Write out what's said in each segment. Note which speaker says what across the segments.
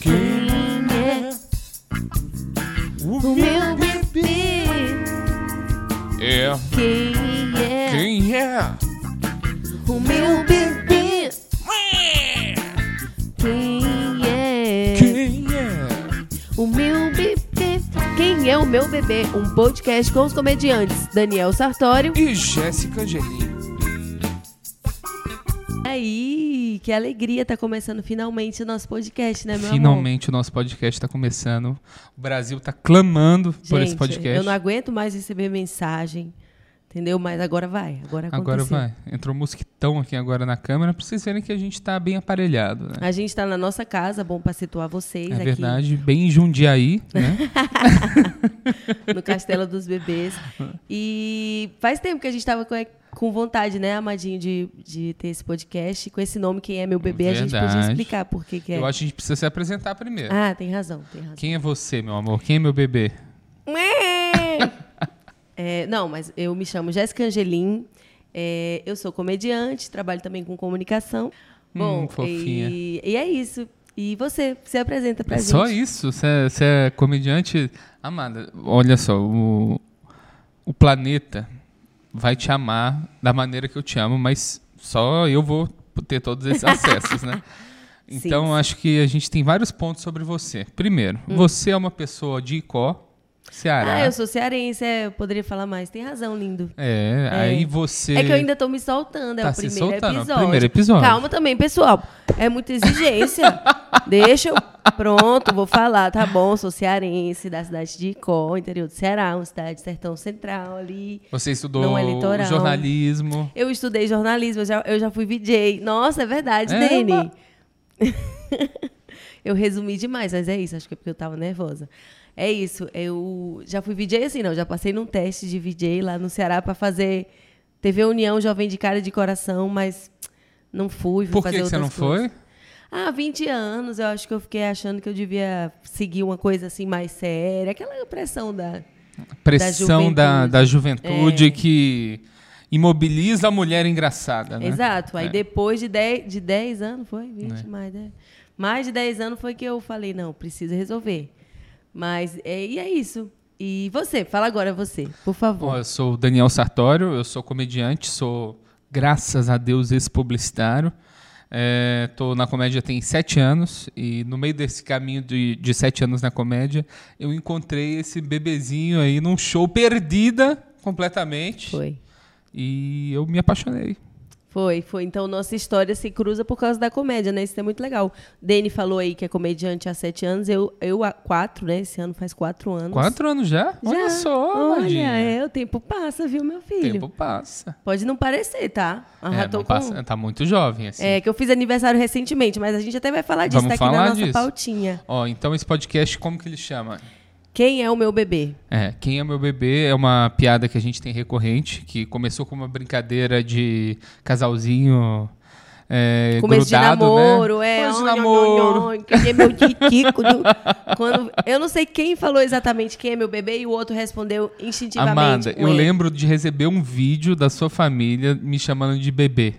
Speaker 1: Quem é o meu bebê?
Speaker 2: É.
Speaker 1: Quem é
Speaker 2: Quem é?
Speaker 1: o meu bebê? Quem é
Speaker 2: Quem é?
Speaker 1: o meu bebê? Quem é o meu bebê? Um podcast com os comediantes Daniel Sartório.
Speaker 2: E Jéssica Angelim.
Speaker 1: Aí, que alegria tá começando finalmente o nosso podcast, né, meu amor?
Speaker 2: Finalmente o nosso podcast tá começando. O Brasil tá clamando por esse
Speaker 1: Gente,
Speaker 2: podcast.
Speaker 1: Eu não aguento mais receber mensagem, entendeu? Mas agora vai, agora aconteceu.
Speaker 2: Agora vai. Entrou um mosquitão aqui agora na câmera pra vocês verem que a gente tá bem aparelhado, né?
Speaker 1: A gente tá na nossa casa, bom pra situar vocês
Speaker 2: É
Speaker 1: aqui
Speaker 2: verdade, bem em Jundiaí, né?
Speaker 1: no Castelo dos Bebês. E faz tempo que a gente tava com, é, com vontade, né, Amadinho, de, de ter esse podcast. Com esse nome, Quem é Meu Bebê, a gente podia
Speaker 2: Verdade.
Speaker 1: explicar por que, que é.
Speaker 2: Eu acho é. que a gente precisa se apresentar primeiro.
Speaker 1: Ah, tem razão, tem razão.
Speaker 2: Quem é você, meu amor? Quem é meu bebê?
Speaker 1: É, não, mas eu me chamo Jéssica Angelim. é, eu sou comediante, trabalho também com comunicação. Bom,
Speaker 2: Hum, fofinha.
Speaker 1: E, e é isso. E você, se apresenta pra
Speaker 2: É
Speaker 1: gente.
Speaker 2: só isso? Você é, você é comediante? Amada, olha só, o, o planeta vai te amar da maneira que eu te amo, mas só eu vou ter todos esses acessos, né?
Speaker 1: Sim, Hum.
Speaker 2: Então, acho que a gente tem vários pontos sobre você. Primeiro, você é uma pessoa de Icó, Ceará.
Speaker 1: Ah, eu sou cearense, é, eu poderia falar mais. Tem razão, lindo.
Speaker 2: é, aí você...
Speaker 1: É que eu ainda tô me soltando, é
Speaker 2: Tá
Speaker 1: o
Speaker 2: se
Speaker 1: primeiro
Speaker 2: soltando, é o
Speaker 1: episódio.
Speaker 2: primeiro episódio.
Speaker 1: Calma também, pessoal. É muita exigência. Deixa eu. Pronto, vou falar, tá bom? Sou cearense, da cidade de Icó, interior do Ceará, uma cidade sertão central ali.
Speaker 2: Você
Speaker 1: Não
Speaker 2: estudou
Speaker 1: é litoral.
Speaker 2: jornalismo.
Speaker 1: Eu estudei jornalismo, eu já, eu já fui VJ. Nossa, é verdade,
Speaker 2: É,
Speaker 1: Dani.
Speaker 2: ma-
Speaker 1: eu resumi demais, mas é isso, acho que é porque eu tava nervosa. É isso, eu já fui VJ assim, não, já passei num teste de VJ lá no Ceará pra fazer TV União Jovem de Cara e de Coração, mas não fui, fui
Speaker 2: Por
Speaker 1: fazer
Speaker 2: que, que você não
Speaker 1: outras coisas.
Speaker 2: foi?
Speaker 1: Ah, 20 anos, eu acho que eu fiquei achando que eu devia seguir uma coisa assim mais séria, aquela pressão da
Speaker 2: pressão da,
Speaker 1: juventude. É.
Speaker 2: da juventude que imobiliza a mulher engraçada, né?
Speaker 1: Exato. Aí
Speaker 2: É.
Speaker 1: depois de 10 de 10 anos, foi? 20
Speaker 2: É.
Speaker 1: mais 10. Mais de 10 anos foi que eu falei, não, precisa resolver. Mas, é, e é isso. E você, fala agora você, por
Speaker 2: Bom,
Speaker 1: favor.
Speaker 2: eu sou o Daniel Sartório, eu sou comediante, sou, graças a Deus, ex-publicitário. É, tô na comédia tem sete anos e no meio desse caminho de, de sete anos na comédia, eu encontrei esse bebezinho aí num show perdida completamente
Speaker 1: Foi.
Speaker 2: e eu me apaixonei.
Speaker 1: Foi, foi. Então, nossa história se cruza por causa da comédia, né? Isso é muito legal. Dene falou aí que é comediante há sete anos, eu, eu há quatro, né? Esse ano faz quatro anos.
Speaker 2: Quatro anos já? Olha
Speaker 1: Já.
Speaker 2: só,
Speaker 1: Olha,
Speaker 2: Ladinha.
Speaker 1: é, o tempo passa, viu, meu
Speaker 2: O
Speaker 1: filho?
Speaker 2: tempo passa.
Speaker 1: Pode não parecer, tá? Ah,
Speaker 2: É,
Speaker 1: já tô
Speaker 2: não
Speaker 1: com-
Speaker 2: passa- Tá muito jovem, assim.
Speaker 1: É, que eu fiz aniversário recentemente, mas a gente até vai falar disso,
Speaker 2: Vamos
Speaker 1: tá aqui
Speaker 2: falar
Speaker 1: na nossa
Speaker 2: disso.
Speaker 1: pautinha.
Speaker 2: Ó, então esse podcast, como que ele chama?
Speaker 1: Quem é o meu bebê?
Speaker 2: É, Quem é Meu Bebê é uma piada que a gente tem recorrente, que começou com uma brincadeira de casalzinho é,
Speaker 1: Começo
Speaker 2: grudado,
Speaker 1: de namoro,
Speaker 2: né?
Speaker 1: é.
Speaker 2: Começo de
Speaker 1: oi, oi,
Speaker 2: namoro.
Speaker 1: oi, oi, Quem é meu titico? do- Quando, eu não sei quem falou exatamente quem é meu bebê e o outro respondeu instintivamente.
Speaker 2: Amanda,
Speaker 1: com
Speaker 2: eu
Speaker 1: ele.
Speaker 2: lembro de receber um vídeo da sua família me chamando de bebê.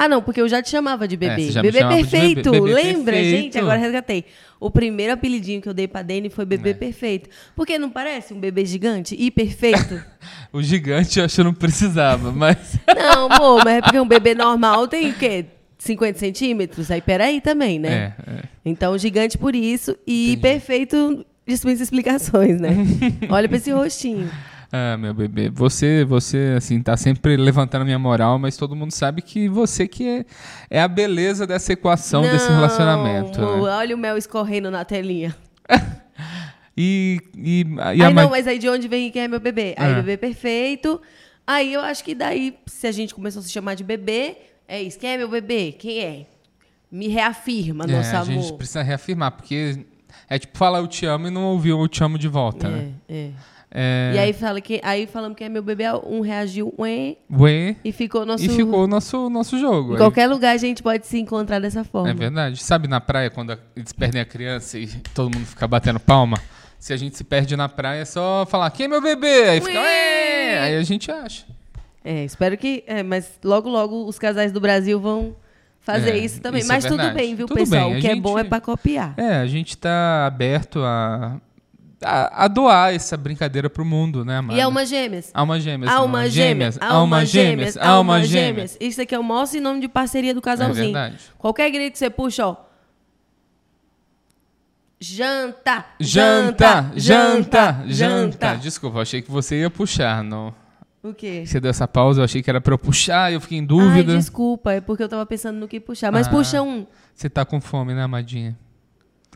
Speaker 1: Ah, não, porque eu já te chamava de
Speaker 2: É,
Speaker 1: bebê.
Speaker 2: você já me
Speaker 1: bebê
Speaker 2: chamava de
Speaker 1: perfeito,
Speaker 2: bebê. Bebê
Speaker 1: lembra,
Speaker 2: perfeito. Né?
Speaker 1: gente? Agora resgatei. O primeiro apelidinho que eu dei pra Dani foi bebê perfeito. Porque não parece um bebê gigante e perfeito?
Speaker 2: O gigante eu acho que não precisava, mas
Speaker 1: Não, amor, mas é porque um bebê normal tem o quê? 50 centímetros? Aí peraí também, né?
Speaker 2: é, é.
Speaker 1: Então, gigante por isso e perfeito dispensa explicações, né? Olha pra esse rostinho.
Speaker 2: Ah, meu bebê, você, você assim tá sempre levantando a minha moral, mas todo mundo sabe que você que é, é a beleza dessa equação Então, desse relacionamento.
Speaker 1: amor,
Speaker 2: né?
Speaker 1: Olha o mel escorrendo na telinha.
Speaker 2: E, e, e a
Speaker 1: Aí não,
Speaker 2: Ma-
Speaker 1: mas aí de onde vem quem é meu bebê? Aí
Speaker 2: Ah.
Speaker 1: bebê perfeito. Aí eu acho que daí, se a gente começou a se chamar de bebê, é isso. Quem é meu bebê? Quem é? Me reafirma,
Speaker 2: É,
Speaker 1: nosso
Speaker 2: a
Speaker 1: amor.
Speaker 2: gente precisa reafirmar, porque é tipo falar eu te amo e não ouvir eu te amo de volta, né?
Speaker 1: É, é.
Speaker 2: É,
Speaker 1: E aí, fala que, aí falamos que é meu bebê, um reagiu, ué,
Speaker 2: ué,
Speaker 1: e ficou nosso...
Speaker 2: e ficou o nosso, nosso jogo.
Speaker 1: Em
Speaker 2: aí.
Speaker 1: qualquer um. lugar a gente pode se encontrar dessa forma.
Speaker 2: É verdade. Sabe na praia, quando a- eles perdem a criança e todo mundo fica batendo palma? Se a gente se perde na praia, é só falar, quem é meu bebê? Aí fica,
Speaker 1: Ué.
Speaker 2: ué! Aí a gente acha.
Speaker 1: É, espero que. é, mas logo, logo os casais do Brasil vão fazer
Speaker 2: É,
Speaker 1: isso também.
Speaker 2: isso é
Speaker 1: Mas tudo
Speaker 2: verdade.
Speaker 1: bem, viu,
Speaker 2: Tudo
Speaker 1: pessoal?
Speaker 2: bem, a
Speaker 1: o que é
Speaker 2: gente-
Speaker 1: bom é pra copiar.
Speaker 2: É, a gente tá aberto a, a, a doar essa brincadeira pro mundo, né, Amanda?
Speaker 1: E almas gêmeas.
Speaker 2: Alma gêmeas.
Speaker 1: Alma
Speaker 2: irmã.
Speaker 1: gêmeas, alma
Speaker 2: Almas
Speaker 1: gêmeas,
Speaker 2: gêmeas.
Speaker 1: alma
Speaker 2: Almas
Speaker 1: gêmeas.
Speaker 2: gêmeas.
Speaker 1: Isso aqui é o maior sinônimo de parceria do
Speaker 2: É
Speaker 1: casalzinho.
Speaker 2: verdade.
Speaker 1: Qualquer grito que você puxa, ó. Janta!
Speaker 2: Janta, janta, janta. Desculpa, eu achei que você ia puxar. Não.
Speaker 1: O quê?
Speaker 2: Você deu essa pausa, eu achei que era pra eu puxar, eu fiquei em
Speaker 1: Ai,
Speaker 2: dúvida.
Speaker 1: desculpa, é porque eu tava pensando no que puxar. Mas
Speaker 2: Ah.
Speaker 1: puxa um.
Speaker 2: Você tá com fome, né, Amadinha?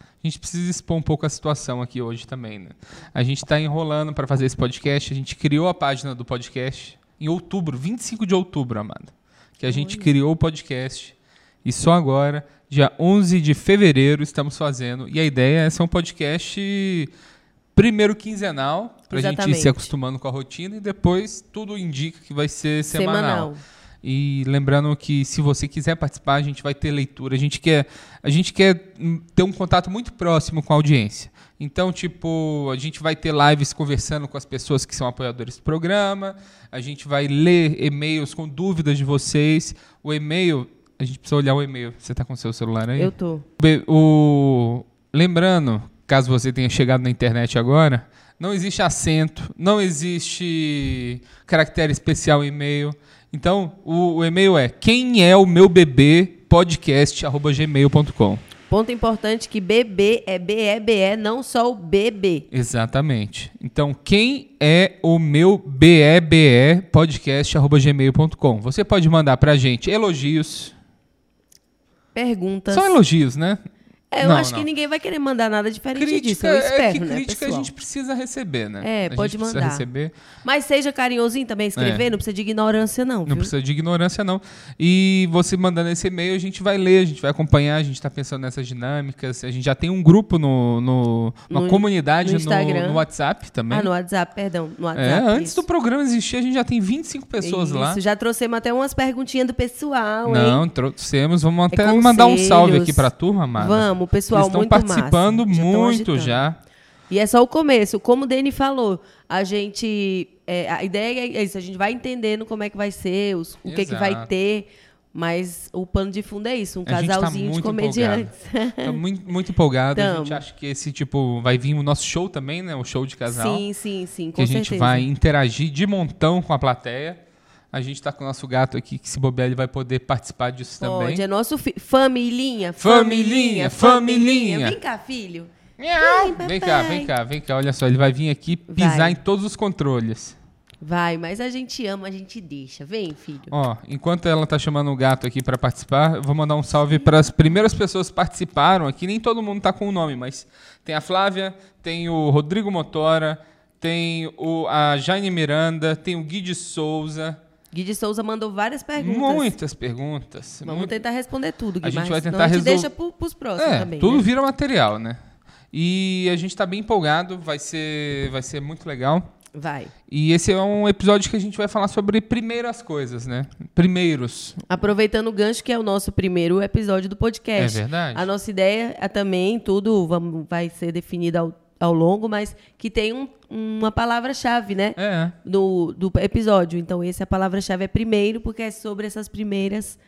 Speaker 2: A gente precisa expor um pouco a situação aqui hoje também, né? A gente tá enrolando pra fazer esse podcast, a gente criou a página do podcast em outubro, 25 de outubro, Amada. Que a gente criou o podcast e só agora, dia 11 de fevereiro, estamos fazendo. E a ideia é ser um podcast primeiro quinzenal, pra gente ir
Speaker 1: Exatamente.
Speaker 2: se acostumando com a rotina e depois tudo indica que vai ser semanal.
Speaker 1: Semanal.
Speaker 2: E lembrando que se você quiser participar, a gente vai ter leitura. A gente quer, a gente quer hum, ter um contato muito próximo com a audiência. Então, tipo, a gente vai ter lives conversando com as pessoas que são apoiadores do programa. A gente vai ler e-mails com dúvidas de vocês. O e-mail, a gente precisa olhar o e-mail. Você está com o seu celular aí?
Speaker 1: Eu tô.
Speaker 2: Be- o- Lembrando, caso você tenha chegado na internet agora, não existe acento, não existe caractere especial em e-mail. Então, o, o e-mail é quem é o meu bebê podcast@gmail.com.
Speaker 1: Ponto importante que BB é BEBE, não só o BB.
Speaker 2: Exatamente. Então, quem é o meu bebe podcast@gmail.com. Você pode mandar pra gente elogios.
Speaker 1: Perguntas.
Speaker 2: Só elogios, né?
Speaker 1: É, eu
Speaker 2: Não,
Speaker 1: acho
Speaker 2: não.
Speaker 1: que ninguém vai querer mandar nada diferente disso.
Speaker 2: Crítica,
Speaker 1: Eu espero,
Speaker 2: é que
Speaker 1: né,
Speaker 2: crítica a
Speaker 1: pessoal?
Speaker 2: gente precisa receber, né?
Speaker 1: É,
Speaker 2: a gente
Speaker 1: pode
Speaker 2: precisa
Speaker 1: mandar.
Speaker 2: receber.
Speaker 1: Mas seja carinhosinho também escrever, não precisa de ignorância, não.
Speaker 2: É. Não
Speaker 1: viu?
Speaker 2: precisa de ignorância, não. E você mandando esse e-mail, a gente vai ler, a gente vai acompanhar, a gente está pensando nessas dinâmicas. A gente já tem um grupo no, no- uma
Speaker 1: No- no
Speaker 2: comunidade no,
Speaker 1: Instagram.
Speaker 2: no WhatsApp também.
Speaker 1: Ah, no WhatsApp, perdão. No
Speaker 2: é,
Speaker 1: WhatsApp.
Speaker 2: antes do
Speaker 1: isso.
Speaker 2: programa existir, a gente já tem 25 pessoas
Speaker 1: isso,
Speaker 2: lá.
Speaker 1: já trouxemos até umas perguntinhas do pessoal, hein? É
Speaker 2: Não, trouxemos. Vamos até
Speaker 1: conselhos.
Speaker 2: mandar um salve aqui para a turma, Mara.
Speaker 1: Vamos, pessoal,
Speaker 2: Eles estão
Speaker 1: muito
Speaker 2: participando
Speaker 1: massa. Já tão
Speaker 2: muito
Speaker 1: agitando.
Speaker 2: já.
Speaker 1: E é só o começo. Como o Dani falou, a gente. é, a ideia é isso, a gente vai entendendo como é que vai ser, os- o que, que vai
Speaker 2: Exato.
Speaker 1: ter. Mas o pano de fundo é isso, um
Speaker 2: A gente tá
Speaker 1: casalzinho de
Speaker 2: muito
Speaker 1: comediantes.
Speaker 2: Tô muito, muito empolgado. A
Speaker 1: Tamo.
Speaker 2: gente acha que esse tipo vai vir o nosso show também, né? O show de casal.
Speaker 1: Sim, sim, sim, com
Speaker 2: que a gente
Speaker 1: certeza.
Speaker 2: vai interagir de montão com a plateia. A gente tá com o nosso gato aqui, que se bobear ele vai poder participar disso
Speaker 1: Pode,
Speaker 2: também.
Speaker 1: é nosso filho. Familhinha,
Speaker 2: Familhinha, familhinha.
Speaker 1: Vem cá, filho.
Speaker 2: Miau! Vem cá, vem cá, vem cá. Olha só, ele vai vir aqui pisar
Speaker 1: Vai.
Speaker 2: em todos os controles.
Speaker 1: Vai, mas a gente ama, a gente deixa. Vem, filho.
Speaker 2: Ó, enquanto ela tá chamando o gato aqui pra participar, eu vou mandar um salve para as primeiras pessoas que participaram aqui. Nem todo mundo tá com o nome, mas tem a Flávia, tem o Rodrigo Motora, tem o, a Jaine Miranda, tem o Gui de Souza.
Speaker 1: Gui de Souza mandou várias perguntas.
Speaker 2: Muitas perguntas.
Speaker 1: Vamos
Speaker 2: muitas-
Speaker 1: tentar responder tudo,
Speaker 2: A gente
Speaker 1: Guimarães.
Speaker 2: vai
Speaker 1: senão
Speaker 2: tentar
Speaker 1: a gente
Speaker 2: resol-
Speaker 1: deixa pro, pros próximos
Speaker 2: É,
Speaker 1: também.
Speaker 2: tudo
Speaker 1: né?
Speaker 2: vira material, né? E a gente tá bem empolgado, vai ser, vai ser muito legal.
Speaker 1: Vai.
Speaker 2: E esse é um episódio que a gente vai falar sobre primeiras coisas, né? Primeiros.
Speaker 1: Aproveitando o gancho, que é o nosso primeiro episódio do podcast.
Speaker 2: É verdade.
Speaker 1: A nossa ideia é também, tudo vamos, vai ser definido ao, ao longo, mas que tem um- uma palavra-chave, né?
Speaker 2: É.
Speaker 1: do, do episódio. Então, essa palavra-chave é primeiro, porque é sobre essas primeiras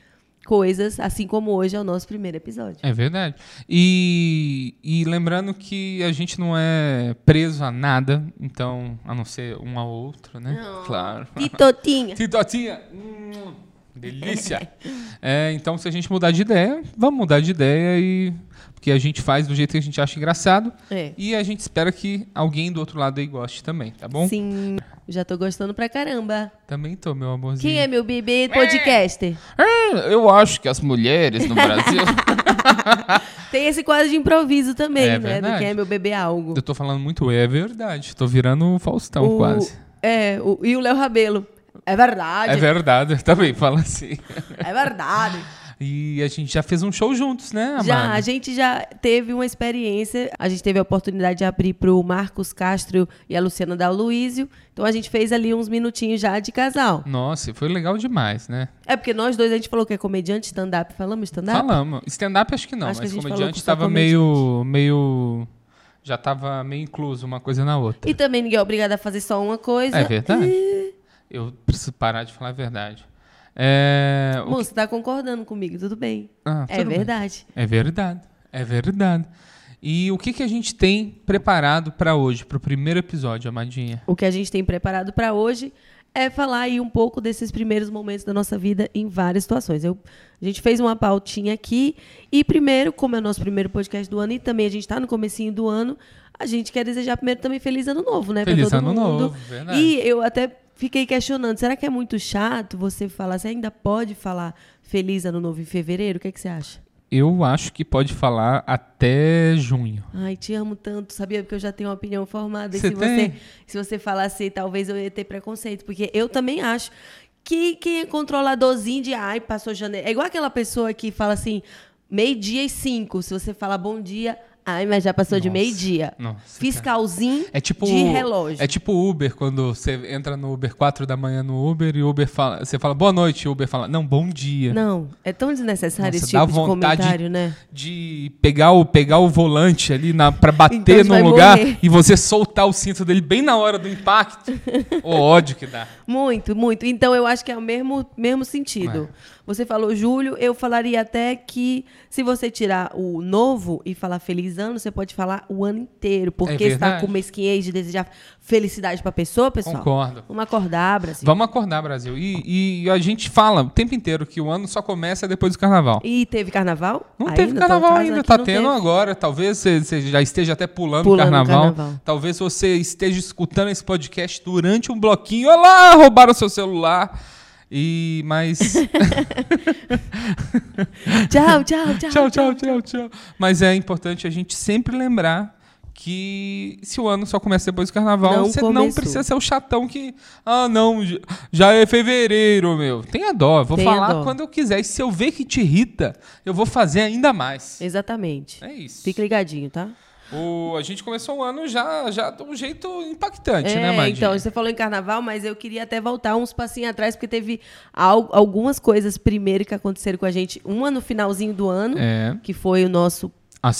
Speaker 1: coisas, assim como hoje é o nosso primeiro episódio.
Speaker 2: É verdade. E, e lembrando que a gente não é preso a nada, então, a não ser um ao outro, né? Claro.
Speaker 1: Titotinha!
Speaker 2: Titotinha! Hum, delícia! É, então, se a gente mudar de ideia, vamos mudar de ideia e. Porque a gente faz do jeito que a gente acha engraçado.
Speaker 1: É.
Speaker 2: E a gente espera que alguém do outro lado aí goste também, tá bom?
Speaker 1: Sim, já tô gostando pra caramba.
Speaker 2: Também tô, meu amorzinho.
Speaker 1: Quem é meu bebê podcaster?
Speaker 2: Ah, Eu acho que as mulheres no Brasil.
Speaker 1: Tem esse quadro de improviso também,
Speaker 2: É
Speaker 1: né? Do
Speaker 2: verdade.
Speaker 1: quem é meu bebê algo.
Speaker 2: eu tô falando muito, é verdade. Tô virando o Faustão
Speaker 1: O-
Speaker 2: Então, quase.
Speaker 1: É, o- e o Léo Rabelo. É verdade,
Speaker 2: É
Speaker 1: é,
Speaker 2: verdade, também fala assim.
Speaker 1: verdade.
Speaker 2: E a gente já fez um show juntos, né, Amada?
Speaker 1: Já, a gente já teve uma experiência, a gente teve a oportunidade de abrir pro Marcos Castro e a Luciana Dalluísio, então a gente fez ali uns minutinhos já de casal.
Speaker 2: Nossa, e foi legal demais, né?
Speaker 1: É porque nós dois, a gente falou que é comediante, stand-up, falamos stand-up?
Speaker 2: Falamos. Stand-up acho que não,
Speaker 1: Acho que a
Speaker 2: mas
Speaker 1: gente falou
Speaker 2: comediante
Speaker 1: com só
Speaker 2: tava meio. meio. Já tava meio incluso uma coisa na outra.
Speaker 1: E também ninguém é obrigado a fazer só uma coisa.
Speaker 2: É verdade. Eu preciso parar de falar a verdade. É, o
Speaker 1: Bom, você tá concordando comigo, tudo bem.
Speaker 2: Ah,
Speaker 1: é
Speaker 2: tudo bem.
Speaker 1: verdade.
Speaker 2: É verdade, é verdade. E o que, que a gente tem preparado para hoje, para o primeiro episódio, Amadinha?
Speaker 1: O que a gente tem preparado para hoje é falar aí um pouco desses primeiros momentos da nossa vida em várias situações. Eu- a gente fez uma pautinha aqui e primeiro, como é o nosso primeiro podcast do ano e também a gente está no comecinho do ano, a gente quer desejar primeiro também feliz ano novo, né? pra
Speaker 2: Feliz
Speaker 1: todo
Speaker 2: ano
Speaker 1: mundo.
Speaker 2: novo, verdade.
Speaker 1: E eu até fiquei questionando, será que é muito chato você falar, você ainda pode falar feliz ano novo em fevereiro? O que, é que você acha?
Speaker 2: Eu acho que pode falar até junho.
Speaker 1: Ai, te amo tanto, sabia? Porque eu já tenho uma opinião formada. E
Speaker 2: Você
Speaker 1: se
Speaker 2: tem?
Speaker 1: você se você falasse, talvez eu ia ter preconceito, porque eu também acho que quem é controladorzinho de ai, passou janeiro. É igual aquela pessoa que fala assim, meio-dia e cinco. Se você fala bom dia, ai, mas já passou de
Speaker 2: Nossa,
Speaker 1: meio-dia.
Speaker 2: nossa,
Speaker 1: Fiscalzinho
Speaker 2: É tipo
Speaker 1: de relógio.
Speaker 2: É tipo Uber, quando você entra no Uber 4 da manhã no Uber e o Uber fala, você fala boa noite, e o Uber fala não, bom dia.
Speaker 1: Não, é tão desnecessário
Speaker 2: tipo Nossa,
Speaker 1: esse
Speaker 2: dá
Speaker 1: tipo de
Speaker 2: vontade-
Speaker 1: comentário, né?
Speaker 2: De pegar o, pegar o volante ali na, pra
Speaker 1: Então
Speaker 2: bater
Speaker 1: você
Speaker 2: num
Speaker 1: vai
Speaker 2: lugar
Speaker 1: morrer.
Speaker 2: e você soltar o cinto dele bem na hora do impacto. o ódio que dá.
Speaker 1: Muito, muito. Então eu acho que é o mesmo, mesmo sentido.
Speaker 2: É.
Speaker 1: Você falou julho, eu falaria até que se você tirar o novo e falar feliz ano, você pode falar o ano inteiro, porque está
Speaker 2: É verdade.
Speaker 1: com mesquinhez de desejar felicidade para a pessoa, pessoal.
Speaker 2: Concordo.
Speaker 1: Uma acordabra, assim.
Speaker 2: Vamos acordar, Brasil. E, e a gente fala o tempo inteiro que o ano só começa depois do carnaval.
Speaker 1: E teve carnaval?
Speaker 2: Não
Speaker 1: Ainda?
Speaker 2: teve
Speaker 1: Tô
Speaker 2: carnaval
Speaker 1: atrasada
Speaker 2: ainda,
Speaker 1: aqui,
Speaker 2: tá
Speaker 1: não
Speaker 2: tendo
Speaker 1: teve.
Speaker 2: agora. Talvez você você já esteja até pulando o
Speaker 1: Pulando o
Speaker 2: carnaval.
Speaker 1: carnaval.
Speaker 2: Talvez você esteja escutando esse podcast durante um bloquinho. Olha lá, roubaram seu celular. E mas
Speaker 1: Tchau, tchau, tchau.
Speaker 2: tchau, tchau, tchau, tchau. Mas é importante a gente sempre lembrar que se o ano só começa depois do carnaval,
Speaker 1: Não
Speaker 2: você não
Speaker 1: começou.
Speaker 2: precisa ser o chatão que ah, não, j- já é fevereiro, meu. Tenha dó, eu vou
Speaker 1: Tenha
Speaker 2: falar
Speaker 1: dó.
Speaker 2: quando eu quiser. E se eu ver que te irrita, eu vou fazer ainda mais.
Speaker 1: Exatamente.
Speaker 2: É isso.
Speaker 1: Fica ligadinho, tá?
Speaker 2: O- a gente começou o ano já, já de um jeito impactante,
Speaker 1: É,
Speaker 2: né, Madinha?
Speaker 1: então, você falou em carnaval, mas eu queria até voltar uns passinhos atrás, porque teve al- algumas coisas primeiro que aconteceram com a gente. Uma no finalzinho do ano,
Speaker 2: É.
Speaker 1: que foi o nosso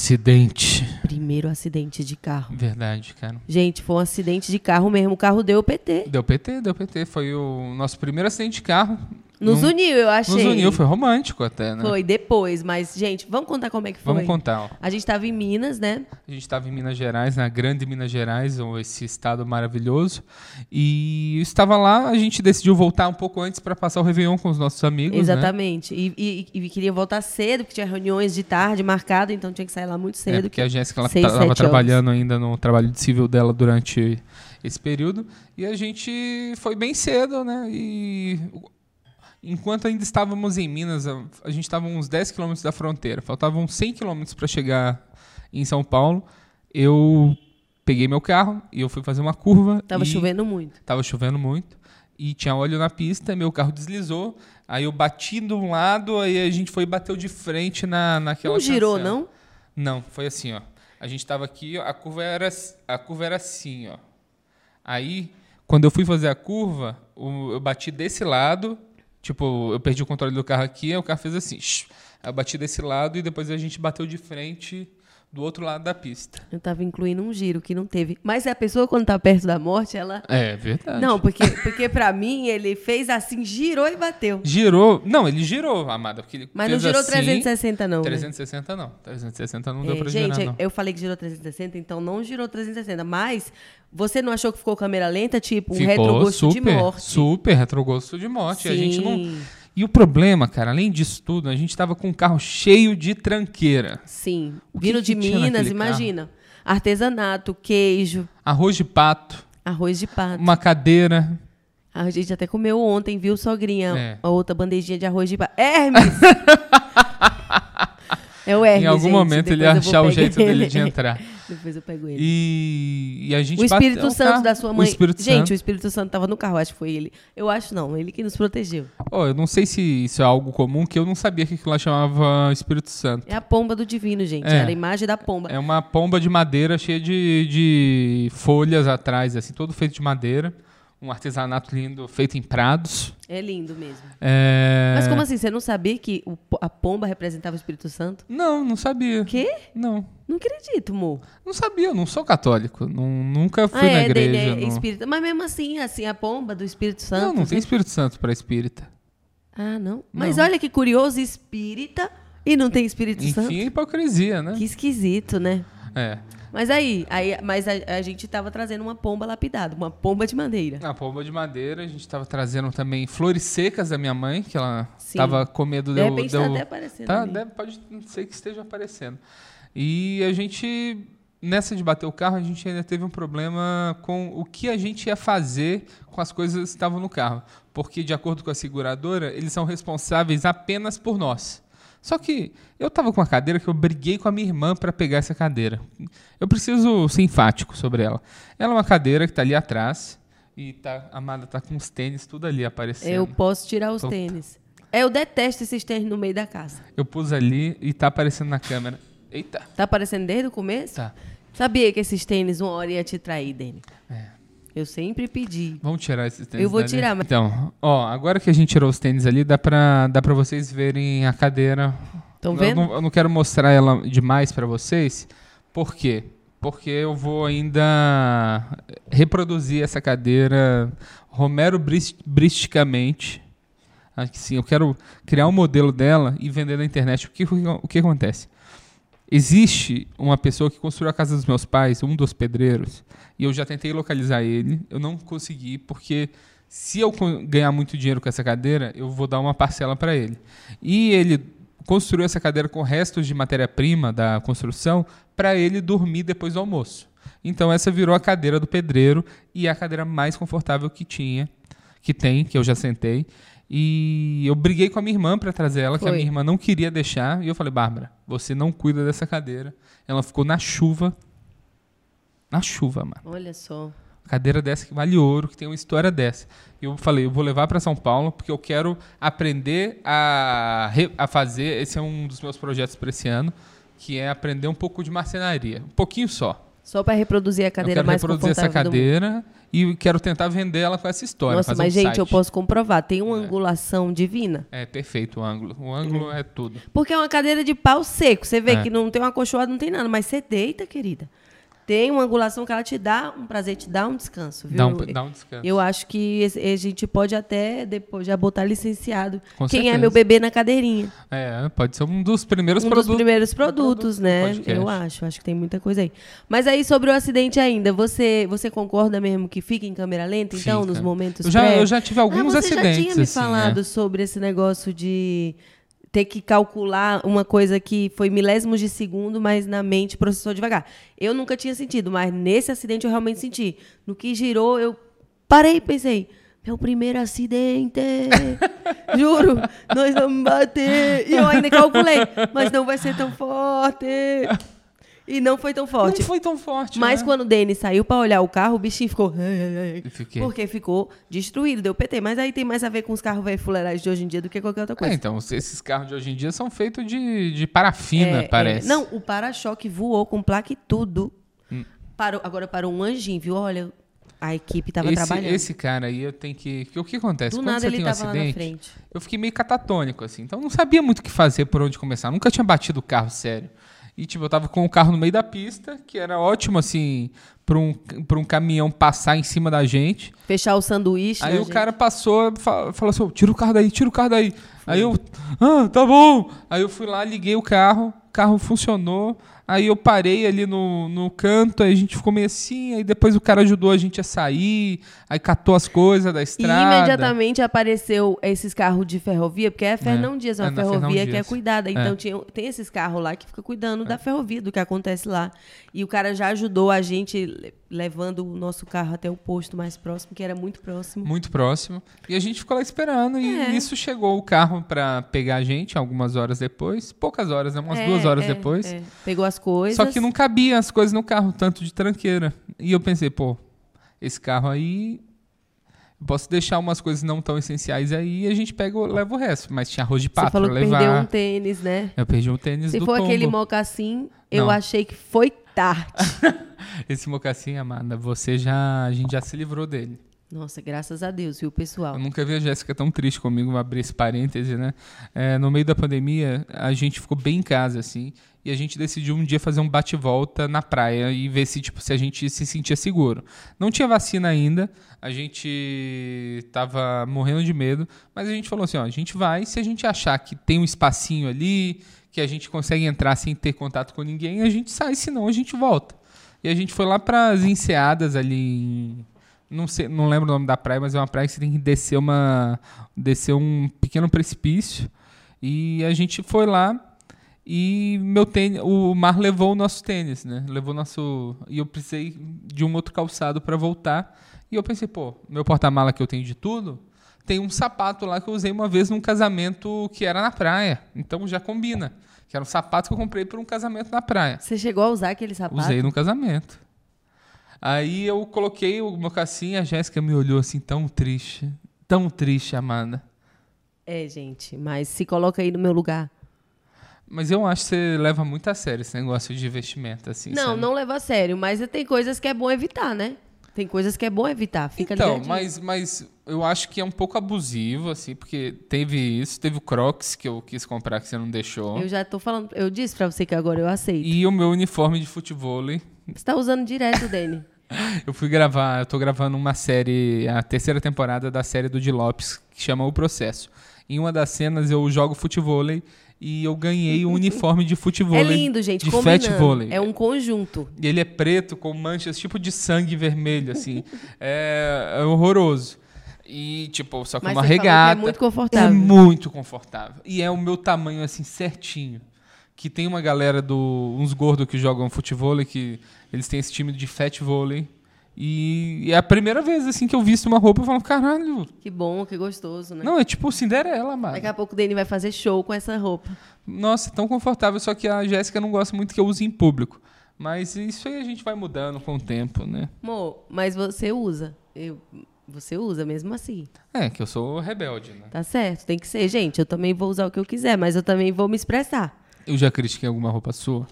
Speaker 2: Acidente.
Speaker 1: primeiro acidente de carro.
Speaker 2: Verdade, cara.
Speaker 1: Gente, foi um acidente de carro mesmo. O carro deu PT.
Speaker 2: Deu PT, deu PT. Foi o nosso primeiro acidente de carro.
Speaker 1: Nos
Speaker 2: Não-
Speaker 1: uniu, eu achei.
Speaker 2: Nos uniu, foi romântico até, né?
Speaker 1: Foi depois, mas, gente, vamos contar como é que foi.
Speaker 2: Vamos contar. ó.
Speaker 1: A gente tava em Minas, né?
Speaker 2: A gente estava em Minas Gerais, na grande Minas Gerais, ou esse estado maravilhoso. E eu estava lá, a gente decidiu voltar um pouco antes para passar o Réveillon com os nossos amigos. né?
Speaker 1: Exatamente. E- E, e queria voltar cedo, porque tinha reuniões de tarde marcado, então tinha que sair lá muito
Speaker 2: É,
Speaker 1: cedo.
Speaker 2: porque a Jéssica ela
Speaker 1: seis,
Speaker 2: estava
Speaker 1: sete
Speaker 2: trabalhando ainda no trabalho de civil dela durante esse período. E a gente foi bem cedo, né? E enquanto ainda estávamos em Minas, a a gente estava uns 10 quilômetros da fronteira. Faltavam 100 quilômetros para chegar em São Paulo. Eu peguei meu carro e eu fui fazer uma curva.
Speaker 1: Tava
Speaker 2: e
Speaker 1: chovendo muito.
Speaker 2: Tava chovendo muito. E tinha óleo na pista, meu carro deslizou. Aí eu bati de um lado, aí a gente foi e bateu de frente na, naquela
Speaker 1: Não girou,
Speaker 2: cancela.
Speaker 1: não?
Speaker 2: Não, foi assim, ó. A gente tava aqui, ó, a curva era, ass- a curva era assim, ó. Aí, quando eu fui fazer a curva, o- eu bati desse lado, tipo, eu perdi o controle do carro aqui, aí o carro fez assim, shh. Aí eu bati desse lado e depois a gente bateu de frente do outro lado da pista.
Speaker 1: Eu tava incluindo um giro que não teve. Mas a pessoa, quando tá perto da morte, ela.
Speaker 2: É, verdade.
Speaker 1: Não, porque, porque pra mim ele fez assim, girou e bateu.
Speaker 2: Girou, não, ele girou, amada, porque ele
Speaker 1: Mas não
Speaker 2: fez
Speaker 1: girou
Speaker 2: assim,
Speaker 1: 360, não. né?
Speaker 2: 360 não, 360 não deu
Speaker 1: É,
Speaker 2: pra
Speaker 1: gente,
Speaker 2: girar, não.
Speaker 1: eu falei que girou 360, então não girou 360. Mas você não achou que ficou câmera lenta, tipo, um retrogosto de morte?
Speaker 2: super retrogosto de morte. E A gente não,
Speaker 1: Sim.
Speaker 2: E o problema, cara, além disso tudo, a gente tava com um carro cheio de tranqueira.
Speaker 1: Sim.
Speaker 2: O que
Speaker 1: Vindo
Speaker 2: que
Speaker 1: de
Speaker 2: tinha
Speaker 1: Minas,
Speaker 2: naquele carro?
Speaker 1: imagina. Artesanato, queijo,
Speaker 2: Arroz de pato,
Speaker 1: arroz de pato.
Speaker 2: uma cadeira.
Speaker 1: A gente até comeu ontem, viu, sogrinha?
Speaker 2: É.
Speaker 1: A outra bandejinha de arroz de ba... Hermes! é o Hermes,
Speaker 2: em algum
Speaker 1: gente.
Speaker 2: momento ele ia
Speaker 1: Depois eu vou
Speaker 2: achar o
Speaker 1: pegar
Speaker 2: jeito dele de
Speaker 1: ele.
Speaker 2: entrar.
Speaker 1: Depois eu pego ele.
Speaker 2: E, e a gente
Speaker 1: O Espírito
Speaker 2: bateu o
Speaker 1: Santo
Speaker 2: carro-
Speaker 1: da sua mãe.
Speaker 2: O Espírito
Speaker 1: gente, o
Speaker 2: Santo.
Speaker 1: Espírito Santo tava no carro, acho que foi ele. Eu acho não, ele que nos protegeu.
Speaker 2: Ó, eu não sei se isso é algo comum, que eu não sabia que aquilo lá chamava Espírito Santo.
Speaker 1: É a pomba do divino, gente.
Speaker 2: É.
Speaker 1: Era a imagem da pomba.
Speaker 2: É uma pomba de madeira cheia de, de folhas atrás, assim, todo feito de madeira. Um artesanato lindo feito em prados.
Speaker 1: É, lindo mesmo.
Speaker 2: É...
Speaker 1: Mas como assim? Você não sabia que o po- a pomba representava o Espírito Santo?
Speaker 2: Não, não sabia.
Speaker 1: O quê?
Speaker 2: Não.
Speaker 1: Não acredito, amor.
Speaker 2: Não sabia, eu não sou católico. Nun- nunca fui
Speaker 1: ah,
Speaker 2: na
Speaker 1: é,
Speaker 2: igreja.
Speaker 1: dele é
Speaker 2: não.
Speaker 1: espírito. Mas mesmo assim, assim, a pomba do Espírito Santo.
Speaker 2: Não, não tem
Speaker 1: né?
Speaker 2: Espírito Santo para espírita.
Speaker 1: Ah, não? Mas olha que curioso, espírita e não tem Espírito
Speaker 2: Enfim, é
Speaker 1: Santo.
Speaker 2: hipocrisia, né?
Speaker 1: Que esquisito, né?
Speaker 2: É.
Speaker 1: Mas aí, aí mas a, a gente tava trazendo uma pomba lapidada, uma pomba de madeira.
Speaker 2: Na Ah, pomba de madeira, a gente tava trazendo também flores secas da minha mãe, que ela
Speaker 1: Sim.
Speaker 2: tava com medo
Speaker 1: De
Speaker 2: eu-
Speaker 1: repente
Speaker 2: eu-
Speaker 1: tá até aparecendo
Speaker 2: Tá,
Speaker 1: ali.
Speaker 2: deve, pode ser que esteja aparecendo. E a gente, nessa de bater o carro, a gente ainda teve um problema com o que a gente ia fazer com as coisas que estavam no carro. Porque, de acordo com a seguradora, eles são responsáveis apenas por nós. Só que eu tava com uma cadeira que eu briguei com a minha irmã para pegar essa cadeira. Eu preciso ser enfático sobre ela. Ela é uma cadeira que tá ali atrás e tá, a Amada tá com os tênis tudo ali aparecendo. Então tá.
Speaker 1: Eu posso tirar os
Speaker 2: Puta.
Speaker 1: tênis. Eu detesto esses tênis no meio da casa.
Speaker 2: eu pus ali e tá aparecendo na câmera. Eita,
Speaker 1: Tá aparecendo desde o começo?
Speaker 2: tá.
Speaker 1: Sabia que esses tênis uma hora ia te trair, Dani.
Speaker 2: É.
Speaker 1: Eu sempre pedi.
Speaker 2: Vamos tirar esses tênis.
Speaker 1: Eu vou
Speaker 2: dali?
Speaker 1: tirar, mas-
Speaker 2: Então, ó, agora que a gente tirou os tênis ali, dá pra, dá pra vocês verem a cadeira.
Speaker 1: Tão
Speaker 2: Eu
Speaker 1: vendo?
Speaker 2: não- Eu não, quero mostrar ela demais pra vocês. Por quê? Porque eu vou ainda reproduzir essa cadeira Romero Bris- Bristicamente. Aqui sim, eu quero criar um modelo dela e vender na internet. O que, o que acontece? Existe uma pessoa que construiu a casa dos meus pais, um dos pedreiros, e eu já tentei localizar ele, eu não consegui, porque se eu con- ganhar muito dinheiro com essa cadeira, eu vou dar uma parcela para ele. E ele construiu essa cadeira com restos de matéria-prima da construção para ele dormir depois do almoço. Então essa virou a cadeira do pedreiro e é a cadeira mais confortável que tinha, que tem, que eu já sentei. E eu briguei com a minha irmã para trazer ela, que a
Speaker 1: Foi.
Speaker 2: minha irmã não queria deixar, e eu falei: "Bárbara, você não cuida dessa cadeira". Ela ficou na chuva. Na chuva, mano
Speaker 1: Olha só.
Speaker 2: cadeira dessa que vale ouro, que tem uma história dessa. E eu falei, eu vou levar para São Paulo porque eu quero aprender a, re- a fazer. Esse é um dos meus projetos para esse ano, que é aprender um pouco de marcenaria, um pouquinho só.
Speaker 1: Só pra reproduzir a cadeira
Speaker 2: eu quero
Speaker 1: mais
Speaker 2: reproduzir
Speaker 1: confortável
Speaker 2: essa
Speaker 1: do mundo.
Speaker 2: cadeira e quero tentar vender ela com essa história.
Speaker 1: Nossa,
Speaker 2: fazer
Speaker 1: mas
Speaker 2: um
Speaker 1: gente,
Speaker 2: site.
Speaker 1: eu posso comprovar. Tem uma
Speaker 2: É.
Speaker 1: angulação divina.
Speaker 2: É perfeito o ângulo. O ângulo é tudo.
Speaker 1: Porque é uma cadeira de pau seco. Você vê
Speaker 2: É.
Speaker 1: que não tem uma acolchoada, não tem nada. Mas você deita, querida. Tem uma angulação que ela te dá um prazer, te dá um descanso. Viu?
Speaker 2: Dá um, dá um descanso.
Speaker 1: Eu acho que esse- a gente pode até depois já botar licenciado.
Speaker 2: Com
Speaker 1: Quem é
Speaker 2: certeza.
Speaker 1: meu bebê na cadeirinha?
Speaker 2: É, pode ser um dos primeiros
Speaker 1: um
Speaker 2: produtos.
Speaker 1: dos primeiros produtos,
Speaker 2: do
Speaker 1: né?
Speaker 2: podcast.
Speaker 1: Eu acho, acho que tem muita coisa aí. Mas aí sobre o acidente ainda, você você concorda mesmo que fica em câmera lenta? Então,
Speaker 2: Fica.
Speaker 1: nos momentos
Speaker 2: Eu já,
Speaker 1: pré?
Speaker 2: eu já tive alguns
Speaker 1: ah, você
Speaker 2: acidentes.
Speaker 1: já tinha me
Speaker 2: assim, é.
Speaker 1: falado sobre esse negócio de ter que calcular uma coisa que foi milésimos de segundo, mas na mente processou devagar. Eu nunca tinha sentido, mas nesse acidente eu realmente senti. No que girou, eu parei e pensei. Meu primeiro acidente! Juro, nós vamos bater! E eu ainda calculei, mas não vai ser tão forte! E não foi tão forte.
Speaker 2: Não foi tão forte.
Speaker 1: mas
Speaker 2: né?
Speaker 1: quando o Denis saiu pra olhar o carro, o bichinho ficou.
Speaker 2: Eu fiquei.
Speaker 1: Porque ficou destruído, deu PT. Mas aí tem mais a ver com os carros velhos fuleirais de hoje em dia do que qualquer outra
Speaker 2: É,
Speaker 1: coisa.
Speaker 2: então, se- esses carros de hoje em dia são feitos de, de parafina,
Speaker 1: É,
Speaker 2: parece. Hum.
Speaker 1: é. Não, o para-choque voou com placa e tudo. Parou, agora parou um anjinho, viu? Olha, a equipe tava
Speaker 2: esse,
Speaker 1: trabalhando.
Speaker 2: esse cara aí, eu tenho que... que- O que acontece?
Speaker 1: Do
Speaker 2: Quando
Speaker 1: nada
Speaker 2: você
Speaker 1: ele
Speaker 2: tem um
Speaker 1: tava lá na
Speaker 2: acidente,
Speaker 1: frente.
Speaker 2: eu fiquei meio catatônico, assim. Então, eu não sabia muito o que fazer, por onde começar. Nunca tinha batido o carro, sério. E, tipo, eu tava com o carro no meio da pista, que era ótimo, assim, pra um, pra um caminhão passar em cima da gente.
Speaker 1: Fechar o sanduíche.
Speaker 2: Aí
Speaker 1: né,
Speaker 2: o
Speaker 1: gente?
Speaker 2: cara passou e fa- falou assim: "Ô, tira o carro daí, tira o carro daí. Aí eu, ah, tá bom. Aí eu fui lá, liguei o carro, o carro funcionou. Aí eu parei ali no, no canto, aí a gente ficou meio assim. Aí depois o cara ajudou a gente a sair, aí catou as coisas da
Speaker 1: E
Speaker 2: estrada.
Speaker 1: imediatamente apareceu esses carros de ferrovia, porque é Fernão Dias, é uma
Speaker 2: é na
Speaker 1: ferrovia
Speaker 2: Fernão
Speaker 1: que é
Speaker 2: Dias. É.
Speaker 1: cuidada. Então tinha- tem esses carros lá que fica cuidando da ferrovia, do que acontece lá. E o cara já ajudou a gente le- levando o nosso carro até o posto mais próximo, que era muito próximo.
Speaker 2: Muito próximo. E a gente ficou lá esperando. E
Speaker 1: É.
Speaker 2: isso chegou o carro pra pegar a gente algumas horas depois. Poucas horas, né? Umas
Speaker 1: É,
Speaker 2: duas horas
Speaker 1: é,
Speaker 2: depois.
Speaker 1: é. Pegou as coisas.
Speaker 2: Só que não cabia as coisas no carro, tanto de tranqueira. E eu pensei, pô, esse carro aí. eu Posso deixar umas coisas não tão essenciais aí e a gente pega, o- leva o resto. Mas tinha arroz de
Speaker 1: Você
Speaker 2: pato pra
Speaker 1: falou que
Speaker 2: levar.
Speaker 1: perdeu um tênis, né?
Speaker 2: Eu perdi um tênis
Speaker 1: Se
Speaker 2: do
Speaker 1: for
Speaker 2: tombo.
Speaker 1: aquele mocassim, eu
Speaker 2: Não.
Speaker 1: achei que foi tarde.
Speaker 2: Esse mocassim, Amanda, você já. A gente já se livrou dele.
Speaker 1: Nossa, graças a Deus, viu, pessoal?
Speaker 2: Eu nunca vi a Jéssica tão triste comigo, vou abrir esse parêntese, né? É, no meio da pandemia, a gente ficou bem em casa, assim, e a gente decidiu um dia fazer um bate-volta na praia e ver se, tipo, se a gente se sentia seguro. Não tinha vacina ainda, a gente tava morrendo de medo, mas a gente falou assim, ó, a gente vai, se a gente achar que tem um espacinho ali, que a gente consegue entrar sem ter contato com ninguém, a gente sai, senão a gente volta. E a gente foi lá para as enseadas ali em não, sei, não lembro o nome da praia, mas é uma praia que você tem que descer uma descer um pequeno precipício. E a gente foi lá e meu tênis, o mar levou o nosso tênis, né? Levou nosso e eu precisei de um outro calçado para voltar. E eu pensei, pô, meu porta-mala que eu tenho de tudo, tem um sapato lá que eu usei uma vez num casamento que era na praia. Então já combina. Que era um sapato que eu comprei para um casamento na praia.
Speaker 1: Você chegou a usar aquele sapato?
Speaker 2: Usei no casamento. Aí eu coloquei o mocassim, a Jéssica me olhou assim, tão triste. Tão triste, Amanda.
Speaker 1: É, gente, mas se coloca aí no meu lugar.
Speaker 2: Mas eu acho que você leva muito a sério esse negócio de vestimenta, assim.
Speaker 1: não,
Speaker 2: sabe?
Speaker 1: não leva a sério, mas tem coisas que é bom evitar, né? Tem coisas que é bom evitar, fica
Speaker 2: Então,
Speaker 1: ligadinho.
Speaker 2: mas, mas eu acho que é um pouco abusivo, assim, porque teve isso, teve o Crocs que eu quis comprar que você não deixou.
Speaker 1: Eu já tô falando, eu disse pra você que agora eu aceito.
Speaker 2: E o meu uniforme de futevôlei.
Speaker 1: Você tá usando direto, Dani.
Speaker 2: Eu fui gravar, eu tô gravando uma série, a terceira temporada da série do Di Lopes, que chama O Processo. Em uma das cenas eu jogo futevôlei e eu ganhei um uniforme de futevôlei.
Speaker 1: É lindo, gente,
Speaker 2: de
Speaker 1: combinando.
Speaker 2: fatvôlei.
Speaker 1: É um conjunto.
Speaker 2: E ele é preto com manchas tipo de sangue vermelho, assim. é, é horroroso. E, tipo, só com
Speaker 1: Mas
Speaker 2: uma
Speaker 1: você falou que é
Speaker 2: regata.
Speaker 1: muito confortável.
Speaker 2: É muito confortável. E é o meu tamanho, assim, certinho. Que tem uma galera do. uns gordos que jogam futebol que eles têm esse time de fat vôlei. E é a primeira vez, assim, que eu visto uma roupa e falo, caralho.
Speaker 1: Que bom, que gostoso, né?
Speaker 2: Não, é tipo Cinderela, mano.
Speaker 1: Daqui a pouco o Dani vai fazer show com essa roupa.
Speaker 2: Nossa, é tão confortável, só que a Jéssica não gosta muito que eu use em público. Mas isso aí a gente vai mudando com o tempo, né?
Speaker 1: Amor, mas você usa. Eu- você usa mesmo assim.
Speaker 2: É, que eu sou rebelde, né?
Speaker 1: Tá certo, tem que ser. Gente, eu também vou usar o que eu quiser, mas eu também vou me expressar.
Speaker 2: Eu já critiquei alguma roupa sua?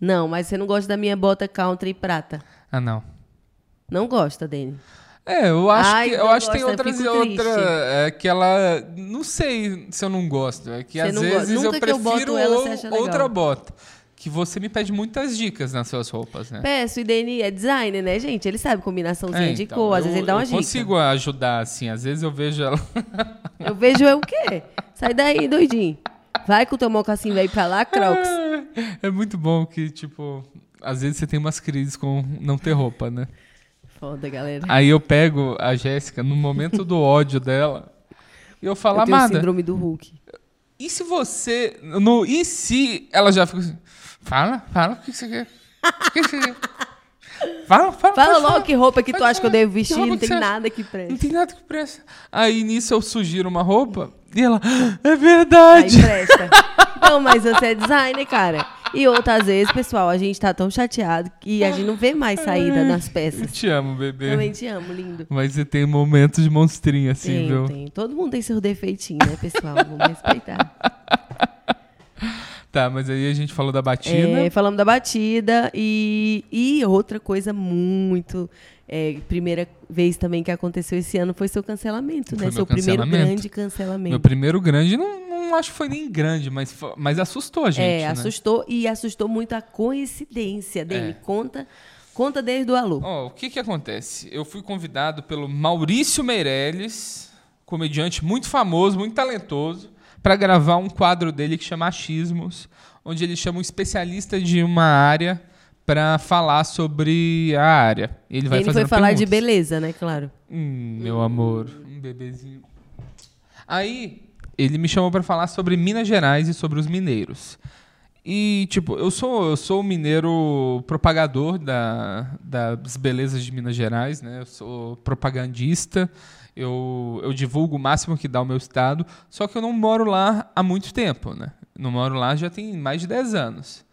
Speaker 1: Não, mas você não gosta da minha bota country prata.
Speaker 2: Ah, não.
Speaker 1: Não gosta, Dani.
Speaker 2: É, eu acho
Speaker 1: Ai,
Speaker 2: que eu
Speaker 1: não
Speaker 2: acho que tem
Speaker 1: gosta, eu
Speaker 2: outras
Speaker 1: fico triste.
Speaker 2: outra é que ela não sei se eu não gosto, é que
Speaker 1: Você
Speaker 2: às
Speaker 1: não
Speaker 2: vezes
Speaker 1: gosta.
Speaker 2: eu
Speaker 1: Nunca que eu boto
Speaker 2: prefiro
Speaker 1: ela,
Speaker 2: ou-
Speaker 1: você acha legal.
Speaker 2: outra bota. Que você me pede muitas dicas nas suas roupas, né?
Speaker 1: Peço, e Dani é designer, né, gente? Ele sabe combinaçãozinha
Speaker 2: É,
Speaker 1: de
Speaker 2: então,
Speaker 1: cor, às
Speaker 2: eu-
Speaker 1: vezes ele dá uma
Speaker 2: eu
Speaker 1: dica.
Speaker 2: consigo ajudar assim, às vezes eu vejo ela
Speaker 1: Eu vejo é o quê? Sai daí, doidinho. Vai com o teu mocassim velho pra lá, Crocs.
Speaker 2: É muito bom que tipo, às vezes você tem umas crises com não ter roupa, né?
Speaker 1: Foda, galera.
Speaker 2: Aí eu pego a Jéssica no momento do ódio dela e eu falo,
Speaker 1: eu tenho o
Speaker 2: amada,
Speaker 1: síndrome do Hulk.
Speaker 2: E se você. No, e se ela já fica assim. Fala, fala o que você quer. O que você quer? Fala, fala.
Speaker 1: Fala
Speaker 2: pode
Speaker 1: logo
Speaker 2: falar.
Speaker 1: que roupa que tu
Speaker 2: Pode
Speaker 1: acha que eu
Speaker 2: falar.
Speaker 1: devo
Speaker 2: Que
Speaker 1: vestir,
Speaker 2: roupa
Speaker 1: não
Speaker 2: que você
Speaker 1: tem
Speaker 2: acha?
Speaker 1: nada que
Speaker 2: Não
Speaker 1: preste.
Speaker 2: tem nada que presta. Aí nisso eu sugiro uma roupa e ela. "Ah, É
Speaker 1: Aí
Speaker 2: verdade.
Speaker 1: presta. Não, mas você é designer, cara. E outras vezes, pessoal, a gente tá tão chateado que a gente não vê mais saída nas
Speaker 2: Eu
Speaker 1: peças.
Speaker 2: te amo, bebê.
Speaker 1: Também te amo, lindo.
Speaker 2: Mas você tem momentos de monstrinho assim,
Speaker 1: tem,
Speaker 2: viu?
Speaker 1: tem. Todo mundo tem seu defeitinho, né, pessoal? Vamos respeitar.
Speaker 2: Tá, mas aí a gente falou da batida.
Speaker 1: É, falamos da batida e, e outra coisa muito. é, primeira vez também que aconteceu esse ano foi seu cancelamento,
Speaker 2: Foi
Speaker 1: né?
Speaker 2: meu
Speaker 1: Seu primeiro
Speaker 2: cancelamento.
Speaker 1: grande
Speaker 2: Meu
Speaker 1: cancelamento.
Speaker 2: primeiro grande, não, não acho que foi nem grande, mas, fo- mas assustou a gente.
Speaker 1: é,
Speaker 2: né?
Speaker 1: assustou e assustou muito a coincidência dele.
Speaker 2: É.
Speaker 1: Conta, conta desde o alô.
Speaker 2: Ó, o que que acontece? Eu fui convidado pelo Maurício Meirelles, comediante muito famoso, muito talentoso, para gravar um quadro dele que chama Achismos, onde ele chama um especialista de uma área para falar sobre a área. Ele vai
Speaker 1: Ele foi
Speaker 2: fazendo
Speaker 1: falar de
Speaker 2: perguntas.
Speaker 1: beleza, né? Claro.
Speaker 2: Hum, meu amor, um bebezinho. Aí ele me chamou pra falar sobre Minas Gerais e sobre os mineiros. E tipo, eu sou eu sou o mineiro propagador da, das belezas de Minas Gerais, né? Eu sou propagandista. Eu, eu divulgo o máximo que dá o meu estado, só que eu não moro lá há muito tempo, né? Não moro lá já tem mais de 10 anos.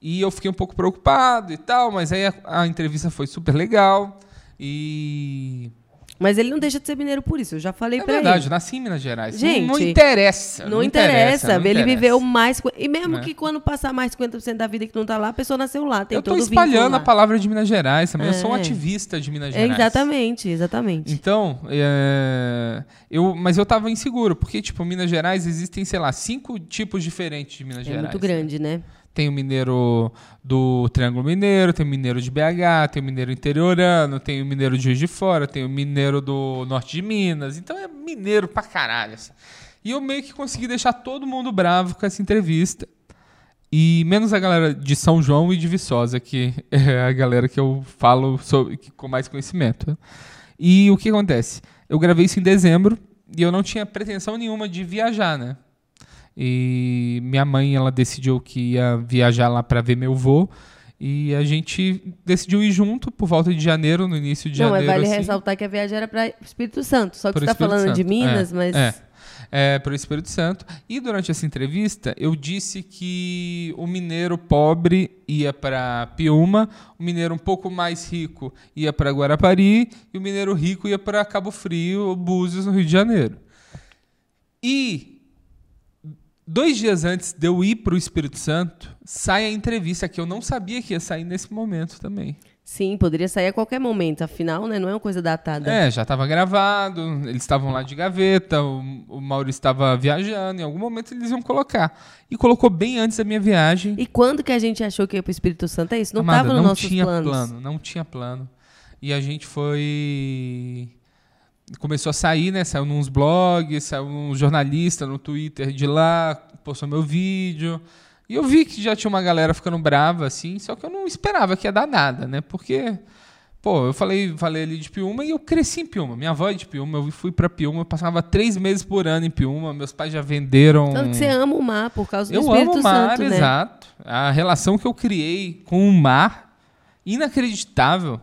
Speaker 2: E eu fiquei um pouco preocupado e tal, mas aí a, a entrevista foi super legal. E
Speaker 1: Mas ele não deixa de ser mineiro por isso. Eu já falei
Speaker 2: É
Speaker 1: pra
Speaker 2: verdade,
Speaker 1: ele.
Speaker 2: eu nasci em Minas Gerais.
Speaker 1: Gente,
Speaker 2: não, não interessa.
Speaker 1: Não, interessa.
Speaker 2: não
Speaker 1: Ele
Speaker 2: interessa.
Speaker 1: viveu mais. E mesmo
Speaker 2: Né?
Speaker 1: que quando passar mais 50% da vida que não tá lá, a pessoa nasceu lá. Tem
Speaker 2: Eu tô
Speaker 1: todo o vínculo
Speaker 2: espalhando
Speaker 1: lá.
Speaker 2: a palavra de Minas Gerais também. Eu sou um
Speaker 1: É.
Speaker 2: ativista de Minas
Speaker 1: É,
Speaker 2: Gerais.
Speaker 1: exatamente, exatamente.
Speaker 2: Então, é, eu, mas eu tava inseguro, porque, tipo, Minas Gerais existem, sei lá, cinco tipos diferentes de Minas
Speaker 1: É
Speaker 2: Gerais.
Speaker 1: muito grande, né?
Speaker 2: Tem o mineiro do Triângulo Mineiro, tem o mineiro de BH, tem o mineiro interiorano, tem o mineiro de Juiz de Fora, tem o mineiro do norte de Minas. Então é mineiro pra caralho. assim. E eu meio que consegui deixar todo mundo bravo com essa entrevista. E menos a galera de São João e de Viçosa, que é a galera que eu falo sobre- que- com mais conhecimento. E o que acontece? Eu gravei isso em dezembro e eu não tinha pretensão nenhuma de viajar, né? E minha mãe, ela decidiu que ia viajar lá para ver meu vô. E a gente decidiu ir junto por volta de janeiro, no início de
Speaker 1: não, mas
Speaker 2: janeiro.
Speaker 1: vale
Speaker 2: assim.
Speaker 1: ressaltar que a viagem era pra Espírito Santo. Só que
Speaker 2: Pro
Speaker 1: você tá
Speaker 2: Espírito
Speaker 1: falando de
Speaker 2: Santo,
Speaker 1: Minas,
Speaker 2: é,
Speaker 1: mas.
Speaker 2: É, é para o Espírito Santo. E durante essa entrevista, eu disse que o mineiro pobre ia para Piúma, o mineiro um pouco mais rico ia para Guarapari e o mineiro rico ia para Cabo Frio ou Búzios, no Rio de Janeiro. E dois dias antes de eu ir para o Espírito Santo, sai a entrevista, que eu não sabia que ia sair nesse momento também.
Speaker 1: Sim, poderia sair a qualquer momento. Afinal, né? Não é uma coisa datada.
Speaker 2: É, já estava gravado, eles estavam lá de gaveta, o, o Maurício estava viajando, em algum momento eles iam colocar. E colocou bem antes da minha viagem.
Speaker 1: E quando que a gente achou que ia pro Espírito Santo? É isso? Não
Speaker 2: Amada,
Speaker 1: tava nos
Speaker 2: não
Speaker 1: nossos
Speaker 2: tinha
Speaker 1: planos.
Speaker 2: plano, não tinha plano. E a gente foi começou a sair, né? Saiu nos blogs, saiu um jornalista no Twitter de lá, postou meu vídeo. E eu vi que já tinha uma galera ficando brava, assim, só que eu não esperava que ia dar nada, né? Porque, pô, eu falei, falei ali de Piúma e eu cresci em Piúma. Minha avó é de Piúma, eu fui pra Piúma, eu passava três meses por ano em Piúma, meus pais já venderam.
Speaker 1: Tanto que você ama o mar por causa do
Speaker 2: Eu
Speaker 1: Espírito
Speaker 2: amo o mar,
Speaker 1: Santo, né?
Speaker 2: exato. A relação que eu criei com o mar, inacreditável.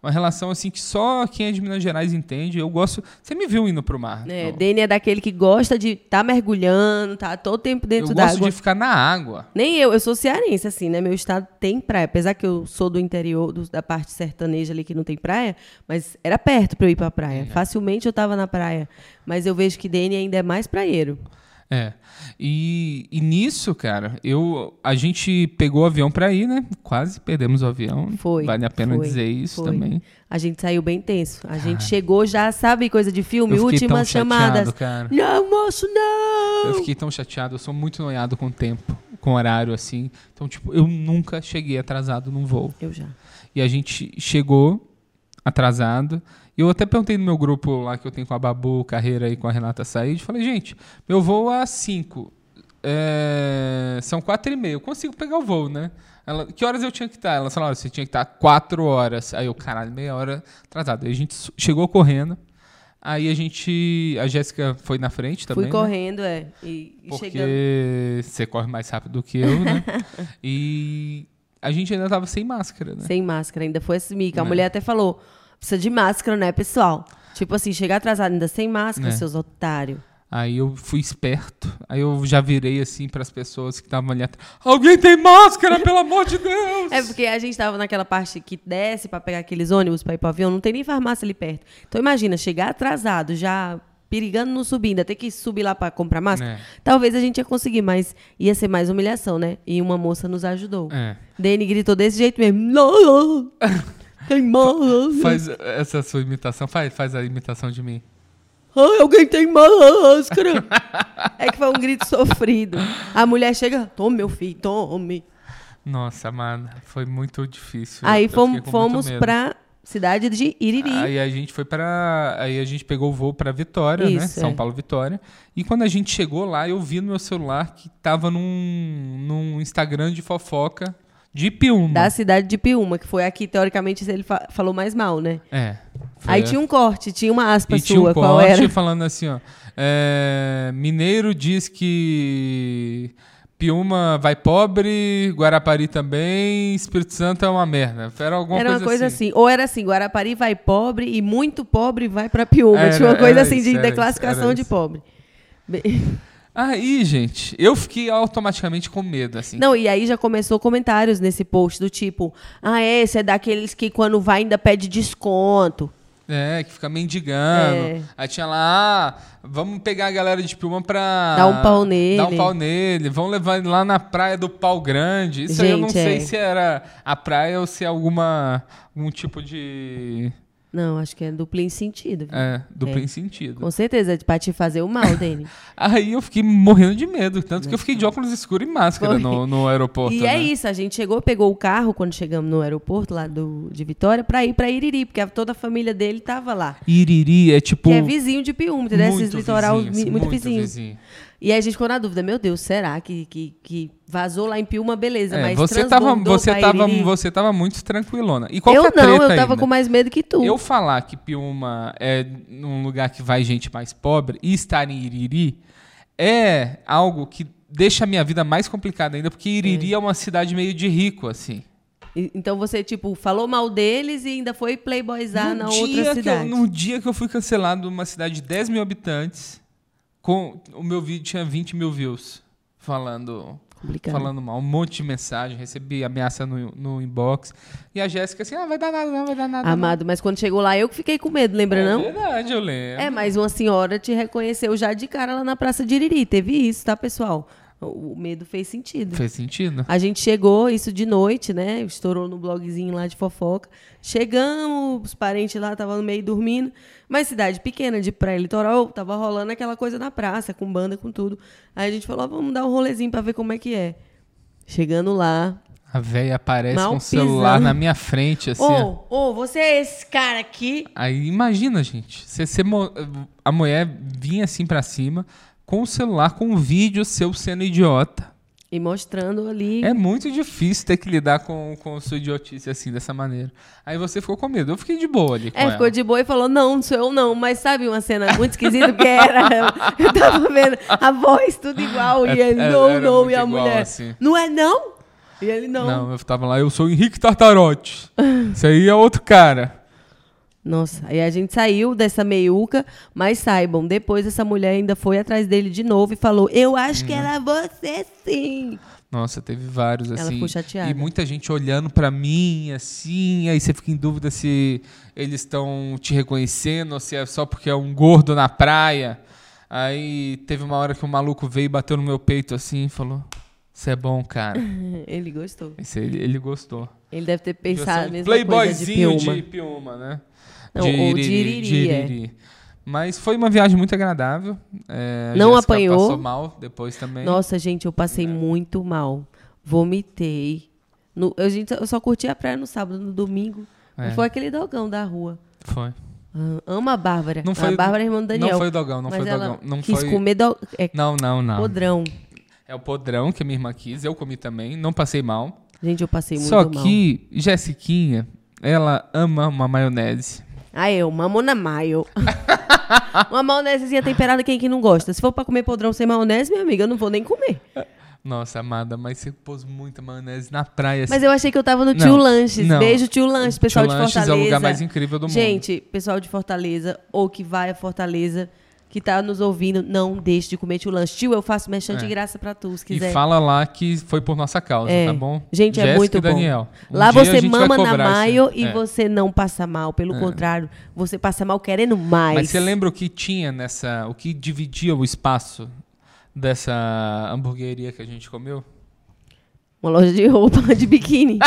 Speaker 2: Uma relação assim que só quem é de Minas Gerais entende. Eu gosto. Você me viu indo pro mar.
Speaker 1: É,
Speaker 2: eu,
Speaker 1: Dene é daquele que gosta de estar mergulhando, tá todo tempo
Speaker 2: eu
Speaker 1: dentro
Speaker 2: gosto
Speaker 1: d'água.
Speaker 2: de ficar na água.
Speaker 1: Nem eu, eu sou cearense, assim, né? Meu estado tem praia. Apesar que eu sou do interior, do- da parte sertaneja ali que não tem praia, mas era perto pra eu ir pra
Speaker 2: É.
Speaker 1: praia. Facilmente eu tava na praia. Mas eu vejo que Dene ainda é mais praieiro.
Speaker 2: É. E, e nisso, cara, eu a gente pegou o avião pra ir, né? Quase perdemos o avião.
Speaker 1: Foi,
Speaker 2: Vale a pena
Speaker 1: foi,
Speaker 2: dizer isso
Speaker 1: foi.
Speaker 2: também.
Speaker 1: A gente saiu bem tenso. A gente chegou já, sabe, coisa de
Speaker 2: Eu
Speaker 1: filme,
Speaker 2: fiquei tão
Speaker 1: últimas chamadas.
Speaker 2: chateado, cara.
Speaker 1: Não, moço, não!
Speaker 2: Eu fiquei tão chateado, eu sou muito noiado com o tempo, com o horário, assim. Então, tipo, eu nunca cheguei atrasado num voo.
Speaker 1: Eu já.
Speaker 2: E a gente chegou atrasado. E eu até perguntei no meu grupo lá que eu tenho com a Babu Carreira e com a Renata Said. Falei, gente, meu voo é às 5. são 4 e meia. Eu consigo pegar o voo, né? Ela, que horas eu tinha que estar? Ela falou, "Olha, você tinha que estar 4 horas. Aí eu, caralho, meia hora atrasado. Aí a gente su- chegou correndo. Aí a gente. A Jéssica foi na frente também.
Speaker 1: Fui
Speaker 2: né?
Speaker 1: correndo, é. E, e
Speaker 2: Porque né?
Speaker 1: chegando.
Speaker 2: você corre mais rápido do que eu, né? e a gente ainda tava sem máscara, né?
Speaker 1: Sem máscara, ainda foi esse mico. A
Speaker 2: Né.
Speaker 1: mulher até falou: precisa de máscara, né, pessoal? Tipo assim, chegar atrasado ainda sem máscara,
Speaker 2: Né.
Speaker 1: seus otários.
Speaker 2: Aí eu fui esperto. Aí eu já virei assim pras pessoas que estavam ali atrás. Alguém tem máscara, pelo amor de Deus!
Speaker 1: É porque a gente tava naquela parte que desce pra pegar aqueles ônibus pra ir pro avião, não tem nem farmácia ali perto. Então imagina, chegar atrasado, já perigando não subir, ainda ter que subir lá pra comprar máscara.
Speaker 2: Né.
Speaker 1: Talvez a gente ia conseguir, mas ia ser mais humilhação, né? E uma moça nos ajudou.
Speaker 2: É.
Speaker 1: Dani gritou desse jeito mesmo. Não, não. Tem máscara.
Speaker 2: Faz essa sua imitação, faz, faz a imitação de mim.
Speaker 1: Ai, alguém tem máscara! é que foi um grito sofrido. A mulher chega, tome, meu filho, tome.
Speaker 2: Nossa, mano, foi muito difícil.
Speaker 1: Aí
Speaker 2: Eu
Speaker 1: fomos,
Speaker 2: fiquei com muito
Speaker 1: fomos
Speaker 2: medo.
Speaker 1: pra cidade de Iriri.
Speaker 2: Aí a gente foi pra. Aí a gente pegou o voo pra Vitória, né?
Speaker 1: Isso,
Speaker 2: São
Speaker 1: é.
Speaker 2: Paulo Vitória. E quando a gente chegou lá, eu vi no meu celular que tava num, num Instagram de fofoca de Piuma.
Speaker 1: da cidade de Piúma, que foi aqui, teoricamente, ele fa- falou mais mal, né?
Speaker 2: É. foi
Speaker 1: Aí
Speaker 2: a-
Speaker 1: tinha um corte, tinha uma aspa
Speaker 2: E
Speaker 1: sua,
Speaker 2: tinha um
Speaker 1: qual
Speaker 2: corte
Speaker 1: era?
Speaker 2: falando assim, ó. é, Mineiro diz que Piuma vai pobre, Guarapari também, Espírito Santo é uma merda. Era alguma
Speaker 1: Era uma
Speaker 2: coisa,
Speaker 1: coisa
Speaker 2: assim.
Speaker 1: assim. Ou era assim, Guarapari vai pobre e muito pobre vai pra Piúma.
Speaker 2: Era-
Speaker 1: tinha uma coisa
Speaker 2: era
Speaker 1: assim
Speaker 2: isso,
Speaker 1: de
Speaker 2: era isso,
Speaker 1: declassificação
Speaker 2: era
Speaker 1: de
Speaker 2: isso.
Speaker 1: pobre. Bem-
Speaker 2: Aí, gente, eu fiquei automaticamente com medo, assim.
Speaker 1: Não, e aí já começou é comentários nesse post do tipo: ah, esse é daqueles que quando vai ainda pede desconto.
Speaker 2: É, que fica mendigando.
Speaker 1: É.
Speaker 2: Aí tinha lá, ah, vamos pegar a galera de Pilma pra.
Speaker 1: Dar um pau nele.
Speaker 2: Dar um pau nele. Vamos levar ele lá na praia do pau grande. Isso aí eu não
Speaker 1: Gente,
Speaker 2: sei
Speaker 1: é.
Speaker 2: se era a praia ou se é alguma. algum tipo de.
Speaker 1: Não, acho que é duplo em sentido. viu?
Speaker 2: É, duplo
Speaker 1: É.
Speaker 2: em sentido.
Speaker 1: Com certeza, é pra te fazer o mal, Dani.
Speaker 2: Aí eu fiquei morrendo de medo, tanto que eu fiquei de óculos escuros e máscara
Speaker 1: Foi.
Speaker 2: no, no aeroporto.
Speaker 1: E é
Speaker 2: né?
Speaker 1: isso, a gente chegou, pegou o carro quando chegamos no aeroporto lá do, de Vitória pra ir pra Iriri, porque a- toda a família dele tava lá.
Speaker 2: Iriri é tipo.
Speaker 1: Que é vizinho de Piúma, entendeu? Esses
Speaker 2: muito
Speaker 1: litoral
Speaker 2: vizinho,
Speaker 1: vi-
Speaker 2: assim,
Speaker 1: muito, vizinho. E aí a gente ficou na dúvida, meu Deus, será que, que, que vazou lá em Piúma, beleza,
Speaker 2: É,
Speaker 1: mas
Speaker 2: você tava,
Speaker 1: transbordou
Speaker 2: você
Speaker 1: pra
Speaker 2: tava,
Speaker 1: Iriri?
Speaker 2: você tava muito tranquilona. E qual que é
Speaker 1: eu
Speaker 2: a treta
Speaker 1: não, eu tava
Speaker 2: ainda?
Speaker 1: com mais medo que tu.
Speaker 2: Eu falar que Piuma é um lugar que vai gente mais pobre e estar em Iriri é algo que deixa a minha vida mais complicada ainda, porque Iriri é, uma cidade meio de rico, assim.
Speaker 1: E- Então você, tipo, falou mal deles e ainda foi playboyzar na outra
Speaker 2: que eu,
Speaker 1: cidade.
Speaker 2: no dia que eu fui cancelado numa cidade de 10 mil habitantes, com, o meu vídeo tinha 20 mil views falando
Speaker 1: Complicado.
Speaker 2: falando mal, um monte de mensagem, recebi ameaça no, no inbox. E a Jéssica assim, ah, vai dar nada, não vai dar nada.
Speaker 1: Amado, mas quando chegou lá eu que fiquei com medo,
Speaker 2: não.
Speaker 1: lembra
Speaker 2: É
Speaker 1: Ah, não?
Speaker 2: verdade, eu lembro.
Speaker 1: É, mas uma senhora te reconheceu já de cara lá na Praça de Iriri. Teve isso, tá, pessoal? O o medo fez sentido.
Speaker 2: Fez sentido?
Speaker 1: A gente chegou, isso de noite, né? Estourou no blogzinho lá de fofoca. Chegamos, os parentes lá estavam no meio dormindo. Mas cidade pequena, de praia litoral, tava rolando aquela coisa na praça, com banda, com tudo. Aí a gente falou, "Ó, vamos dar um rolezinho pra ver como é que é. Chegando lá.
Speaker 2: A véia aparece
Speaker 1: Mal
Speaker 2: com o celular
Speaker 1: pisando.
Speaker 2: na minha frente, assim.
Speaker 1: Ô, ô,
Speaker 2: ó.
Speaker 1: você é esse cara aqui?
Speaker 2: Aí imagina, gente. Você, você mo- a mulher vinha assim pra cima com o celular, com um vídeo seu sendo idiota.
Speaker 1: E mostrando ali.
Speaker 2: É muito difícil ter que lidar com, com sua idiotice assim, dessa maneira. Aí você ficou com medo. Eu fiquei de boa ali com
Speaker 1: É,
Speaker 2: ela.
Speaker 1: ficou de boa e falou, não, não sou eu não. Mas sabe uma cena muito esquisita que era? Eu tava vendo a voz tudo igual e
Speaker 2: É,
Speaker 1: ele,
Speaker 2: é,
Speaker 1: não,
Speaker 2: era
Speaker 1: não,
Speaker 2: muito
Speaker 1: e a
Speaker 2: igual,
Speaker 1: mulher,
Speaker 2: assim.
Speaker 1: não é não? E ele, não.
Speaker 2: Não, eu tava lá, eu sou o Henrique Tartarotti. Isso aí é outro cara.
Speaker 1: Nossa, aí a gente saiu dessa meiuca, mas saibam, depois essa mulher ainda foi atrás dele de novo e falou, eu acho
Speaker 2: Uhum.
Speaker 1: que era você sim.
Speaker 2: Nossa, teve vários assim.
Speaker 1: Ela ficou chateada.
Speaker 2: E muita gente olhando pra mim assim, aí você fica em dúvida se eles estão te reconhecendo ou se é só porque é um gordo na praia. Aí teve uma hora que um maluco veio e bateu no meu peito assim e falou: "Você é bom, cara".
Speaker 1: Ele gostou.
Speaker 2: Esse, ele, ele gostou.
Speaker 1: Ele deve ter
Speaker 2: Eu sou
Speaker 1: pensado a
Speaker 2: um
Speaker 1: mesma coisa de
Speaker 2: playboyzinho
Speaker 1: Piuma.
Speaker 2: de Piuma, né?
Speaker 1: Não, ou de Iriri, é.
Speaker 2: Iriri. Mas foi uma viagem muito agradável. É, a
Speaker 1: Não
Speaker 2: Jéssica
Speaker 1: apanhou.
Speaker 2: Passou mal depois também.
Speaker 1: Nossa, gente, eu passei
Speaker 2: É.
Speaker 1: muito mal. Vomitei. No, eu, gente, eu só curti a praia no sábado, no domingo.
Speaker 2: É.
Speaker 1: Não foi aquele dogão da rua.
Speaker 2: Foi.
Speaker 1: Ah, Ama a Bárbara.
Speaker 2: Não foi-
Speaker 1: a Bárbara é irmã do Daniel.
Speaker 2: Não foi o dogão, não
Speaker 1: Mas
Speaker 2: foi o
Speaker 1: ela
Speaker 2: dogão. Não
Speaker 1: quis
Speaker 2: foi. Ah.
Speaker 1: comer do... é,
Speaker 2: Não, não, não.
Speaker 1: podrão.
Speaker 2: É o podrão que a minha irmã quis, eu comi também, não passei mal.
Speaker 1: Gente, eu passei muito
Speaker 2: Só
Speaker 1: mal.
Speaker 2: que Jessiquinha, ela ama uma maionese.
Speaker 1: Ah, eu, mamona maio. Uma maionesezinha temperada, quem é que não gosta? Se for pra comer podrão sem maionese, minha amiga, eu não vou nem comer.
Speaker 2: Nossa, amada, mas você pôs muita maionese na praia.
Speaker 1: Mas
Speaker 2: assim.
Speaker 1: eu achei que eu tava no
Speaker 2: Não,
Speaker 1: Tio Lanches.
Speaker 2: não.
Speaker 1: Beijo, Tio Lanches, pessoal
Speaker 2: Tio
Speaker 1: de
Speaker 2: Lanches
Speaker 1: Fortaleza.
Speaker 2: é o lugar mais incrível do mundo.
Speaker 1: Gente, pessoal de Fortaleza, ou que vai a Fortaleza, que tá nos ouvindo, não deixe de comer Tio Lanches. Tio, eu faço merchan de graça pra tu, se quiser.
Speaker 2: É. E fala lá que foi por nossa causa,
Speaker 1: É.
Speaker 2: tá bom?
Speaker 1: Gente,
Speaker 2: Jéssica
Speaker 1: é muito
Speaker 2: e Daniel.
Speaker 1: bom.
Speaker 2: um
Speaker 1: Lá
Speaker 2: dia a
Speaker 1: você
Speaker 2: gente vai
Speaker 1: mama na
Speaker 2: cobrar isso.
Speaker 1: maio e
Speaker 2: É.
Speaker 1: você não passa mal. Pelo contrário, você passa mal querendo mais.
Speaker 2: Mas você lembra o que tinha nessa. O que dividia o espaço dessa hamburgueria que a gente comeu?
Speaker 1: Uma loja de roupa de biquíni.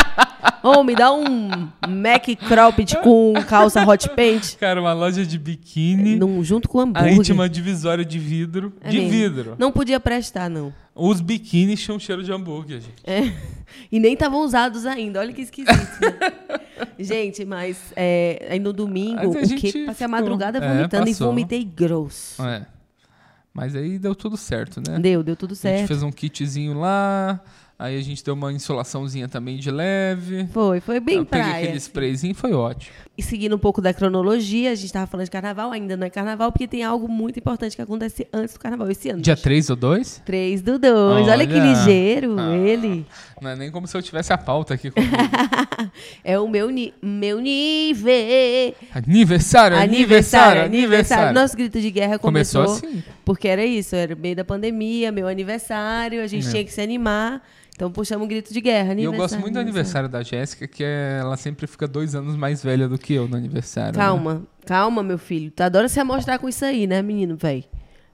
Speaker 1: Ou me dá um Mac Cropped com calça hot paint.
Speaker 2: Cara, uma loja de biquíni.
Speaker 1: Num, junto com
Speaker 2: Aí
Speaker 1: hambúrguer.
Speaker 2: tinha uma divisória de vidro.
Speaker 1: É
Speaker 2: de
Speaker 1: mesmo.
Speaker 2: vidro.
Speaker 1: Não podia prestar, não.
Speaker 2: Os biquínis tinham cheiro de hambúrguer, gente.
Speaker 1: É. E nem estavam usados ainda. Olha que esquisito. né? gente, mas é, aí no domingo,
Speaker 2: Mas a
Speaker 1: o
Speaker 2: gente
Speaker 1: que? Passei a
Speaker 2: ficou-
Speaker 1: madrugada
Speaker 2: É,
Speaker 1: vomitando e
Speaker 2: passou.
Speaker 1: vomitei grosso.
Speaker 2: É. Mas aí deu tudo certo, né?
Speaker 1: Deu, deu tudo
Speaker 2: A gente
Speaker 1: certo.
Speaker 2: fez um kitzinho lá. Aí a gente deu uma insolaçãozinha também de leve.
Speaker 1: Foi, foi bem
Speaker 2: Eu peguei
Speaker 1: praia.
Speaker 2: aquele sprayzinho, foi ótimo.
Speaker 1: E seguindo um pouco da cronologia, a gente estava falando de carnaval, ainda não é carnaval, porque tem algo muito importante que acontece antes do carnaval, esse ano.
Speaker 2: Dia 3 ou 2?
Speaker 1: 3 do 2. Olha, que
Speaker 2: Olha. Ah.
Speaker 1: ligeiro ele.
Speaker 2: Não é nem como se eu tivesse a pauta aqui comigo.
Speaker 1: é o meu, ni meu nível.
Speaker 2: Aniversário, aniversário, aniversário.
Speaker 1: Nosso grito de guerra começou,
Speaker 2: Começou assim.
Speaker 1: porque era isso, era meio da pandemia, meu aniversário, a gente
Speaker 2: É.
Speaker 1: tinha que se animar. Então puxamos um grito de guerra.
Speaker 2: E eu
Speaker 1: Aniversário,
Speaker 2: gosto muito do aniversário da Jéssica, que é- ela sempre fica dois anos mais velha do que eu no aniversário. né?
Speaker 1: Calma, calma, meu filho. Tu adora se amostrar com isso aí, né, menino, velho?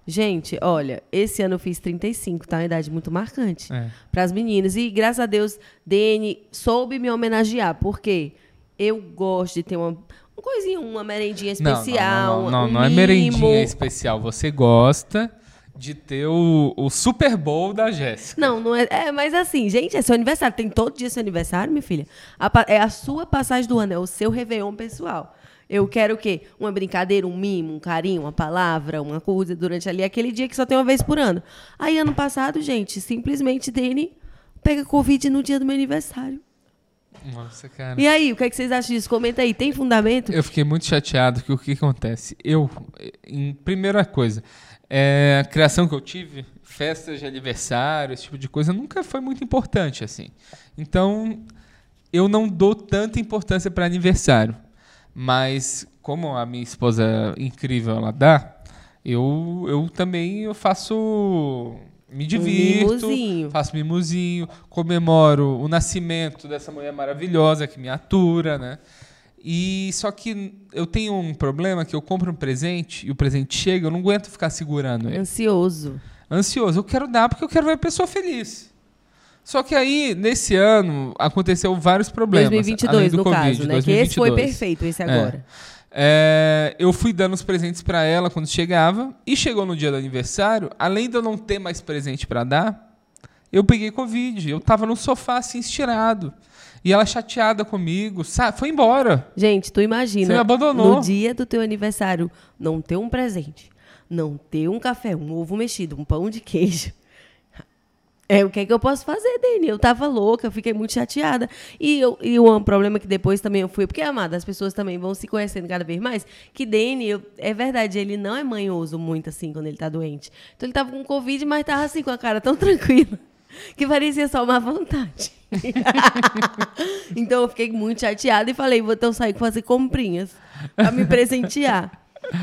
Speaker 1: Gente, olha, esse ano eu fiz 35, tá? Uma idade muito marcante
Speaker 2: É.
Speaker 1: para as meninas. E graças a Deus, DN soube me homenagear, porque eu gosto de ter uma, uma coisinha, uma merendinha
Speaker 2: Não,
Speaker 1: especial.
Speaker 2: Não, não, não,
Speaker 1: um
Speaker 2: não, não é
Speaker 1: mimo.
Speaker 2: merendinha especial. Você gosta de ter o, o Super Bowl da Jéssica.
Speaker 1: Não, não é, é. Mas assim, gente, é seu aniversário. Tem todo dia seu aniversário, minha filha. A pa- é a sua passagem do ano, é o seu Réveillon pessoal. Eu quero o quê? Uma brincadeira, um mimo, um carinho, uma palavra, uma coisa durante ali, aquele dia que só tem uma vez por ano. Aí, ano passado, gente, simplesmente Dani pega Covid no dia do meu aniversário.
Speaker 2: Nossa, cara.
Speaker 1: E aí, o que, é que vocês acham disso? Comenta aí, tem fundamento? Um
Speaker 2: Eu fiquei muito chateado que o que acontece? Eu, em primeira coisa, é, a criação que eu tive, festas de aniversário, esse tipo de coisa, nunca foi muito importante, assim. Então, eu não dou tanta importância para aniversário. Mas, como a minha esposa incrível ela dá, eu, eu também eu faço. Me divirto,
Speaker 1: mimosinho.
Speaker 2: faço mimosinho, comemoro o nascimento dessa mulher maravilhosa que me atura, né? E só que eu tenho um problema que eu compro um presente e o presente chega, eu não aguento ficar segurando ele.
Speaker 1: Ansioso.
Speaker 2: Ansioso, eu quero dar porque eu quero ver a pessoa feliz. Só que aí, nesse ano, aconteceu vários problemas. além
Speaker 1: 2022,
Speaker 2: do
Speaker 1: no
Speaker 2: Covid,
Speaker 1: caso, né? Que esse foi
Speaker 2: 2022.
Speaker 1: perfeito, esse agora.
Speaker 2: É, eu fui dando os presentes pra ela quando chegava e chegou no dia do aniversário, além de eu não ter mais presente pra dar, eu peguei covid. Eu tava no sofá assim estirado. E ela chateada comigo, sa- foi embora.
Speaker 1: Gente, tu imagina.
Speaker 2: Você me abandonou.
Speaker 1: No dia do teu aniversário, não ter um presente, não ter um café, um ovo mexido, um pão de queijo. É, o que é que eu posso fazer, Dani? Eu tava louca, eu fiquei muito chateada. E, eu, e um problema que depois também eu fui... Porque, amada, as pessoas também vão se conhecendo cada vez mais. Que Dani, eu- é verdade, ele não é manhoso muito, assim, quando ele tá doente. Então, ele tava com Covid, mas tava, assim, com a cara tão tranquila. Que parecia só uma vontade. então, eu fiquei muito chateada e falei, vou então sair fazer comprinhas. Pra me presentear.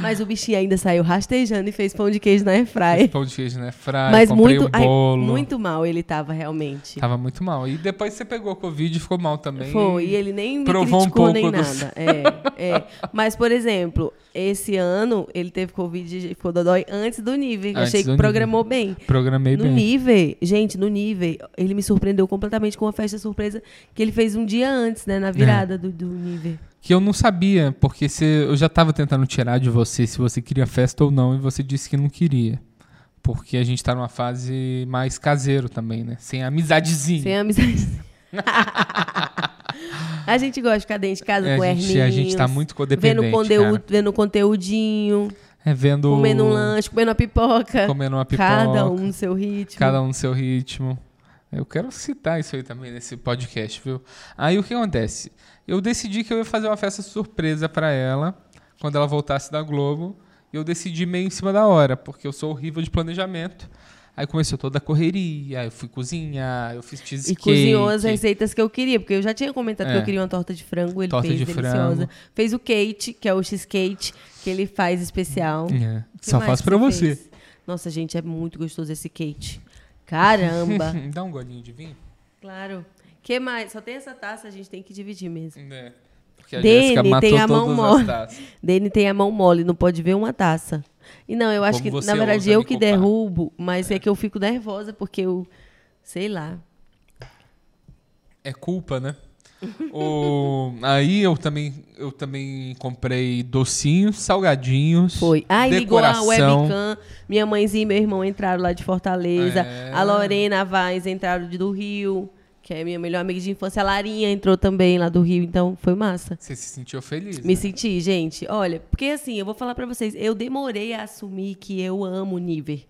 Speaker 1: Mas o bichinho ainda saiu rastejando e fez pão de queijo na airfryer.
Speaker 2: Pão de queijo, né? Fry,
Speaker 1: É. Mas
Speaker 2: comprei
Speaker 1: muito,
Speaker 2: um
Speaker 1: ai,
Speaker 2: bolo. Tá
Speaker 1: muito mal ele tava realmente.
Speaker 2: Tava muito mal. E depois você pegou a Covid e ficou mal também.
Speaker 1: Foi, e ele nem me
Speaker 2: Provou um
Speaker 1: criticou nem
Speaker 2: pouco
Speaker 1: nada.
Speaker 2: dos-
Speaker 1: É, é. Mas, por exemplo, esse ano ele teve Covid e ficou dodói antes do nível. que eu
Speaker 2: Antes
Speaker 1: achei
Speaker 2: do
Speaker 1: que
Speaker 2: nível.
Speaker 1: programou bem.
Speaker 2: Programei
Speaker 1: No
Speaker 2: bem.
Speaker 1: nível, gente, no nível, ele me surpreendeu completamente com uma festa surpresa que ele fez um dia antes, né? Na
Speaker 2: É.
Speaker 1: virada do, do nível.
Speaker 2: Que eu não sabia, porque se, eu já tava tentando tirar de você se você queria festa ou não, e você disse que não queria. Porque a gente tá numa fase mais caseiro também, né? Sem amizadezinha. É,
Speaker 1: Sem amizade. a gente gosta de ficar dentro de casa
Speaker 2: É,
Speaker 1: com
Speaker 2: a, gente, a gente tá
Speaker 1: Herminhos,
Speaker 2: muito codependente,
Speaker 1: Vendo, conteúdo,
Speaker 2: cara.
Speaker 1: vendo conteúdinho,
Speaker 2: É, vendo...
Speaker 1: comendo um lanche, comendo uma pipoca.
Speaker 2: Comendo uma pipoca.
Speaker 1: Cada um no seu ritmo.
Speaker 2: Cada um no seu ritmo. Eu quero citar isso aí também nesse podcast, viu? Aí o que acontece? Eu decidi que eu ia fazer uma festa surpresa pra ela quando ela voltasse da Globo. E eu decidi meio em cima da hora, porque eu sou horrível de planejamento. Aí começou toda a correria, eu fui cozinhar, eu fiz cheesecake.
Speaker 1: E cozinhou as receitas que eu queria, porque eu já tinha comentado que
Speaker 2: É.
Speaker 1: eu queria uma torta de frango, ele
Speaker 2: Torta
Speaker 1: fez
Speaker 2: de
Speaker 1: deliciosa.
Speaker 2: frango.
Speaker 1: Fez o cake, que é o cheesecake, que ele faz especial. Que
Speaker 2: É, Só
Speaker 1: mais
Speaker 2: faço
Speaker 1: que
Speaker 2: pra você.
Speaker 1: fez? Nossa, gente, é muito gostoso esse cake. Caramba!
Speaker 2: Dá um golinho de vinho?
Speaker 1: claro. que mais? Só tem essa taça, a gente tem que dividir mesmo.
Speaker 2: É. Porque a
Speaker 1: Dene,
Speaker 2: Jéssica
Speaker 1: tem
Speaker 2: matou
Speaker 1: a mão
Speaker 2: todas
Speaker 1: mole.
Speaker 2: as taças.
Speaker 1: Dani tem a mão mole, não pode ver uma taça. E não, eu acho
Speaker 2: Como
Speaker 1: que,
Speaker 2: você
Speaker 1: na verdade,
Speaker 2: ousa
Speaker 1: eu
Speaker 2: me
Speaker 1: que
Speaker 2: culpar.
Speaker 1: derrubo, mas é que eu fico nervosa, porque eu. Sei lá.
Speaker 2: É culpa, né? O- Aí eu também, eu também comprei docinhos, salgadinhos.
Speaker 1: Foi. Ai, ligou a
Speaker 2: decoração.
Speaker 1: webcam. Minha mãezinha e meu irmão entraram lá de Fortaleza.
Speaker 2: É.
Speaker 1: A Lorena Vaz entraram de- do Rio, que é minha melhor amiga de infância. A Larinha entrou também lá do Rio, então foi massa.
Speaker 2: Você se sentiu feliz?
Speaker 1: Me
Speaker 2: né?
Speaker 1: senti, gente. Olha, porque assim, eu vou falar pra vocês, eu demorei a assumir que eu amo o Niver.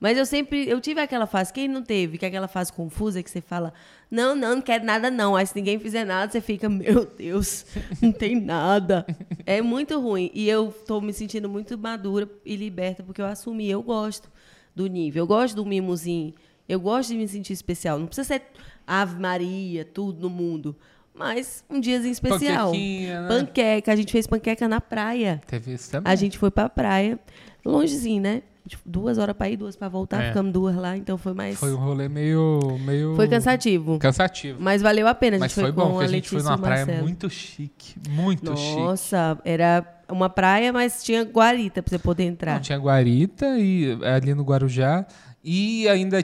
Speaker 1: Mas eu sempre, eu tive aquela fase, quem não teve, que é aquela fase confusa que você fala, não, não, não quero nada não. Aí se ninguém fizer nada, você fica, meu Deus, não tem nada. É muito ruim. E eu tô me sentindo muito madura e liberta, porque eu assumi, eu gosto do nível, eu gosto do mimozinho, eu gosto de me sentir especial. Não precisa ser Ave Maria, tudo no mundo. Mas um dia em especial.
Speaker 2: Panquequinha, né?
Speaker 1: Panqueca. A gente fez panqueca na praia.
Speaker 2: Teve isso também.
Speaker 1: A gente foi pra praia. Longezinho, né? Tipo, Duas horas pra ir, duas pra voltar.
Speaker 2: É.
Speaker 1: Ficamos duas lá, então foi mais.
Speaker 2: Foi um rolê meio. meio...
Speaker 1: Foi cansativo.
Speaker 2: Cansativo.
Speaker 1: Mas valeu a pena. A gente
Speaker 2: Mas foi,
Speaker 1: com
Speaker 2: bom, que a gente
Speaker 1: Letícia
Speaker 2: foi numa
Speaker 1: e o
Speaker 2: praia
Speaker 1: Marcelo.
Speaker 2: muito chique. Muito chique.
Speaker 1: Nossa, era uma praia, mas tinha guarita pra você poder entrar.
Speaker 2: Não, tinha Guarita e eh, ali no Guarujá. E ainda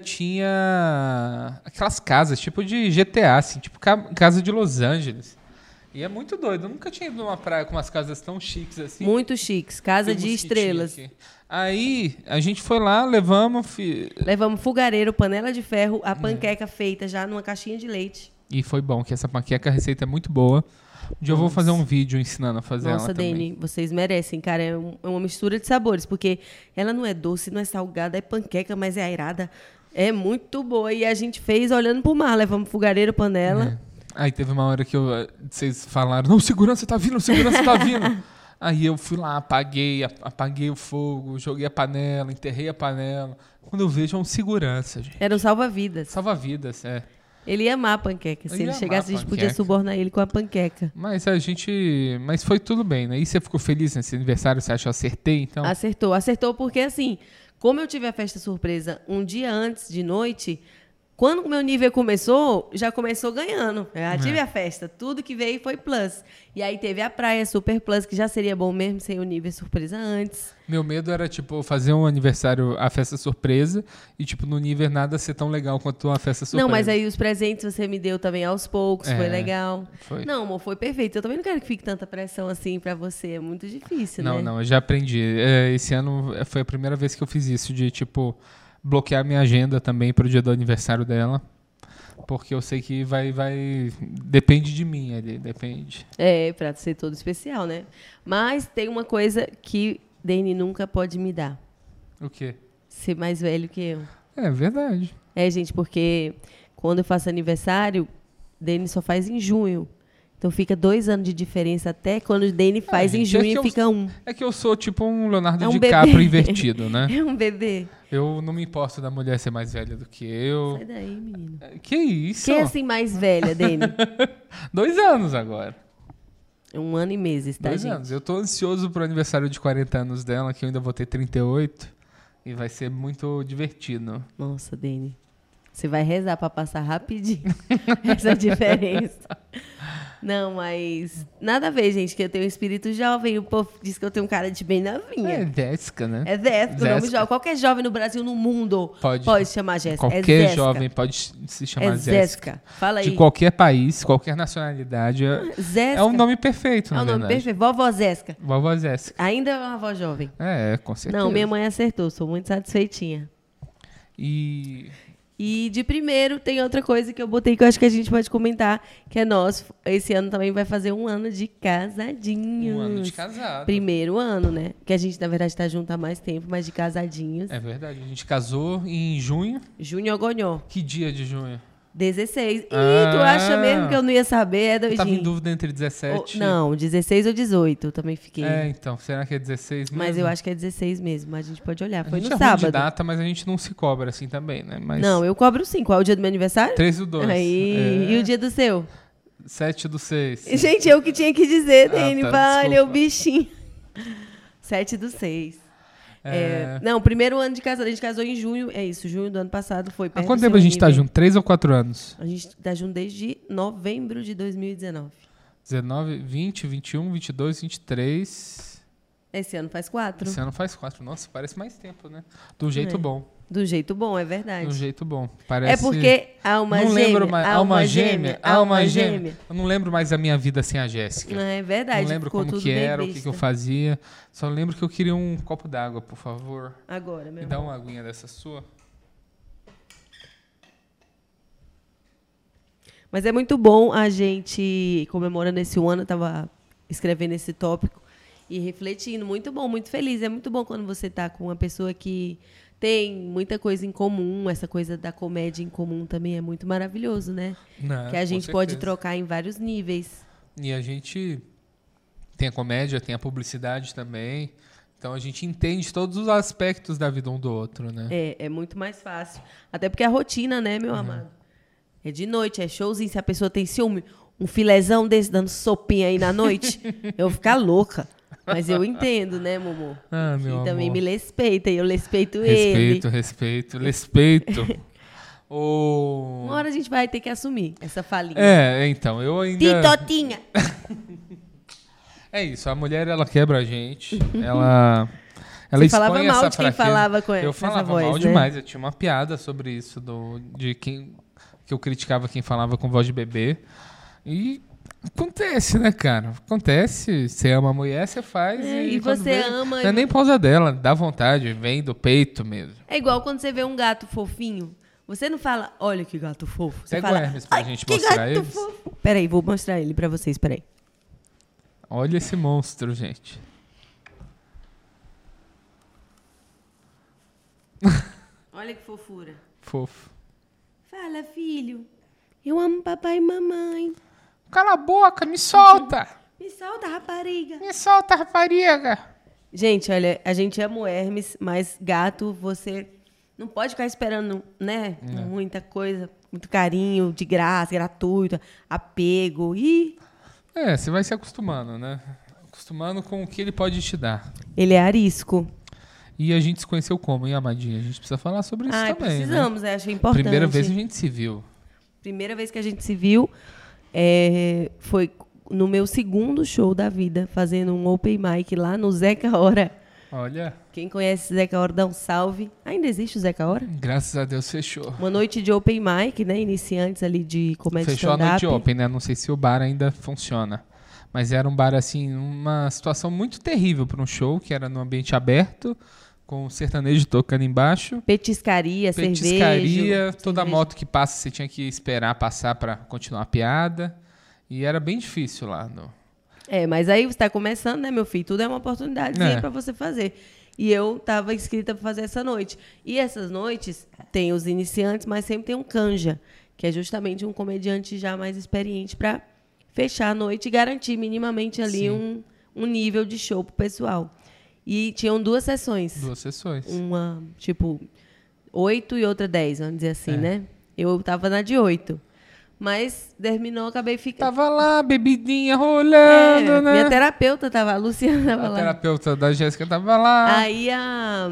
Speaker 2: tinha aquelas casas, tipo de GTA, assim, tipo ca- casa de Los Angeles. E é muito doido. Eu nunca tinha ido numa praia com umas casas tão chiques assim.
Speaker 1: Muito chiques. Casa
Speaker 2: Temos
Speaker 1: de
Speaker 2: que
Speaker 1: estrelas.
Speaker 2: tinha aqui. Aí a gente foi lá, levamos fi-
Speaker 1: Levamos fogareiro, panela de ferro,
Speaker 2: É.
Speaker 1: a panqueca feita já numa caixinha de leite.
Speaker 2: e foi bom, que essa panqueca a receita é muito boa. Um dia eu vou fazer um vídeo ensinando a fazer
Speaker 1: Nossa,
Speaker 2: ela também.
Speaker 1: Dani, vocês merecem, cara. É, um- é uma mistura de sabores, porque ela não é doce, não é salgada, é panqueca, mas é airada. É muito boa. E a gente fez olhando pro mar. Levamos fogareiro, panela.
Speaker 2: Aí teve uma hora que eu, eh, vocês falaram, não, segurança tá vindo, segurança tá vindo. Aí eu fui lá, apaguei, a- apaguei o fogo, joguei a panela, enterrei a panela. Quando eu vejo é um segurança, gente.
Speaker 1: Era um salva-vidas.
Speaker 2: Salva vidas, é.
Speaker 1: Ele ia amar a panqueca.
Speaker 2: Ele
Speaker 1: Se
Speaker 2: ia
Speaker 1: ele
Speaker 2: amar
Speaker 1: chegasse, a
Speaker 2: a
Speaker 1: gente podia
Speaker 2: panqueca.
Speaker 1: subornar ele com a panqueca.
Speaker 2: Mas a gente. Mas foi tudo bem, né? E você ficou feliz nesse aniversário? Você acha que eu acertei, então?
Speaker 1: Acertou. Acertou porque, assim, como eu tive a festa surpresa um dia antes de noite, quando o meu nível começou, já começou ganhando. Eu
Speaker 2: É.
Speaker 1: já tive a festa. Tudo que veio foi plus. E aí teve a praia super plus, que já seria bom mesmo sem o nível surpresa antes.
Speaker 2: Meu medo era, tipo, fazer um aniversário, a festa surpresa, e, tipo, no nível nada ser tão legal quanto a festa surpresa.
Speaker 1: Não, mas aí os presentes você me deu também aos poucos, foi
Speaker 2: É,
Speaker 1: legal.
Speaker 2: foi.
Speaker 1: Não, amor, foi perfeito. Eu também não quero que fique tanta pressão assim pra você. É muito difícil,
Speaker 2: Não,
Speaker 1: né?
Speaker 2: não, eu já aprendi. É, Esse ano foi a primeira vez que eu fiz isso, de, tipo, bloquear minha agenda também pro dia do aniversário dela. Porque eu sei que vai, vai. Depende de mim ali, depende.
Speaker 1: É, pra ser todo especial, né? Mas tem uma coisa que Dani nunca pode me dar.
Speaker 2: O quê?
Speaker 1: ser mais velho que eu.
Speaker 2: É verdade.
Speaker 1: É, gente, porque quando eu faço aniversário, Dani só faz em junho. Então fica dois anos de diferença até quando o Dani faz em
Speaker 2: gente, é
Speaker 1: junho
Speaker 2: que eu-
Speaker 1: fica um.
Speaker 2: É que eu sou tipo um Leonardo
Speaker 1: É um
Speaker 2: DiCaprio
Speaker 1: bebê.
Speaker 2: invertido, né?
Speaker 1: É um bebê.
Speaker 2: Eu não me importo da mulher ser mais velha do que eu.
Speaker 1: Sai daí, menino.
Speaker 2: Que isso?
Speaker 1: Quem é assim mais velha, Dani?
Speaker 2: Dois anos agora.
Speaker 1: um ano e meses, tá,
Speaker 2: Dois
Speaker 1: gente?
Speaker 2: anos. Eu tô ansioso pro aniversário de 40 anos dela, que eu ainda vou ter 38. E vai ser muito divertido.
Speaker 1: Nossa, Dani. Você vai rezar pra passar rapidinho essa diferença. Não, mas nada a ver, gente, que eu tenho um espírito jovem. O povo diz que eu tenho um cara de bem novinha.
Speaker 2: É Jéssica, né?
Speaker 1: É Jéssica, o nome
Speaker 2: Jéssica.
Speaker 1: jovem. Qualquer jovem no Brasil, no mundo,
Speaker 2: Pode.
Speaker 1: É pode, chamar Jéssica. É
Speaker 2: Qualquer
Speaker 1: Jéssica.
Speaker 2: jovem pode se chamar
Speaker 1: é
Speaker 2: Jéssica.
Speaker 1: Jéssica. Fala aí.
Speaker 2: De qualquer país, qualquer nacionalidade. É,
Speaker 1: Jéssica.
Speaker 2: é um nome perfeito,
Speaker 1: É
Speaker 2: na
Speaker 1: um nome
Speaker 2: verdade.
Speaker 1: perfeito. Vovó Jéssica.
Speaker 2: Vovó Jéssica.
Speaker 1: Ainda é uma avó jovem.
Speaker 2: É, com certeza.
Speaker 1: Não, minha mãe acertou. Sou muito satisfeitinha.
Speaker 2: E
Speaker 1: E de primeiro, tem outra coisa que eu botei que eu acho que a gente pode comentar, que é nós. Esse ano também vai fazer um ano de casadinhos.
Speaker 2: um ano de casado.
Speaker 1: Primeiro ano, né? Que a gente, na verdade, tá junto há mais tempo, mas de casadinhos.
Speaker 2: É verdade. A gente casou em junho.
Speaker 1: Júnior Gonhó,
Speaker 2: Que dia de junho?
Speaker 1: 16. Ih, tu
Speaker 2: Ah.
Speaker 1: acha mesmo que eu não ia saber? É
Speaker 2: Eu tava em
Speaker 1: doidinho.
Speaker 2: dúvida entre
Speaker 1: Ou-
Speaker 2: 17
Speaker 1: Oh, não, 16 ou 18, eu também fiquei.
Speaker 2: É, então, será que é 16 mesmo?
Speaker 1: mas eu acho que é 16 mesmo, mas a gente pode olhar.
Speaker 2: A
Speaker 1: Foi
Speaker 2: gente
Speaker 1: no
Speaker 2: é ruim de
Speaker 1: sábado.
Speaker 2: data, mas a gente não se cobra assim também, né? Mas
Speaker 1: Não, eu cobro sim. Qual é o dia do meu aniversário?
Speaker 2: 13 do 2.
Speaker 1: Aí,
Speaker 2: É.
Speaker 1: E o dia do seu?
Speaker 2: 7 do 6.
Speaker 1: Gente, eu que tinha que dizer,
Speaker 2: Ah,
Speaker 1: Dani.
Speaker 2: tá,
Speaker 1: Valeu,
Speaker 2: desculpa.
Speaker 1: bichinho. 7 do 6.
Speaker 2: É.
Speaker 1: Não, primeiro ano de casado. A gente casou em junho. É isso, junho do ano passado foi.
Speaker 2: Há
Speaker 1: perto do
Speaker 2: quanto
Speaker 1: seu
Speaker 2: tempo a gente tá
Speaker 1: nível.
Speaker 2: junto? 3 ou 4 anos?
Speaker 1: A gente tá junto desde novembro de 2019.
Speaker 2: 19, 20, 21, 22, 23.
Speaker 1: Esse ano faz quatro.
Speaker 2: Esse ano faz 4. Nossa, parece mais tempo, né? Do jeito
Speaker 1: É.
Speaker 2: bom.
Speaker 1: Do jeito bom, é verdade.
Speaker 2: Do jeito bom. Parece...
Speaker 1: É porque alma
Speaker 2: não
Speaker 1: gêmea,
Speaker 2: lembro mais. Alma gêmea, alma
Speaker 1: gêmea.
Speaker 2: gêmea. Eu não lembro mais da minha vida sem a Jéssica.
Speaker 1: Não, é verdade.
Speaker 2: Não lembro
Speaker 1: ficou
Speaker 2: como
Speaker 1: tudo
Speaker 2: que
Speaker 1: bem
Speaker 2: era, o que, que eu
Speaker 1: besta.
Speaker 2: fazia. Só lembro que eu queria um copo d'água, por favor.
Speaker 1: Agora,
Speaker 2: Me
Speaker 1: meu.
Speaker 2: dá uma aguinha dessa sua.
Speaker 1: Mas é muito bom a gente comemorando esse um ano, eu tava escrevendo esse tópico e refletindo. Muito bom, muito feliz. É muito bom quando você tá com uma pessoa que tem muita coisa em comum, essa coisa da comédia em comum também é muito maravilhoso, né?
Speaker 2: Não,
Speaker 1: que a
Speaker 2: É, com
Speaker 1: gente pode
Speaker 2: certeza.
Speaker 1: trocar em vários níveis.
Speaker 2: E a gente tem a comédia, tem a publicidade também. Então a gente entende todos os aspectos da vida um do outro, né?
Speaker 1: É, é muito mais é fácil. Até porque a rotina, né, meu amado? É de noite, é showzinho. Se a pessoa tem ciúme, um filezão desse dando sopinha aí na noite, eu vou ficar louca. Mas eu entendo, né, Momô?
Speaker 2: Ah,
Speaker 1: Ele
Speaker 2: meu
Speaker 1: também
Speaker 2: amor.
Speaker 1: me respeita e eu respeito, ele.
Speaker 2: Respeito, respeito, respeito. O...
Speaker 1: Uma hora a gente vai ter que assumir essa falinha.
Speaker 2: É, então, eu ainda.
Speaker 1: Titotinha!
Speaker 2: É isso, a mulher ela quebra a gente. Ela. Ela
Speaker 1: Você falava
Speaker 2: expõe
Speaker 1: mal
Speaker 2: essa
Speaker 1: de quem
Speaker 2: fraqueza.
Speaker 1: falava com
Speaker 2: Eu
Speaker 1: essa
Speaker 2: falava
Speaker 1: voz,
Speaker 2: mal
Speaker 1: né?
Speaker 2: demais. Eu tinha uma piada sobre isso, do, de quem. Que eu criticava quem falava com voz de bebê. E acontece, né, cara? Acontece. Você ama a mulher, você faz.
Speaker 1: É,
Speaker 2: e
Speaker 1: e
Speaker 2: quando
Speaker 1: você
Speaker 2: vê,
Speaker 1: ama
Speaker 2: Não
Speaker 1: e-
Speaker 2: é nem pausa dela, dá vontade, vem do peito mesmo.
Speaker 1: É igual quando você vê um gato fofinho. Você não fala, olha que gato fofo. Você
Speaker 2: Pega o
Speaker 1: fala,
Speaker 2: Hermes pra
Speaker 1: "Ai,
Speaker 2: gente
Speaker 1: que
Speaker 2: mostrar
Speaker 1: gato
Speaker 2: eles."
Speaker 1: fofo. Peraí, vou mostrar ele pra vocês, peraí.
Speaker 2: Olha esse monstro, gente.
Speaker 1: Olha que fofura.
Speaker 2: Fofo.
Speaker 1: Fala, filho. Eu amo papai e mamãe.
Speaker 2: Cala a boca, me solta!
Speaker 1: Me solta, rapariga.
Speaker 2: Me solta, rapariga!
Speaker 1: Gente, olha, a gente ama o Hermes, mas gato, você não pode ficar esperando, né?
Speaker 2: É.
Speaker 1: Muita coisa, muito carinho, de graça, gratuito, apego. E
Speaker 2: É, você vai se acostumando, né? Acostumando com o que ele pode te dar.
Speaker 1: ele é arisco.
Speaker 2: E a gente se conheceu como, hein, Amadinha? A gente precisa falar sobre isso
Speaker 1: Ai,
Speaker 2: também.
Speaker 1: precisamos, né? Achei
Speaker 2: Né?
Speaker 1: importante.
Speaker 2: Primeira vez a gente se viu.
Speaker 1: Primeira vez que a gente se viu é, foi no meu segundo show da vida, fazendo um open mic lá no Zeca Hora.
Speaker 2: Olha,
Speaker 1: Quem conhece Zeca Hora, dá um salve. Ainda existe o Zeca Hora?
Speaker 2: graças a Deus fechou.
Speaker 1: Uma noite de open mic, né? Iniciantes ali de comédia
Speaker 2: fechou a
Speaker 1: stand-up.
Speaker 2: noite open, né? Não sei se o bar ainda funciona. Mas era um bar, assim, uma situação muito terrível para um show, que era num ambiente aberto, com o sertanejo tocando embaixo.
Speaker 1: Petiscaria,
Speaker 2: petiscaria,
Speaker 1: É cerveja.
Speaker 2: toda moto que passa você tinha que esperar passar pra continuar a piada. E era bem difícil lá. No...
Speaker 1: É, mas aí você está começando, né, meu filho? Tudo é uma oportunidade
Speaker 2: É.
Speaker 1: para você fazer. E eu estava inscrita para fazer essa noite. E essas noites tem os iniciantes, mas sempre tem um canja, que é justamente um comediante já mais experiente para fechar a noite e garantir minimamente ali
Speaker 2: Sim.
Speaker 1: um, um nível de show pro pessoal. E tinham duas sessões.
Speaker 2: Duas sessões.
Speaker 1: Uma, tipo, oito e outra dez, vamos dizer assim,
Speaker 2: É.
Speaker 1: né? Eu tava na de oito. Mas terminou, acabei ficando.
Speaker 2: Tava lá, bebidinha rolando,
Speaker 1: É,
Speaker 2: né?
Speaker 1: Minha terapeuta tava, a Luciana tava
Speaker 2: A
Speaker 1: lá.
Speaker 2: terapeuta da Jéssica tava lá.
Speaker 1: Aí a.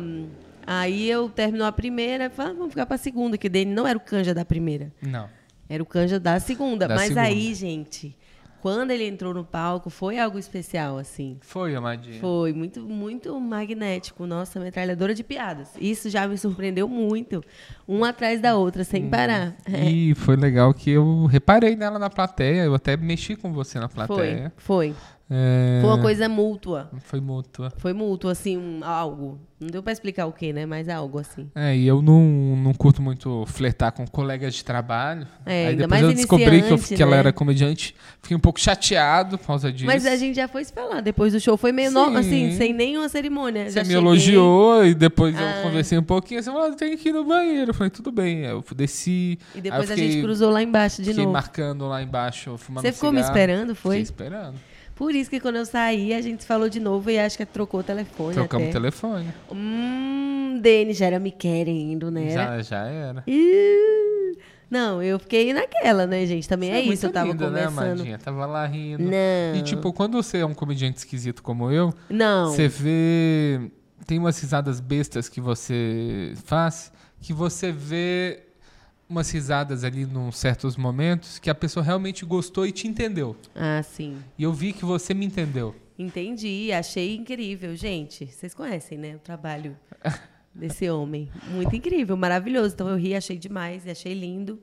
Speaker 1: Aí eu terminou a primeira, falei, "Ah, vamos ficar pra segunda, que o dele não era o canja da primeira.
Speaker 2: Não.
Speaker 1: Era o canja da segunda.
Speaker 2: Da
Speaker 1: Mas
Speaker 2: segunda.
Speaker 1: aí, gente, quando ele entrou no palco, foi algo especial, assim.
Speaker 2: Foi, Amadinha.
Speaker 1: Foi muito, muito magnético. Nossa, metralhadora de piadas. Isso já me surpreendeu muito. Uma atrás da outra,
Speaker 2: Hum.
Speaker 1: sem parar.
Speaker 2: E foi legal que eu reparei nela na plateia. Eu até mexi com você na
Speaker 1: Foi,
Speaker 2: plateia.
Speaker 1: foi.
Speaker 2: É,
Speaker 1: Foi uma coisa mútua.
Speaker 2: foi mútua.
Speaker 1: Foi mútuo, assim, um- algo. Não deu pra explicar o que, né? Mas algo assim.
Speaker 2: É, e eu não, não curto muito flertar com colegas de trabalho.
Speaker 1: É,
Speaker 2: Aí
Speaker 1: ainda
Speaker 2: depois
Speaker 1: mais
Speaker 2: eu descobri que, eu-
Speaker 1: iniciante,
Speaker 2: que ela
Speaker 1: né?
Speaker 2: era comediante. Fiquei um pouco chateado por causa disso.
Speaker 1: Mas a gente já foi se falar. Depois do show foi meio, no-
Speaker 2: Sim.
Speaker 1: assim, sem nenhuma cerimônia.
Speaker 2: Você
Speaker 1: já
Speaker 2: me
Speaker 1: cheguei. Ah.
Speaker 2: elogiou e depois eu conversei um pouquinho. Você falou, ah, tem que ir no banheiro. Eu falei, tudo bem. Aí eu desci.
Speaker 1: E depois
Speaker 2: aí eu
Speaker 1: a gente cruzou lá embaixo de
Speaker 2: fiquei
Speaker 1: novo.
Speaker 2: marcando lá embaixo, fumando
Speaker 1: Você ficou me
Speaker 2: cigarro.
Speaker 1: esperando,
Speaker 2: Fiquei
Speaker 1: foi?
Speaker 2: esperando.
Speaker 1: Por isso que quando eu saí, a gente falou de novo e acho que trocou o telefone
Speaker 2: Trocamos o
Speaker 1: até.
Speaker 2: telefone.
Speaker 1: Hum, Dene já era me querendo, né? Era-
Speaker 2: Já, já era.
Speaker 1: Ih, Não, eu fiquei naquela, né, gente? Também é
Speaker 2: Foi
Speaker 1: isso, eu
Speaker 2: muito
Speaker 1: tava
Speaker 2: linda, Né,
Speaker 1: conversando.
Speaker 2: Amadinha? tava lá rindo.
Speaker 1: Não.
Speaker 2: E tipo, quando você é um comediante esquisito como eu,
Speaker 1: não.
Speaker 2: Você vê. Tem umas risadas bestas que você faz que você vê umas risadas ali num certos momentos que a pessoa realmente gostou e te entendeu.
Speaker 1: Ah, sim.
Speaker 2: E eu vi que você me entendeu.
Speaker 1: Entendi, achei incrível, gente. Vocês conhecem, né, o trabalho desse homem. Muito incrível, maravilhoso. Então eu ri, achei demais, e achei lindo.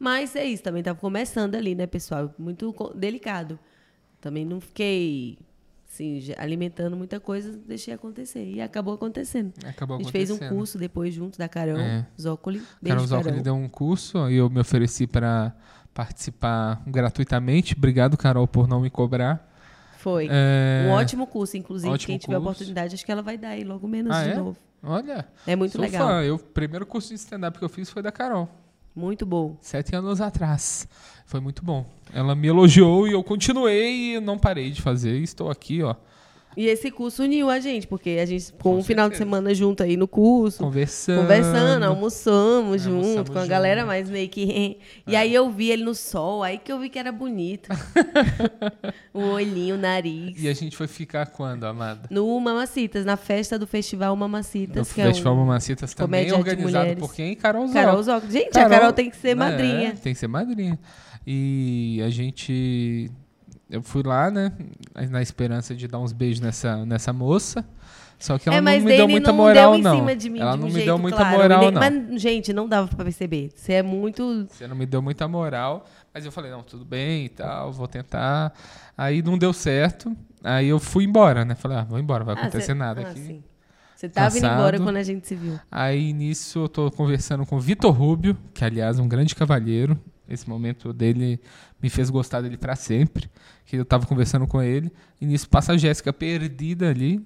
Speaker 1: Mas é isso, também tava começando ali, né, pessoal? Muito co- delicado. Também não fiquei assim, já alimentando muita coisa, deixei acontecer. E acabou acontecendo.
Speaker 2: Acabou
Speaker 1: A gente fez um
Speaker 2: acontecendo.
Speaker 1: curso depois junto da Carol
Speaker 2: É.
Speaker 1: Zócoli. Beijo,
Speaker 2: Carol Zócoli deu um curso e eu me ofereci para participar gratuitamente. Obrigado, Carol, por não me cobrar.
Speaker 1: Foi.
Speaker 2: É,
Speaker 1: Um ótimo curso, inclusive.
Speaker 2: Ótimo
Speaker 1: Quem tiver
Speaker 2: curso.
Speaker 1: oportunidade, acho que ela vai dar aí logo menos
Speaker 2: Ah,
Speaker 1: de
Speaker 2: é?
Speaker 1: novo.
Speaker 2: Olha,
Speaker 1: É muito
Speaker 2: sou
Speaker 1: legal.
Speaker 2: fã. Eu, o primeiro curso de stand-up que eu fiz foi da Carol.
Speaker 1: Muito bom.
Speaker 2: sete anos atrás. Foi muito bom. Ela me elogiou e eu continuei e não parei de fazer. E Estou aqui, ó,
Speaker 1: E esse curso uniu a gente, porque a gente ficou um final de semana junto aí no curso.
Speaker 2: Conversando.
Speaker 1: Conversando, almoçamos junto
Speaker 2: Almoçamos
Speaker 1: com a galera,
Speaker 2: junto. É.
Speaker 1: mas meio que. E aí eu vi ele no sol, aí que eu vi que era bonito. o olhinho, o nariz.
Speaker 2: E a gente foi ficar quando, Amada?
Speaker 1: No Mamacitas, na festa do Festival
Speaker 2: No
Speaker 1: Mamacitas, que
Speaker 2: Festival
Speaker 1: é um...
Speaker 2: Mamacitas também
Speaker 1: comédia de
Speaker 2: organizado
Speaker 1: mulheres.
Speaker 2: por quem? Carol Zó.
Speaker 1: Carol Zócoli. Gente, a Carol tem que ser
Speaker 2: né,
Speaker 1: madrinha.
Speaker 2: é, tem que ser madrinha. E a gente. Eu fui lá, né? Na esperança de dar uns beijos nessa, nessa moça. Só que ela
Speaker 1: é, mas
Speaker 2: não me deu
Speaker 1: Dani
Speaker 2: muita
Speaker 1: não
Speaker 2: moral,
Speaker 1: deu em
Speaker 2: não.
Speaker 1: cima de mim
Speaker 2: ela
Speaker 1: de um
Speaker 2: não me
Speaker 1: jeito
Speaker 2: deu muita
Speaker 1: claro.
Speaker 2: moral,
Speaker 1: E nem-
Speaker 2: não.
Speaker 1: Mas, gente, não dava pra perceber. Você é muito...
Speaker 2: Você não me deu muita moral, mas eu falei, não, tudo bem e tal, vou tentar. Aí não deu certo, aí eu fui embora, né? Falei, ah, vou embora, vai
Speaker 1: Ah,
Speaker 2: acontecer
Speaker 1: cê-
Speaker 2: nada
Speaker 1: ah,
Speaker 2: aqui.
Speaker 1: sim. Você tava indo
Speaker 2: Cansado.
Speaker 1: embora quando a gente se viu.
Speaker 2: Aí nisso eu tô conversando com o Vitor Rubio, que aliás é um grande cavalheiro. Esse momento dele me fez gostar dele pra sempre. Que eu tava conversando com ele. E nisso passa a Jéssica perdida ali.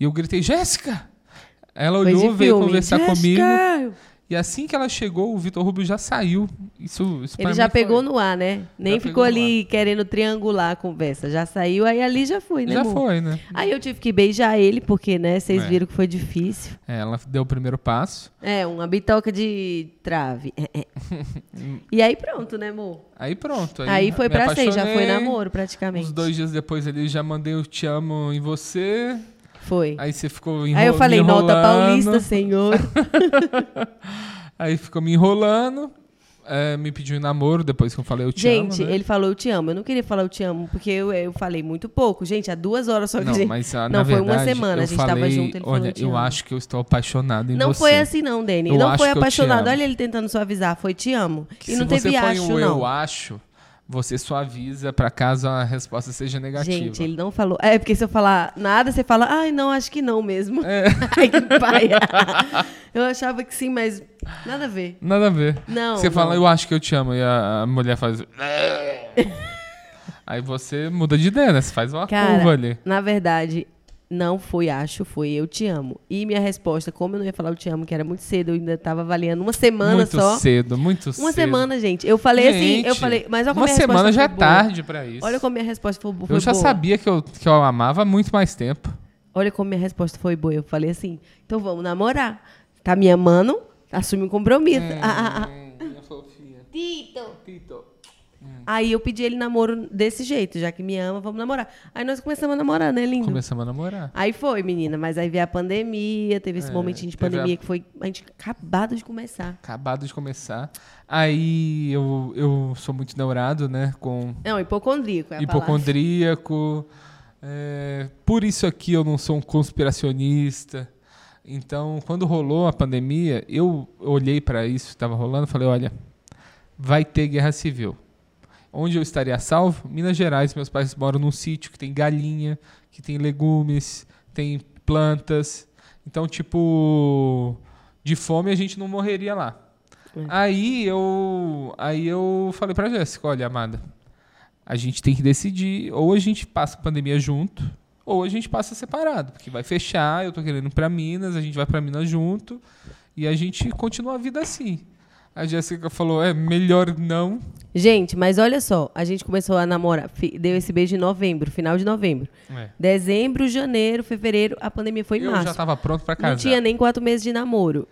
Speaker 2: E eu gritei, Jéssica! Ela
Speaker 1: Foi
Speaker 2: olhou,
Speaker 1: de
Speaker 2: veio
Speaker 1: filme.
Speaker 2: conversar
Speaker 1: Jéssica!
Speaker 2: comigo. E assim que ela chegou, o Vitor Rubio já saiu. Isso, isso pra
Speaker 1: Ele já
Speaker 2: mim foi-
Speaker 1: pegou no ar, né? Nem
Speaker 2: Já
Speaker 1: ficou
Speaker 2: pegou no
Speaker 1: ali querendo triangular a conversa. Já saiu, aí ali já fui, né,
Speaker 2: Já
Speaker 1: amor?
Speaker 2: foi, né?
Speaker 1: Aí eu tive que beijar ele, porque, né, vocês
Speaker 2: É.
Speaker 1: viram que foi difícil.
Speaker 2: É, ela deu o primeiro passo.
Speaker 1: É, uma bitoca de trave. e aí pronto, né, amor?
Speaker 2: Aí pronto. Aí,
Speaker 1: Aí foi
Speaker 2: me
Speaker 1: pra ser, já foi
Speaker 2: apaixonei.
Speaker 1: namoro praticamente.
Speaker 2: Uns dois dias depois ali já mandei o te amo em você.
Speaker 1: Foi.
Speaker 2: Aí você ficou
Speaker 1: Aí eu
Speaker 2: me
Speaker 1: falei, nota
Speaker 2: enrolando.
Speaker 1: paulista, senhor.
Speaker 2: Aí ficou me enrolando. é, me pediu em namoro depois que eu falei eu te amo.
Speaker 1: gente,
Speaker 2: né?
Speaker 1: ele falou eu te amo. Eu não queria falar eu te amo, porque eu, eu falei muito pouco. Gente, há duas horas só que a
Speaker 2: Não,
Speaker 1: gente...
Speaker 2: mas ah,
Speaker 1: Não,
Speaker 2: na
Speaker 1: foi uma
Speaker 2: verdade,
Speaker 1: semana,
Speaker 2: eu
Speaker 1: a gente tava
Speaker 2: falei,
Speaker 1: junto, ele falou,
Speaker 2: Olha,
Speaker 1: "Eu te
Speaker 2: eu
Speaker 1: amo."
Speaker 2: acho que eu estou apaixonado em
Speaker 1: Não
Speaker 2: você.
Speaker 1: foi assim não, Dani.
Speaker 2: Eu
Speaker 1: não
Speaker 2: acho
Speaker 1: foi
Speaker 2: que eu te
Speaker 1: apaixonado.
Speaker 2: amo.
Speaker 1: Olha ele tentando suavizar. Foi te amo.
Speaker 2: Que
Speaker 1: e
Speaker 2: se
Speaker 1: não
Speaker 2: você
Speaker 1: teve
Speaker 2: põe
Speaker 1: acho,
Speaker 2: um eu
Speaker 1: não.
Speaker 2: acho, você só avisa pra caso a resposta seja negativa.
Speaker 1: Gente, ele não falou. É, porque se eu falar nada, você fala, ai, não, acho que não mesmo.
Speaker 2: É.
Speaker 1: Ai, que paia. Eu achava que sim, mas nada a ver.
Speaker 2: Nada a ver.
Speaker 1: Não,
Speaker 2: Você
Speaker 1: não.
Speaker 2: fala, eu acho que eu te amo, e a, a mulher faz. Aí você muda de ideia, né? Você faz uma curva
Speaker 1: Cara,
Speaker 2: ali.
Speaker 1: na verdade, não foi acho, foi eu te amo. E minha resposta, como eu não ia falar eu te amo, que era muito cedo, eu ainda tava avaliando uma semana
Speaker 2: muito
Speaker 1: só.
Speaker 2: cedo, muito cedo.
Speaker 1: Uma semana, gente. Eu falei assim, eu
Speaker 2: Gente,
Speaker 1: falei, mas olha como
Speaker 2: Uma
Speaker 1: minha resposta
Speaker 2: semana já é
Speaker 1: foi boa.
Speaker 2: tarde pra isso.
Speaker 1: Olha como minha resposta foi, foi boa.
Speaker 2: eu já sabia que eu, que eu amava há muito mais tempo.
Speaker 1: Olha como minha resposta foi boa. Eu falei assim, então vamos namorar. Tá me amando? Assume um compromisso.
Speaker 2: É.
Speaker 1: Ah, ah, ah.
Speaker 3: Tito.
Speaker 1: Aí eu pedi ele namoro desse jeito, já que me ama, vamos namorar. Aí nós começamos a namorar, né, lindo?
Speaker 2: Começamos a namorar.
Speaker 1: Aí foi, menina, mas aí veio a pandemia, teve esse
Speaker 2: É,
Speaker 1: momentinho de
Speaker 2: teve a-
Speaker 1: pandemia que foi a gente acabado de começar.
Speaker 2: Acabado de começar. Aí eu, eu sou muito neurado, né? Com
Speaker 1: Não, hipocondríaco, é a palavra.
Speaker 2: hipocondríaco. É, por isso aqui eu não sou um conspiracionista. Então, quando rolou a pandemia, eu olhei para isso que estava rolando e falei: olha, vai ter guerra civil. Onde eu estaria salvo? Minas Gerais. Meus pais moram num sítio que tem galinha, que tem legumes, tem plantas. Então, tipo, de fome a gente não morreria lá.
Speaker 1: É.
Speaker 2: Aí eu, aí eu falei pra Jéssica, olha, amada, a gente tem que decidir, ou a gente passa a pandemia junto, ou a gente passa separado, porque vai fechar, eu tô querendo ir pra Minas, a gente vai pra Minas junto, e a gente continua a vida assim. A Jéssica falou, é melhor não.
Speaker 1: Gente, mas olha só, a gente começou a namorar, fi- deu esse beijo em novembro, final de novembro. Dezembro, janeiro, fevereiro, a pandemia foi em
Speaker 2: eu
Speaker 1: março.
Speaker 2: já tava pronto pra casar.
Speaker 1: Não tinha nem quatro meses de namoro.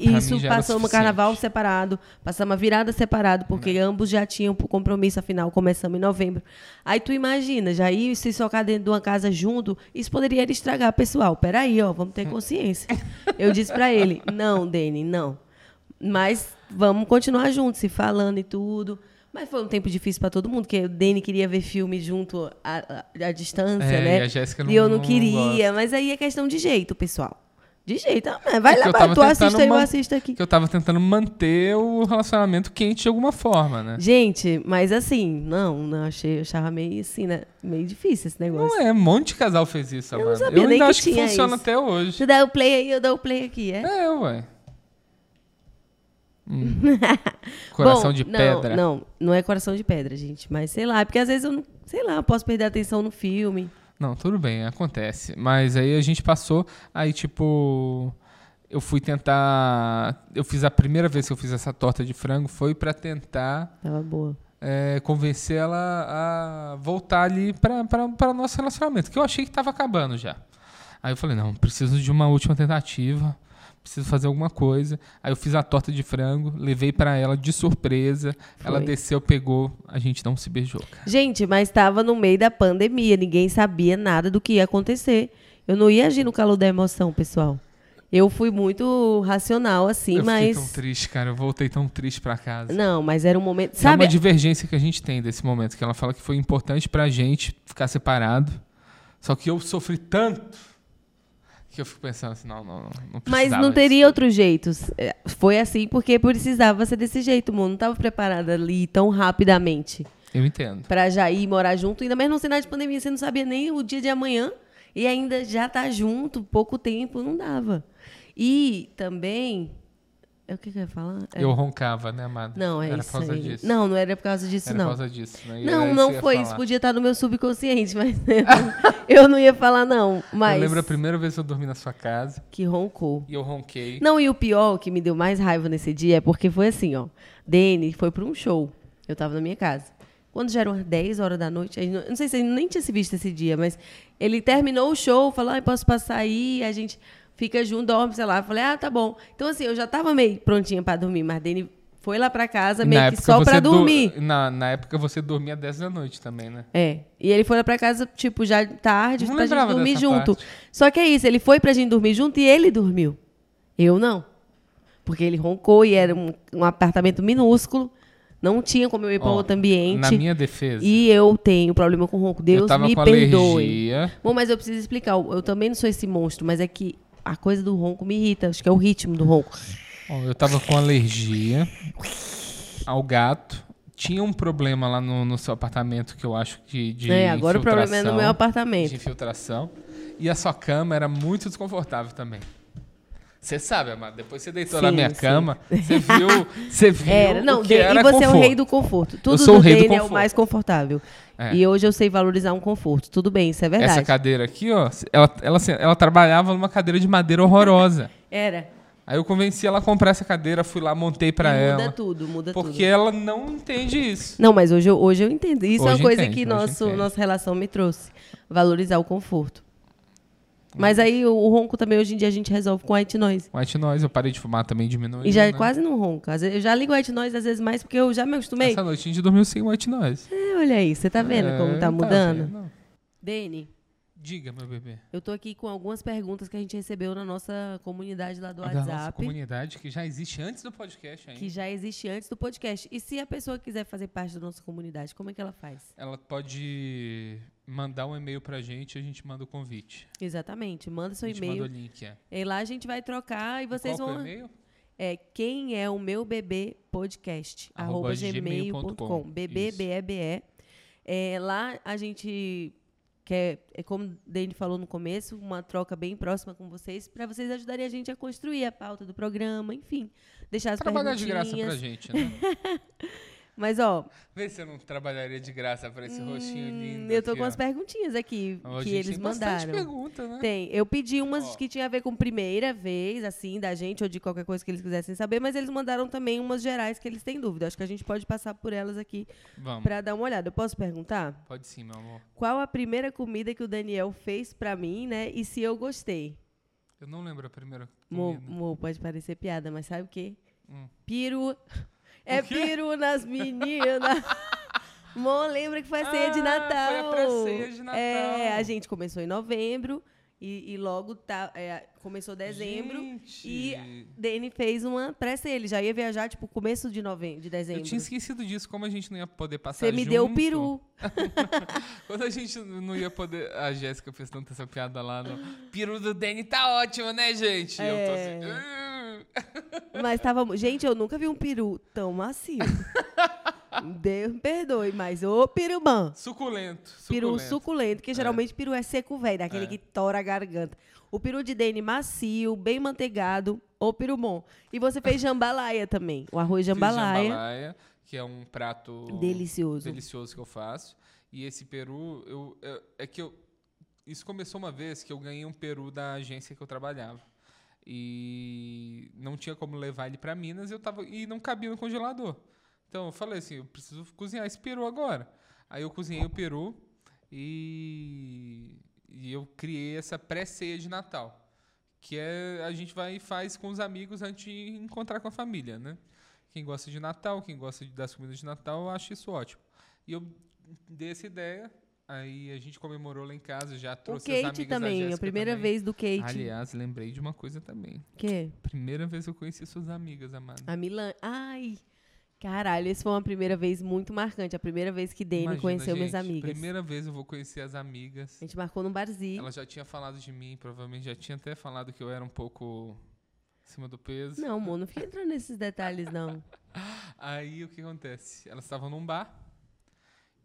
Speaker 2: Pra mim
Speaker 1: Isso
Speaker 2: já era
Speaker 1: passamos o
Speaker 2: suficiente. Né?
Speaker 1: carnaval separado, passamos a virada separado, porque ambos já tinham compromisso, afinal, começamos em novembro. Aí tu imagina, já ir se socar dentro de uma casa junto, isso poderia estragar, pessoal. Peraí, ó, vamos ter consciência. Eu disse pra ele, não, Dani, não. Mas vamos continuar juntos, se falando e tudo. Mas foi um tempo difícil pra todo mundo, porque o Dani queria ver filme junto à, à- à distância,
Speaker 2: É,
Speaker 1: né?
Speaker 2: e a Jéssica não-
Speaker 1: E eu não
Speaker 2: não
Speaker 1: queria,
Speaker 2: gosta.
Speaker 1: é, Mas aí é questão de jeito, pessoal. De jeito. Ah, mas Vai
Speaker 2: É que
Speaker 1: lá,
Speaker 2: eu
Speaker 1: vai. tu
Speaker 2: tava tentando
Speaker 1: assista aí, eu
Speaker 2: man-
Speaker 1: assisto aqui.
Speaker 2: Que eu tava tentando manter o relacionamento quente de alguma forma, né?
Speaker 1: Gente, mas assim, não, não, achei, eu achava meio assim, né? Meio difícil esse negócio.
Speaker 2: Não é, um monte de casal fez isso,
Speaker 1: Eu não
Speaker 2: Amanda.
Speaker 1: sabia
Speaker 2: eu
Speaker 1: nem
Speaker 2: ainda
Speaker 1: que
Speaker 2: acho que
Speaker 1: tinha
Speaker 2: funciona
Speaker 1: isso.
Speaker 2: até hoje.
Speaker 1: Tu dá o play aí, eu dou o play aqui, é?
Speaker 2: É, ué. Hum. Coração
Speaker 1: Bom,
Speaker 2: de
Speaker 1: não,
Speaker 2: pedra.
Speaker 1: Não, não é coração de pedra, gente. Mas sei lá, é porque às vezes eu não. Sei lá, eu posso perder a atenção no filme.
Speaker 2: Não, tudo bem, acontece. Mas aí a gente passou, aí tipo, eu fui tentar, eu fiz a primeira vez que eu fiz essa torta de frango foi pra tentar
Speaker 1: Tava boa.
Speaker 2: é, convencer ela a voltar ali para nosso relacionamento, que eu achei que estava acabando já. Aí eu falei, não, preciso de uma última tentativa, preciso fazer alguma coisa. Aí eu fiz a torta de frango, levei para ela de surpresa,
Speaker 1: Foi.
Speaker 2: ela desceu, pegou, a gente não se beijou. cara.
Speaker 1: Gente, mas estava no meio da pandemia, ninguém sabia nada do que ia acontecer. Eu não ia agir no calor da emoção, pessoal. Eu fui muito racional, assim,
Speaker 2: eu
Speaker 1: mas.
Speaker 2: fiquei tão triste, cara, eu voltei tão triste para casa.
Speaker 1: Não, mas era um momento.
Speaker 2: É
Speaker 1: Sabe?
Speaker 2: uma divergência que a gente tem desse momento, que ela fala que foi importante pra gente ficar separado. Só que eu sofri tanto que eu fico pensando assim, não, não, não, não
Speaker 1: Mas
Speaker 2: precisava
Speaker 1: não teria
Speaker 2: disso.
Speaker 1: outro jeito. É, Foi assim porque precisava ser desse jeito, mano. Não estava preparada ali tão rapidamente
Speaker 2: Eu entendo.
Speaker 1: para já ir morar junto. Ainda mais num cenário de pandemia, você não sabia nem o dia de amanhã e ainda já tá junto, pouco tempo, não dava. E também. É o que, que eu ia falar? É-
Speaker 2: Eu roncava, né, amada?
Speaker 1: Não, é
Speaker 2: Era
Speaker 1: isso
Speaker 2: por causa
Speaker 1: aí.
Speaker 2: disso.
Speaker 1: Não, não era por causa disso,
Speaker 2: Era
Speaker 1: não.
Speaker 2: por causa disso, né? E era
Speaker 1: Não,
Speaker 2: isso
Speaker 1: não
Speaker 2: que eu ia
Speaker 1: foi.
Speaker 2: falar.
Speaker 1: Isso podia estar no meu subconsciente, mas eu, eu não ia falar, não. Mas
Speaker 2: Eu lembro a primeira vez que eu dormi na sua casa
Speaker 1: que roncou.
Speaker 2: e eu ronquei.
Speaker 1: Não, e o pior que me deu mais raiva nesse dia é porque foi assim, ó. Dene foi pra um show. Eu tava na minha casa. Quando já eram as 10 horas da noite, aí não eu não sei se ele nem tinha se visto esse dia, mas ele terminou o show, falou, ai, posso passar aí, a gente fica junto, dorme, sei lá. Eu falei, ah, tá bom. Então, assim, eu já tava meio prontinha pra dormir, mas Dene foi lá pra casa meio que só pra
Speaker 2: você do-
Speaker 1: dormir.
Speaker 2: Na, na época você dormia às 10 da noite também, né?
Speaker 1: É. E ele foi lá pra casa, tipo, já tarde,
Speaker 2: Não
Speaker 1: pra gente
Speaker 2: lembrava
Speaker 1: dormir
Speaker 2: dessa
Speaker 1: junto.
Speaker 2: parte.
Speaker 1: Só que é isso, ele foi pra gente dormir junto e ele dormiu. Eu não. Porque ele roncou e era um, um apartamento minúsculo. Não tinha como eu ir pra
Speaker 2: Ó,
Speaker 1: outro ambiente.
Speaker 2: Na minha defesa,
Speaker 1: E eu tenho problema com ronco. Deus
Speaker 2: eu tava
Speaker 1: me
Speaker 2: com
Speaker 1: perdoe.
Speaker 2: alergia.
Speaker 1: Bom, mas eu preciso explicar. Eu eu também não sou esse monstro, mas é que a coisa do ronco me irrita. Acho que é o ritmo do ronco.
Speaker 2: Ó, eu tava com alergia ao gato. Tinha um problema lá no, no seu apartamento que eu acho que de
Speaker 1: É, agora o problema é no
Speaker 2: infiltração,
Speaker 1: meu apartamento.
Speaker 2: De infiltração. E a sua cama era muito desconfortável também. Você sabe, Amado, depois você deitou na
Speaker 1: Sim,
Speaker 2: minha
Speaker 1: sim.
Speaker 2: cama, você viu, você viu
Speaker 1: Era, não,
Speaker 2: o que
Speaker 1: de-
Speaker 2: era
Speaker 1: e você é o
Speaker 2: conforto.
Speaker 1: rei do conforto. Tudo
Speaker 2: sou
Speaker 1: do
Speaker 2: o rei do
Speaker 1: Dene é o
Speaker 2: conforto.
Speaker 1: mais confortável.
Speaker 2: É.
Speaker 1: E hoje eu sei valorizar um conforto. Tudo bem, isso é verdade.
Speaker 2: Essa cadeira aqui, ó, ela, ela, ela trabalhava numa cadeira de madeira horrorosa.
Speaker 1: Era.
Speaker 2: Aí eu convenci ela a comprar essa cadeira, fui lá, montei pra
Speaker 1: E
Speaker 2: ela.
Speaker 1: Muda tudo, muda
Speaker 2: É porque
Speaker 1: tudo.
Speaker 2: ela não entende isso.
Speaker 1: Não, mas hoje eu, hoje eu entendo. Isso é
Speaker 2: Hoje
Speaker 1: uma coisa
Speaker 2: entende,
Speaker 1: que
Speaker 2: hoje
Speaker 1: nosso,
Speaker 2: entende.
Speaker 1: nossa relação me trouxe. Valorizar o conforto.
Speaker 2: Uhum.
Speaker 1: Mas aí o, o ronco também hoje em dia a gente resolve com white noise.
Speaker 2: White noise, eu parei de fumar também, diminuiu.
Speaker 1: E já é
Speaker 2: né?
Speaker 1: quase não ronca. Às vezes- eu já ligo white noise às vezes mais porque eu já me acostumei.
Speaker 2: Essa noite a gente dormiu sem white noise.
Speaker 1: É, olha aí, você tá vendo como
Speaker 2: É,
Speaker 1: tá mudando?
Speaker 2: vendo.
Speaker 1: Dene,
Speaker 2: Diga, meu bebê.
Speaker 1: eu tô aqui com algumas perguntas que a gente recebeu na nossa comunidade lá do
Speaker 2: Ah, Da nossa
Speaker 1: WhatsApp.
Speaker 2: comunidade que já existe antes do podcast ainda.
Speaker 1: que já existe antes do podcast. E se a pessoa quiser fazer parte da nossa comunidade, como é que ela faz?
Speaker 2: Ela pode mandar um e-mail pra gente e a gente manda o convite.
Speaker 1: Exatamente, manda
Speaker 2: a
Speaker 1: seu
Speaker 2: gente manda o
Speaker 1: e-mail.
Speaker 2: link, é.
Speaker 1: E lá a gente vai trocar e vocês
Speaker 2: Qual que é o
Speaker 1: vão.
Speaker 2: e-mail?
Speaker 1: É quem é o meu bebê podcast
Speaker 2: Arroba
Speaker 1: arroba gmail.com
Speaker 2: gmail.com,
Speaker 1: bebê
Speaker 2: isso.
Speaker 1: b e b e é, lá a gente quer é como o Dani falou no começo uma troca bem próxima com vocês para vocês ajudarem a gente a construir a pauta do programa enfim deixar as
Speaker 2: Trabalhar de graça pra
Speaker 1: perguntinhas
Speaker 2: gente, né?
Speaker 1: mas ó
Speaker 2: Vê se eu não trabalharia de graça pra esse roxinho
Speaker 1: hum,
Speaker 2: lindo.
Speaker 1: eu tô
Speaker 2: aqui,
Speaker 1: com
Speaker 2: ó.
Speaker 1: as perguntinhas aqui
Speaker 2: Ó, a
Speaker 1: que
Speaker 2: gente
Speaker 1: eles
Speaker 2: tem bastante
Speaker 1: mandaram
Speaker 2: pergunta, né?
Speaker 1: Tem. Eu pedi umas
Speaker 2: Ó.
Speaker 1: que tinha a ver com primeira vez, assim, da gente, ou de qualquer coisa que eles quisessem saber, mas eles mandaram também umas gerais que eles têm dúvida. Acho que a gente pode passar por elas aqui
Speaker 2: Vamos.
Speaker 1: pra dar uma olhada. Eu posso perguntar?
Speaker 2: Pode sim, meu amor.
Speaker 1: Qual a primeira comida que o Daniel fez pra mim, né? E se eu gostei?
Speaker 2: Eu não lembro a primeira
Speaker 1: Mo,
Speaker 2: comida.
Speaker 1: mo, pode parecer piada, mas sabe o quê?
Speaker 2: Hum.
Speaker 1: Piru. É
Speaker 2: O quê?
Speaker 1: piru nas meninas. Mo, lembra que foi a ceia de
Speaker 2: Ah, foi a
Speaker 1: Natal.
Speaker 2: pré-ceia de Natal.
Speaker 1: É, a gente começou em novembro e, e logo tá, é, começou dezembro. e-
Speaker 2: Gente,
Speaker 1: Dene fez uma pressa ele já ia viajar tipo começo de novembro, de dezembro.
Speaker 2: Eu tinha esquecido disso, como a gente não ia poder passar
Speaker 1: Você me deu o
Speaker 2: junto.
Speaker 1: peru.
Speaker 2: Quando a gente não ia poder... A Jéssica fez tanta essa piada lá no... Peru do Danny tá ótimo, né, gente? Eu tô
Speaker 1: É.
Speaker 2: assim...
Speaker 1: Mas tava, mu- gente, eu nunca vi um peru tão macio. Deus me perdoe, mas ô pirumã.
Speaker 2: "Ah". Suculento, suculento.
Speaker 1: Peru suculento, que geralmente peru é seco velho, daquele
Speaker 2: É.
Speaker 1: que tora a garganta. O peru de Dene macio, bem manteigado, ô peru bom. E você fez jambalaya também, o arroz
Speaker 2: Fiz
Speaker 1: jambalaya,
Speaker 2: jambalaya, que é um prato...
Speaker 1: delicioso.
Speaker 2: delicioso que eu faço. E esse peru, eu, eu- é que eu. Isso começou uma vez que eu ganhei um peru da agência que eu trabalhava. E não tinha como levar ele para Minas eu tava, e não cabia no congelador. Então eu falei assim, eu preciso cozinhar esse peru agora. Aí eu cozinhei o peru e, e eu criei essa pré-ceia de Natal, que é a gente vai e faz com os amigos antes de encontrar com a família, né? Quem gosta de Natal, quem gosta de- das comidas de Natal, eu acho isso ótimo. E eu dei essa ideia, aí a gente comemorou lá em casa, já
Speaker 1: O
Speaker 2: trouxe as
Speaker 1: Kate
Speaker 2: amigas da
Speaker 1: também, a
Speaker 2: Jéssica
Speaker 1: primeira
Speaker 2: também.
Speaker 1: vez do Kate.
Speaker 2: Aliás, lembrei de uma coisa também.
Speaker 1: Que?
Speaker 2: Primeira vez que eu conheci suas amigas, amada.
Speaker 1: A Milan. Ai! Caralho, essa foi uma primeira vez muito marcante. A primeira vez que Dani
Speaker 2: Imagina,
Speaker 1: conheceu minhas
Speaker 2: gente,
Speaker 1: amigas.
Speaker 2: Primeira vez eu vou conhecer as amigas.
Speaker 1: A gente marcou num barzinho.
Speaker 2: Ela já tinha falado de mim, provavelmente já tinha até falado que eu era um pouco acima do peso.
Speaker 1: Não, amor, não fica entrando nesses detalhes, não.
Speaker 2: Aí o que acontece? Elas estavam num bar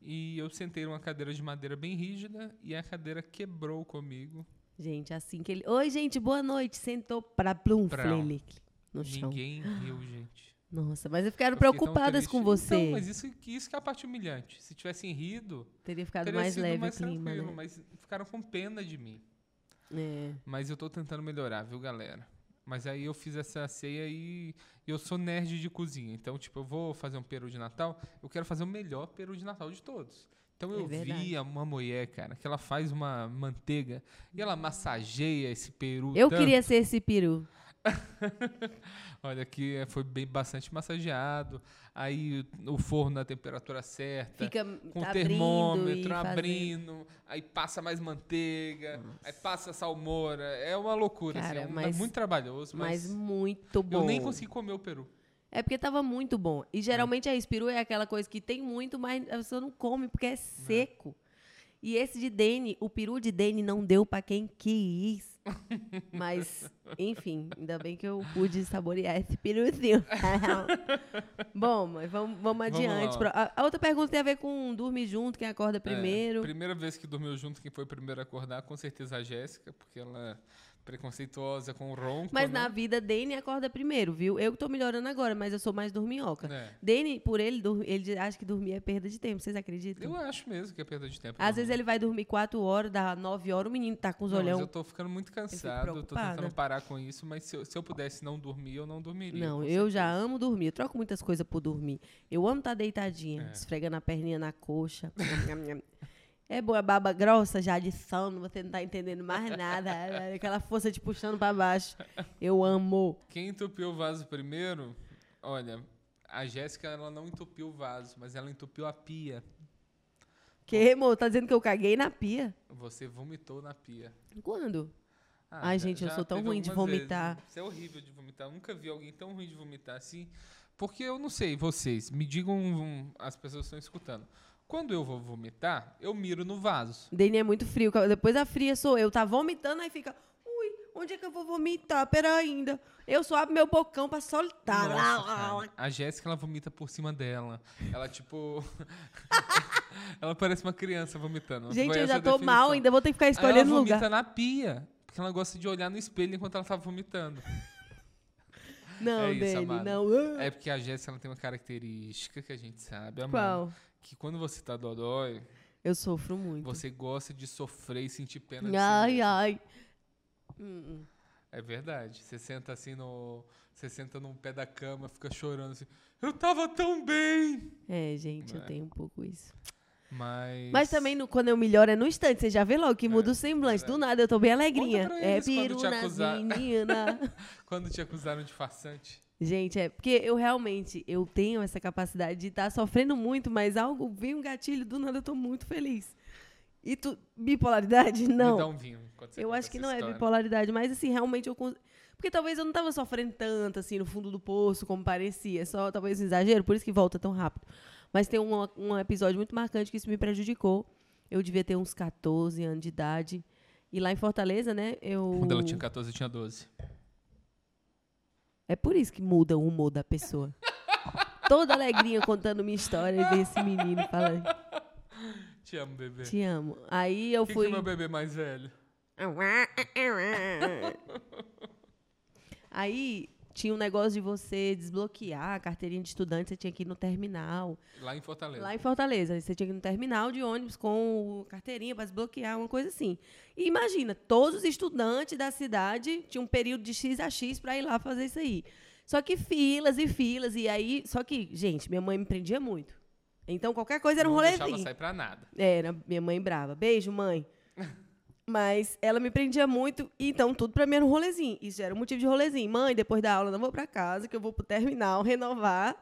Speaker 2: e eu sentei numa cadeira de madeira bem rígida e a cadeira quebrou comigo.
Speaker 1: Gente, assim que ele. Oi, gente, boa noite. Sentou pra plum,
Speaker 2: Prau.
Speaker 1: Flelic. No chão.
Speaker 2: um. Ninguém riu, gente.
Speaker 1: Nossa, mas eu ficaram
Speaker 2: Eu fiquei é tão
Speaker 1: preocupadas
Speaker 2: triste.
Speaker 1: com você.
Speaker 2: Não, mas isso, isso que é a parte humilhante. Se tivessem rido,
Speaker 1: Teria ficado
Speaker 2: teria
Speaker 1: mais
Speaker 2: sido
Speaker 1: leve
Speaker 2: mais
Speaker 1: o clima,
Speaker 2: tranquilo,
Speaker 1: né?
Speaker 2: mas ficaram com pena de mim.
Speaker 1: É.
Speaker 2: Mas eu tô tentando melhorar, viu, galera? Mas aí eu fiz essa ceia e eu sou nerd de cozinha. Então, tipo, eu vou fazer um peru de Natal, eu quero fazer o melhor peru de Natal de todos. Então
Speaker 1: É
Speaker 2: eu
Speaker 1: verdade.
Speaker 2: vi uma mulher, cara, que ela faz uma manteiga e ela massageia esse peru.
Speaker 1: Eu
Speaker 2: tanto.
Speaker 1: queria ser esse peru.
Speaker 2: Olha que é, foi bem bastante massageado. Aí o forno na temperatura certa.
Speaker 1: Fica
Speaker 2: Tá. com o
Speaker 1: Tá abrindo e
Speaker 2: termômetro,
Speaker 1: fazendo.
Speaker 2: abrindo, aí passa mais manteiga, aí passa salmoura. É uma loucura,
Speaker 1: Cara,
Speaker 2: assim, é um-
Speaker 1: mas-
Speaker 2: muito trabalhoso,
Speaker 1: Mas
Speaker 2: mas,
Speaker 1: muito bom.
Speaker 2: eu nem consegui comer o peru.
Speaker 1: É porque tava muito bom. E geralmente é isso. Peru é aquela coisa que tem muito, mas a pessoa não come porque é seco. E esse de Dene, o peru de Dene não deu pra quem quis. Mas, enfim, ainda bem que eu pude saborear esse peruzinho. bom, mas vamos, vamos
Speaker 2: Vamos
Speaker 1: adiante.
Speaker 2: lá.
Speaker 1: Pro- A, a outra pergunta tem a ver com dormir junto, quem acorda
Speaker 2: É,
Speaker 1: primeiro.
Speaker 2: primeira vez que dormiu junto, quem foi primeiro a acordar, com certeza a Jéssica, porque ela é preconceituosa com o ronco.
Speaker 1: Mas
Speaker 2: né?
Speaker 1: na vida, Dene acorda primeiro, viu? Eu que tô melhorando agora, mas eu sou mais dorminhoca.
Speaker 2: É.
Speaker 1: Dene, por ele, dur- ele acha que dormir é perda de tempo. Vocês acreditam?
Speaker 2: Eu acho mesmo que é perda de tempo.
Speaker 1: Às vezes ele vai dormir 4 horas, dá 9 horas, o menino tá com os
Speaker 2: Não, mas
Speaker 1: olhão.
Speaker 2: eu tô ficando muito cansado, eu tô
Speaker 1: preocupada.
Speaker 2: tentando parar com isso, mas se eu, se eu pudesse não dormir, eu não dormiria.
Speaker 1: Não,
Speaker 2: com
Speaker 1: eu já amo dormir. Eu troco muitas coisas por dormir. Eu amo estar deitadinha,
Speaker 2: É.
Speaker 1: esfregando a perninha na coxa. Nham, nham, nham. é boa, baba grossa já de sono, você não tá entendendo mais nada. É Aquela força te puxando pra baixo. Eu amo.
Speaker 2: Quem entupiu o vaso primeiro? Olha, a Jéssica ela não entupiu o vaso, mas ela entupiu a pia.
Speaker 1: Que, amor, tá dizendo que eu caguei na pia?
Speaker 2: Você vomitou na pia. Ah,
Speaker 1: Quando? Ai, gente, eu sou tão
Speaker 2: teve
Speaker 1: ruim de
Speaker 2: algumas vezes.
Speaker 1: vomitar.
Speaker 2: Isso é horrível de vomitar. Eu nunca vi alguém tão ruim de vomitar assim. Porque eu não sei, vocês, me digam, um- as pessoas estão escutando. Quando eu vou vomitar, eu miro no vaso.
Speaker 1: Dene é muito frio. Depois a fria sou eu. Tá vomitando, aí fica. Ui, onde é que eu vou vomitar? Pera ainda. Eu só abro meu bocão pra soltar. Tá
Speaker 2: Nossa,
Speaker 1: Lá, lá, lá.
Speaker 2: cara. A Jéssica, ela vomita por cima dela. Ela, tipo... ela parece uma criança vomitando.
Speaker 1: Gente,
Speaker 2: Foi
Speaker 1: eu já
Speaker 2: essa
Speaker 1: tô
Speaker 2: a definição.
Speaker 1: mal, ainda vou ter que ficar
Speaker 2: ela
Speaker 1: escolhendo
Speaker 2: vomita
Speaker 1: lugar.
Speaker 2: na pia. Porque ela gosta de olhar no espelho enquanto ela tá vomitando.
Speaker 1: Não,
Speaker 2: é
Speaker 1: Dani,
Speaker 2: isso, amada.
Speaker 1: não. Ah,
Speaker 2: É porque a Jéssica ela tem uma característica que a gente sabe, amada,
Speaker 1: Qual?
Speaker 2: que quando você tá dodói,
Speaker 1: Eu sofro muito.
Speaker 2: você gosta de sofrer e sentir pena de si
Speaker 1: ai,
Speaker 2: mesmo.
Speaker 1: ai. Hum,
Speaker 2: É verdade. Você senta assim no, você senta num pé da cama, fica chorando assim: "Eu tava tão bem".
Speaker 1: É, gente, eu
Speaker 2: É.
Speaker 1: tenho um pouco isso.
Speaker 2: Mas
Speaker 1: Mas também, no- quando eu melhoro, é no instante. Você já vê logo que muda o semblante. Do nada, eu tô bem alegrinha.
Speaker 2: é. Conta pra
Speaker 1: É
Speaker 2: eles quando te
Speaker 1: peru nas
Speaker 2: acusar.
Speaker 1: meninas.
Speaker 2: quando te acusaram de farsante,
Speaker 1: Gente, é porque eu realmente eu tenho essa capacidade de estar sofrendo muito, mas algo vem um gatilho, do nada eu tô muito feliz. E tu, bipolaridade? Não.
Speaker 2: me dá um vinho. enquanto você
Speaker 1: Eu
Speaker 2: conta
Speaker 1: acho que
Speaker 2: essa
Speaker 1: não é
Speaker 2: história.
Speaker 1: bipolaridade, mas assim, realmente eu. cons- Porque talvez eu não tava sofrendo tanto, assim, no fundo do poço, como parecia. Só talvez um exagero, por isso que volta tão rápido. Mas tem um, um episódio muito marcante que isso me prejudicou. Eu devia ter uns 14 anos de idade. E lá em Fortaleza, né, eu.
Speaker 2: Quando ela tinha 14, eu tinha 12.
Speaker 1: É por isso que muda o humor da pessoa. Toda alegrinha contando minha história desse menino falando,
Speaker 2: Te amo, bebê.
Speaker 1: te amo. Aí eu
Speaker 2: Quem
Speaker 1: fui.
Speaker 2: que é meu bebê mais velho?
Speaker 1: Aí tinha um negócio de você desbloquear a carteirinha de estudante, você tinha que ir no terminal.
Speaker 2: Lá em Fortaleza.
Speaker 1: Lá em Fortaleza, você tinha que ir no terminal de ônibus com o- carteirinha para desbloquear, uma coisa assim. E imagina, todos os estudantes da cidade tinham um período de X a X para ir lá fazer isso aí. Só que filas e filas. E aí, só que, gente, minha mãe me prendia muito. Então qualquer coisa era um
Speaker 2: não deixava
Speaker 1: rolezinho.
Speaker 2: sair pra nada.
Speaker 1: É, Era, minha mãe brava. Beijo, mãe. Mas ela me prendia muito, e então tudo pra mim era um rolezinho. Isso era um motivo de rolezinho. Mãe, depois da aula, não vou pra casa, que eu vou pro terminal renovar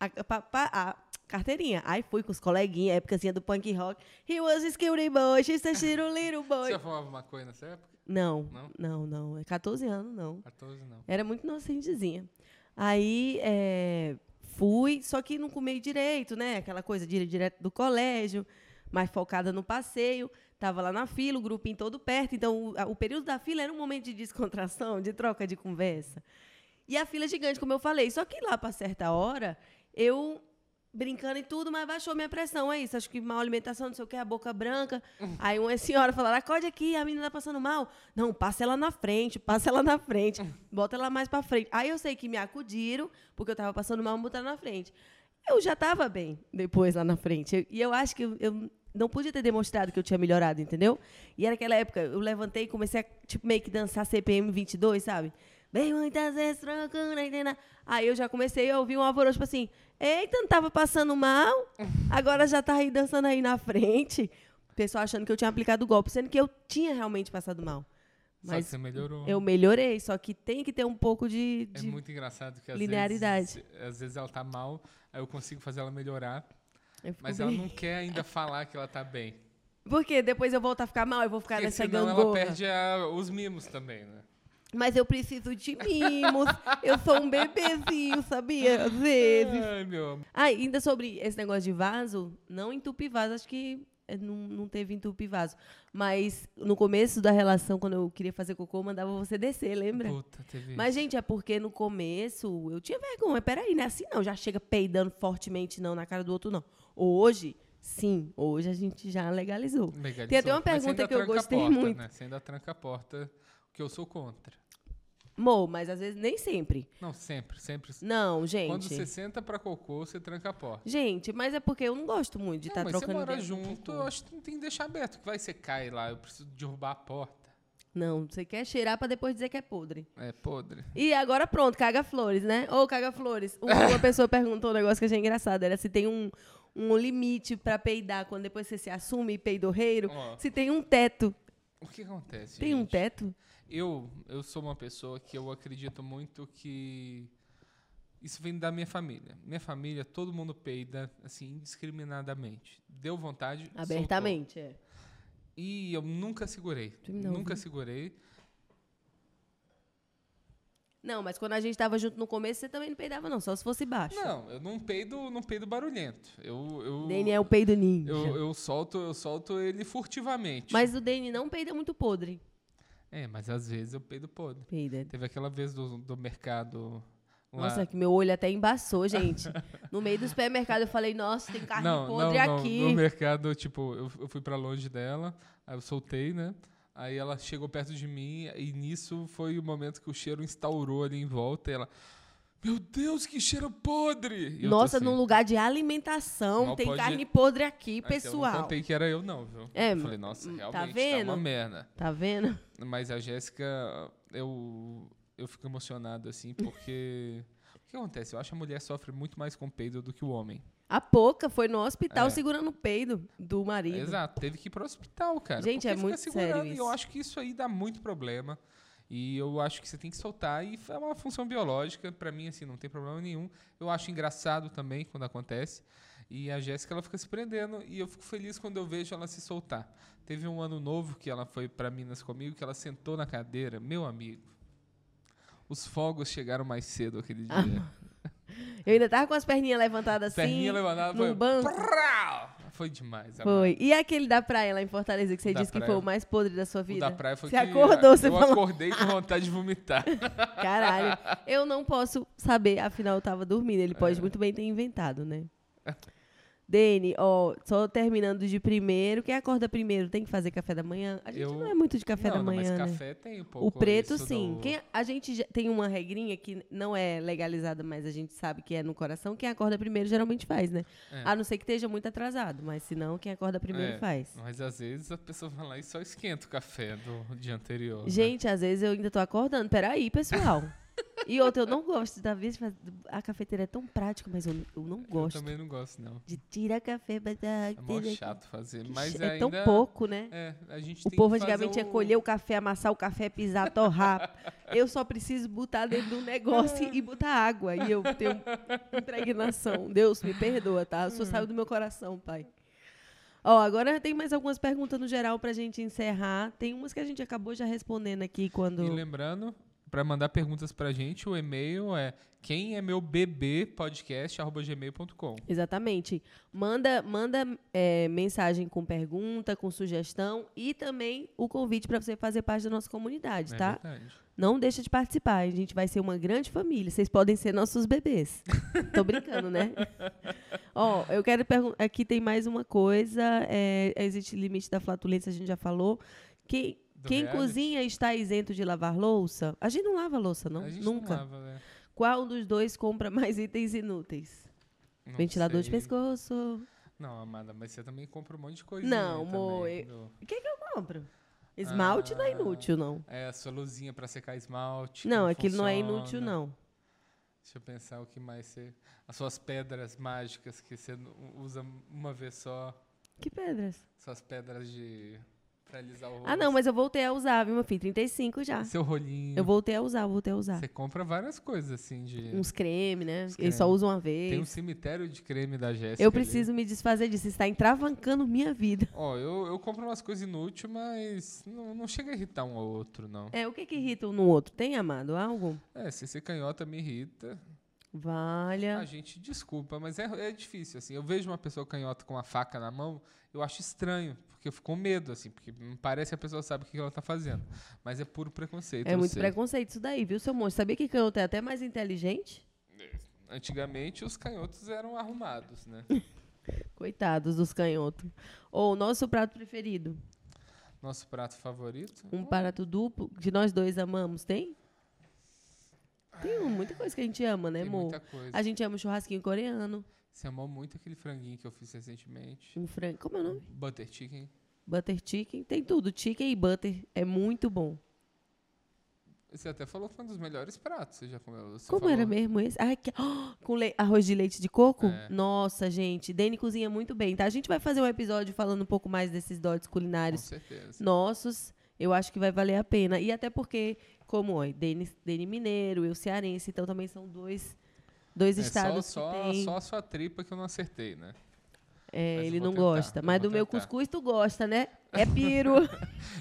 Speaker 1: a, pa- pa- a carteirinha. Aí fui com os coleguinhas, épocazinha do punk rock. He was a scary boy, she's a shitty little
Speaker 2: Você
Speaker 1: boy.
Speaker 2: fumava maconha nessa época?
Speaker 1: Não,
Speaker 2: Não?
Speaker 1: não, não. É 14 anos, não.
Speaker 2: 14 não.
Speaker 1: Era muito inocentezinha. Aí é, fui, só que não comi direito, né? Aquela coisa de ir direto do colégio, mais focada no passeio. Tava lá na fila, o grupinho todo perto. Então, o, a- o período da fila era um momento de descontração, de troca de conversa. E a fila é gigante, como eu falei. Só que lá, para certa hora, eu brincando e tudo, mas baixou minha pressão, é isso. Acho que mal alimentação, não sei o que, a boca branca. Aí uma senhora falou, acorde aqui, a menina tá passando mal. Não, passa ela na frente, passa ela na frente, bota ela mais pra frente. Aí eu sei que me acudiram, porque eu tava passando mal, me botaram na frente. Eu já tava bem depois lá na frente. Eu- E eu acho que eu, eu não podia ter demonstrado que eu tinha melhorado, entendeu? E era aquela época, eu levantei e comecei a tipo, meio que dançar CPM 22, sabe? tá Bem, muitas vezes trancando, entendeu? né, Aí eu já comecei a ouvir um alvoroço, tipo assim, eita, não tava passando mal, agora já tá aí dançando aí na frente. O pessoal achando que eu tinha aplicado o golpe, sendo que eu tinha realmente passado mal.
Speaker 2: Só que
Speaker 1: Mas
Speaker 2: você melhorou.
Speaker 1: eu melhorei, só que tem que ter um pouco de...
Speaker 2: É
Speaker 1: de-
Speaker 2: muito engraçado que às
Speaker 1: linearidade.
Speaker 2: vezes, às vezes ela tá mal, aí eu consigo fazer ela melhorar,
Speaker 1: Eu fico
Speaker 2: mas é ela
Speaker 1: bem-
Speaker 2: não quer ainda falar que ela tá bem.
Speaker 1: Porque depois eu volto a ficar mal, eu vou ficar
Speaker 2: Porque
Speaker 1: nessa
Speaker 2: senão ela
Speaker 1: gangorra.
Speaker 2: perde a- os mimos também, né?
Speaker 1: Mas eu preciso de mimos. eu sou um bebezinho, sabia? Às vezes.
Speaker 2: Ai, meu amor.
Speaker 1: Ah, e ainda sobre esse negócio de vaso, não entupir vaso, acho que é, não, não teve entupir vaso. Mas no começo da relação, quando eu queria fazer cocô, eu mandava você descer, lembra?
Speaker 2: Puta, teve
Speaker 1: Mas, gente, é porque no começo eu tinha vergonha. Peraí, não é assim não. Já chega peidando fortemente, não, na cara do outro, não. Hoje, sim. Hoje a gente já legalizou.
Speaker 2: Legalizou.
Speaker 1: Tem até uma
Speaker 2: Mas você
Speaker 1: pergunta
Speaker 2: ainda
Speaker 1: que eu
Speaker 2: tranca a
Speaker 1: gostei
Speaker 2: porta,
Speaker 1: muito.
Speaker 2: Né? Você ainda tranca a porta, que eu sou contra.
Speaker 1: Mô, mas às vezes nem sempre.
Speaker 2: Não, sempre, sempre.
Speaker 1: Não, gente.
Speaker 2: Quando você senta pra cocô, você tranca a porta.
Speaker 1: Gente, mas é porque eu não gosto muito de
Speaker 2: Não,
Speaker 1: estar
Speaker 2: mas você
Speaker 1: trocando
Speaker 2: mora
Speaker 1: ideia com
Speaker 2: junto, eu
Speaker 1: pessoa.
Speaker 2: acho que não tem que deixar aberto. Que vai você cai lá, eu preciso derrubar a porta.
Speaker 1: Não, você quer cheirar pra depois dizer que é podre.
Speaker 2: É podre.
Speaker 1: E agora pronto, caga flores, né? Ou caga flores. Um- Uma pessoa perguntou um negócio que eu achei engraçado. Era se tem um, um limite pra peidar quando depois você se assume peidorreiro.
Speaker 2: Ó.
Speaker 1: Se tem um teto.
Speaker 2: O que acontece?
Speaker 1: Tem um
Speaker 2: gente?
Speaker 1: teto?
Speaker 2: Eu, eu sou uma pessoa que eu acredito muito que isso vem da minha família. Minha família, todo mundo peida, assim, indiscriminadamente. Deu vontade, soltou.
Speaker 1: Abertamente, é.
Speaker 2: E eu nunca segurei.
Speaker 1: Tu não,
Speaker 2: nunca segurei.
Speaker 1: Não, mas quando a gente tava junto no começo, você também não peidava, não. Só se fosse baixo.
Speaker 2: Não, eu não peido, não peido barulhento. Eu, eu,
Speaker 1: Daniel é peido ninja.
Speaker 2: eu, eu solto, eu solto ele furtivamente.
Speaker 1: Mas o Dani não peida muito podre.
Speaker 2: É, mas às vezes eu peido podre.
Speaker 1: Peida.
Speaker 2: Teve aquela vez do, do mercado lá.
Speaker 1: Nossa, que meu olho até embaçou, gente. No meio do supermercado eu falei, nossa, tem carne
Speaker 2: não,
Speaker 1: podre
Speaker 2: não, não.
Speaker 1: aqui.
Speaker 2: No mercado, tipo, eu, eu fui pra longe dela, aí eu soltei, né? Aí ela chegou perto de mim e nisso foi o momento que o cheiro instaurou ali em volta. E ela, meu Deus, que cheiro podre! E eu tô
Speaker 1: Nossa,
Speaker 2: assim,
Speaker 1: num lugar de alimentação,
Speaker 2: Mal
Speaker 1: tem
Speaker 2: pode-
Speaker 1: carne podre aqui,
Speaker 2: "Ah, então Eu não
Speaker 1: pessoal.
Speaker 2: contei que era eu não, viu?
Speaker 1: É,
Speaker 2: eu falei, nossa,
Speaker 1: hum, tá
Speaker 2: realmente
Speaker 1: vendo?
Speaker 2: uma merda.
Speaker 1: Tá vendo?
Speaker 2: Mas a Jéssica, eu, eu fico emocionado, assim, porque... o que acontece? Eu acho que a mulher sofre muito mais com peido do que o homem.
Speaker 1: A pouca foi no hospital
Speaker 2: É.
Speaker 1: segurando o peido do marido.
Speaker 2: Exato, teve que ir pro hospital, cara.
Speaker 1: Gente,
Speaker 2: porque
Speaker 1: é
Speaker 2: fica
Speaker 1: muito
Speaker 2: segurando,
Speaker 1: sério
Speaker 2: e
Speaker 1: isso.
Speaker 2: Eu acho que isso aí dá muito problema. E eu acho que você tem que soltar. E é uma função biológica. Pra mim, assim, não tem problema nenhum. Eu acho engraçado também quando acontece. E a Jéssica, ela fica se prendendo. E eu fico feliz quando eu vejo ela se soltar. Teve um ano novo que ela foi pra Minas comigo, que ela sentou na cadeira. Meu amigo. Os fogos chegaram mais cedo aquele dia.
Speaker 1: Eu ainda tava com as perninhas levantadas assim.
Speaker 2: Perninha levantada
Speaker 1: num
Speaker 2: foi.
Speaker 1: banco.
Speaker 2: Prau! Foi demais. amado.
Speaker 1: Foi. E aquele da praia lá em Fortaleza que você
Speaker 2: né? Da
Speaker 1: disse que
Speaker 2: praia.
Speaker 1: foi o mais podre da sua
Speaker 2: O
Speaker 1: vida?
Speaker 2: da praia foi
Speaker 1: você
Speaker 2: que é,
Speaker 1: acordou, você
Speaker 2: eu
Speaker 1: falou,
Speaker 2: acordei com vontade de vomitar.
Speaker 1: caralho, eu não posso saber, afinal eu tava dormindo, ele
Speaker 2: É.
Speaker 1: pode muito bem ter inventado, né? Dene, ó, só terminando de primeiro, quem acorda primeiro tem que fazer café da manhã? A gente
Speaker 2: Eu-
Speaker 1: não é muito de café
Speaker 2: não,
Speaker 1: da
Speaker 2: não,
Speaker 1: manhã,
Speaker 2: mas
Speaker 1: né?
Speaker 2: café tem um pouco.
Speaker 1: O preto,
Speaker 2: isso
Speaker 1: sim.
Speaker 2: do-
Speaker 1: Quem, é a gente já- tem uma regrinha que não é legalizada, mas a gente sabe que é no coração. Quem acorda primeiro geralmente faz, né?
Speaker 2: É.
Speaker 1: A não ser que esteja muito atrasado, mas se não, quem acorda primeiro
Speaker 2: É,
Speaker 1: faz.
Speaker 2: Mas às vezes a pessoa vai lá e só esquenta o café do dia anterior. né?
Speaker 1: Gente, às vezes eu ainda tô acordando. Peraí, pessoal. E outra, eu não gosto da vez, mas a cafeteira é tão prática, mas eu, eu não gosto.
Speaker 2: Eu também não gosto, não.
Speaker 1: De tirar café, mas ah,
Speaker 2: É mó chato fazer. Mas
Speaker 1: é
Speaker 2: ainda...
Speaker 1: tão pouco, né?
Speaker 2: É, a gente
Speaker 1: O
Speaker 2: tem
Speaker 1: povo
Speaker 2: que fazer um
Speaker 1: antigamente
Speaker 2: o...
Speaker 1: ia colher o café, amassar o café, pisar, torrar. eu só preciso botar dentro de um negócio e botar água. E eu tenho impregnação. Deus me perdoa, tá?
Speaker 2: Hum.
Speaker 1: Isso saiu do meu coração, pai. Ó, agora tem mais algumas perguntas no geral pra gente encerrar. Tem umas que a gente acabou já respondendo aqui quando.
Speaker 2: E lembrando, para mandar perguntas pra gente, o e-mail é quem é meu bebê podcast@gmail.com.
Speaker 1: Exatamente. Manda, manda é, mensagem com pergunta, com sugestão e também o convite pra você fazer parte da nossa comunidade,
Speaker 2: É
Speaker 1: tá?
Speaker 2: verdade.
Speaker 1: Não deixa de participar, a gente vai ser uma grande família. Vocês podem ser nossos bebês. Tô brincando, né? Ó, eu quero perguntar. Aqui tem mais uma coisa. é, existe limite da flatulência, a gente já falou. Quem,
Speaker 2: Do
Speaker 1: quem
Speaker 2: reality?
Speaker 1: cozinha está isento de lavar louça? A gente não lava louça, não?
Speaker 2: A gente
Speaker 1: Nunca.
Speaker 2: Não lava, né?
Speaker 1: Qual dos dois compra mais itens inúteis?
Speaker 2: Não
Speaker 1: Ventilador de
Speaker 2: sei.
Speaker 1: pescoço.
Speaker 2: Não, Amanda, mas você também compra um monte de coisinha.
Speaker 1: Não,
Speaker 2: aí
Speaker 1: amor,
Speaker 2: também,
Speaker 1: eu-
Speaker 2: do-
Speaker 1: O que, que eu compro? Esmalte não é
Speaker 2: Ah.
Speaker 1: inútil, não.
Speaker 2: É, a sua luzinha pra secar esmalte. que
Speaker 1: Não, aquilo não é inútil,
Speaker 2: funciona.
Speaker 1: não.
Speaker 2: Deixa eu pensar o que mais você. As suas pedras mágicas que você não- usa uma vez só.
Speaker 1: Que pedras?
Speaker 2: Suas pedras de. pra alisar o rosto.
Speaker 1: Ah, não, mas eu voltei a usar, viu, meu filho? 35 já.
Speaker 2: Seu rolinho.
Speaker 1: Eu voltei a usar, voltei a usar.
Speaker 2: Você compra várias coisas assim de.
Speaker 1: Uns creme, né?
Speaker 2: Uns
Speaker 1: Eu só
Speaker 2: creme.
Speaker 1: uso uma vez.
Speaker 2: Tem um cemitério de creme da Jéssica.
Speaker 1: eu
Speaker 2: ali.
Speaker 1: preciso me desfazer disso. Está entravancando minha vida.
Speaker 2: Ó, eu, eu compro umas coisas inúteis, mas não, não chega a irritar um ao outro, não.
Speaker 1: É, o que que irrita um no outro? Tem, amado? Algo?
Speaker 2: É, se ser canhota me irrita. A
Speaker 1: Valha.
Speaker 2: Ah, gente desculpa, mas é, é difícil, assim. Eu vejo uma pessoa canhota com uma faca na mão, eu acho estranho, porque eu fico com medo, assim, porque me parece que a pessoa sabe o que ela tá fazendo. Mas é puro preconceito.
Speaker 1: É
Speaker 2: eu
Speaker 1: muito
Speaker 2: sei.
Speaker 1: preconceito isso daí, viu, seu monstro? Sabia que canhoto é até mais inteligente?
Speaker 2: Antigamente os canhotos eram arrumados, né?
Speaker 1: Coitados dos canhotos. Ou o nosso prato preferido?
Speaker 2: Nosso prato favorito?
Speaker 1: Um prato duplo que nós dois amamos, tem? Tem um, muita coisa que a gente ama, né,
Speaker 2: Tem
Speaker 1: amor?
Speaker 2: muita coisa.
Speaker 1: A gente ama o churrasquinho coreano,
Speaker 2: Você amou muito aquele franguinho que eu fiz recentemente.
Speaker 1: um frango. Como é o nome?
Speaker 2: Butter chicken.
Speaker 1: Butter chicken, tem tudo. Chicken e butter é muito bom.
Speaker 2: Você até falou que foi um dos melhores pratos. Você já comeu? Você
Speaker 1: Como
Speaker 2: falou.
Speaker 1: era mesmo esse? Ai, que... Ah, com le- arroz de leite de coco?
Speaker 2: É.
Speaker 1: Nossa, gente. Dani cozinha muito bem, tá? A gente vai fazer um episódio falando um pouco mais desses dotes
Speaker 2: Com
Speaker 1: culinários
Speaker 2: certeza.
Speaker 1: nossos. Eu acho que vai valer a pena. E até porque, como ó, Dani, Dani Mineiro, eu cearense, então também são dois, dois
Speaker 2: É,
Speaker 1: estados
Speaker 2: só,
Speaker 1: que
Speaker 2: só,
Speaker 1: tem.
Speaker 2: só a sua tripa que eu não acertei, né?
Speaker 1: É,
Speaker 2: mas eu
Speaker 1: ele
Speaker 2: vou
Speaker 1: não
Speaker 2: tentar,
Speaker 1: gosta.
Speaker 2: eu
Speaker 1: Mas
Speaker 2: vou
Speaker 1: do meu
Speaker 2: tentar.
Speaker 1: cuscuz tu gosta, né? É piro.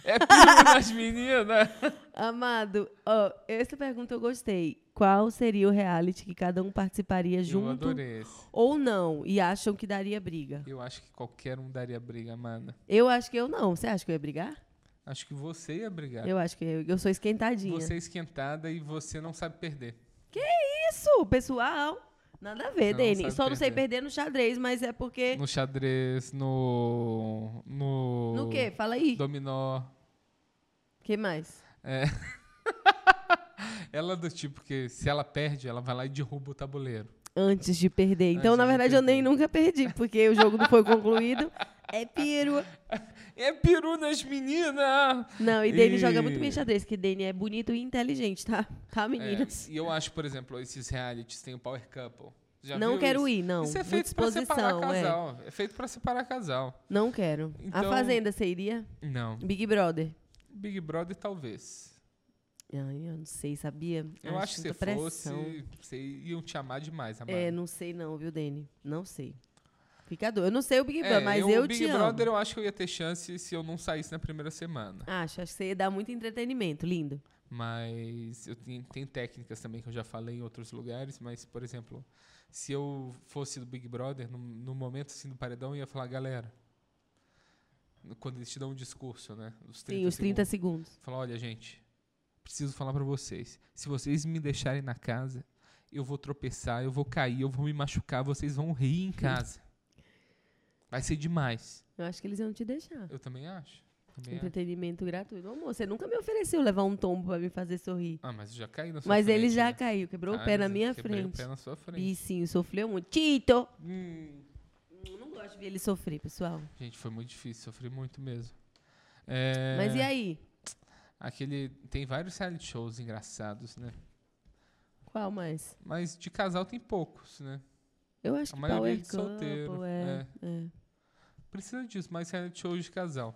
Speaker 2: É piro das meninas!
Speaker 1: Amado, ó, essa pergunta eu gostei. Qual seria o reality que cada um participaria
Speaker 2: Eu
Speaker 1: junto
Speaker 2: adorei esse.
Speaker 1: ou não e acham que daria briga?
Speaker 2: Eu acho que qualquer um daria briga, mana.
Speaker 1: Eu acho que eu não. Você acha que eu ia brigar?
Speaker 2: Acho que você ia brigar.
Speaker 1: Eu acho que eu, eu sou esquentadinha.
Speaker 2: Você é esquentada e você não sabe perder.
Speaker 1: Isso, pessoal. Nada a ver,
Speaker 2: Não
Speaker 1: Dani.
Speaker 2: sabe
Speaker 1: Só não sei
Speaker 2: perder.
Speaker 1: perder no xadrez, mas é porque.
Speaker 2: No xadrez, no. No.
Speaker 1: No quê? Fala aí.
Speaker 2: Dominó.
Speaker 1: que mais?
Speaker 2: Ela é do tipo que se ela perde, ela vai lá e derruba o tabuleiro.
Speaker 1: Antes de perder. Então,
Speaker 2: Antes
Speaker 1: na
Speaker 2: de
Speaker 1: verdade, eu nem
Speaker 2: perder.
Speaker 1: nunca perdi, porque o jogo não foi concluído. É peru.
Speaker 2: É peru das meninas!
Speaker 1: Não, e Dani
Speaker 2: E-
Speaker 1: joga muito bem xadrez, que Dani é bonito e inteligente, tá? Tá, meninas?
Speaker 2: É, e eu acho, por exemplo, esses realities tem o Power Couple. Já
Speaker 1: Não
Speaker 2: viu
Speaker 1: quero
Speaker 2: isso?
Speaker 1: ir, não.
Speaker 2: Isso é
Speaker 1: Muita
Speaker 2: feito pra separar
Speaker 1: exposição, é.
Speaker 2: casal. É. feito pra separar casal.
Speaker 1: Não quero. A
Speaker 2: Então-
Speaker 1: Fazenda você iria?
Speaker 2: Não.
Speaker 1: Big Brother.
Speaker 2: Big Brother talvez.
Speaker 1: Ai, eu não sei, sabia?
Speaker 2: Eu acho, que se
Speaker 1: muita
Speaker 2: você
Speaker 1: pressão.
Speaker 2: fosse, ah, você iam te amar demais, amado.
Speaker 1: É, não sei não, viu, Dani? Não sei. Fica doido. Eu não sei o Big Brother, mas eu,
Speaker 2: É, o Big
Speaker 1: te
Speaker 2: Brother
Speaker 1: amo.
Speaker 2: eu acho que eu ia ter chance se eu não saísse na primeira semana.
Speaker 1: Acho, acho que você ia dar muito entretenimento, lindo.
Speaker 2: Mas eu tenho, tem técnicas também que eu já falei em outros lugares, mas, por exemplo, se eu fosse do Big Brother, no, no momento assim do paredão, eu ia falar, galera. no- Quando eles te dão um discurso, né? Os
Speaker 1: Sim, os 30 segundos.
Speaker 2: Falar, olha, gente, preciso falar pra vocês. Se vocês me deixarem na casa, eu vou tropeçar, eu vou cair, eu vou me machucar, vocês vão rir em casa. Vai ser demais.
Speaker 1: Eu acho que eles iam te deixar.
Speaker 2: Eu também acho. Também acho.
Speaker 1: Entretenimento gratuito. Ô, Amor, você nunca me ofereceu levar um tombo pra me fazer sorrir.
Speaker 2: Ah, mas eu já caí na sua
Speaker 1: Mas
Speaker 2: frente.
Speaker 1: ele já
Speaker 2: né?
Speaker 1: caiu, quebrou
Speaker 2: Ah,
Speaker 1: o pé na
Speaker 2: mas eu
Speaker 1: minha
Speaker 2: quebrei
Speaker 1: frente.
Speaker 2: o pé na sua frente.
Speaker 1: Bichinho, sofreu muito. Tito!
Speaker 2: Hum.
Speaker 1: Não gosto de ver ele sofrer, pessoal.
Speaker 2: Gente, foi muito difícil, sofri muito mesmo. É,
Speaker 1: Mas e aí?
Speaker 2: Aquele, tem vários reality shows engraçados, né?
Speaker 1: Qual mais?
Speaker 2: Mas de casal tem poucos, né?
Speaker 1: Eu acho
Speaker 2: A
Speaker 1: que
Speaker 2: maioria
Speaker 1: Power
Speaker 2: é de
Speaker 1: Couple
Speaker 2: solteiro,
Speaker 1: é, é.
Speaker 2: Precisa disso, mais reality show de casal.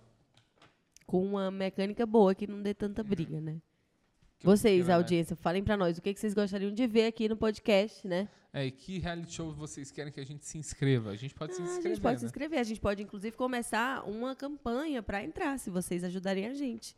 Speaker 1: Com uma mecânica boa que não dê tanta briga, né?
Speaker 2: É. Que eu
Speaker 1: Vocês,
Speaker 2: queira, né?
Speaker 1: audiência, falem pra nós o que que vocês gostariam de ver aqui no podcast, né?
Speaker 2: É, e que reality show vocês querem que a gente se inscreva? A gente pode se
Speaker 1: Ah,
Speaker 2: inscrever.
Speaker 1: a gente pode se
Speaker 2: né?
Speaker 1: inscrever. A gente pode, inclusive, começar uma campanha pra entrar, se vocês ajudarem a gente.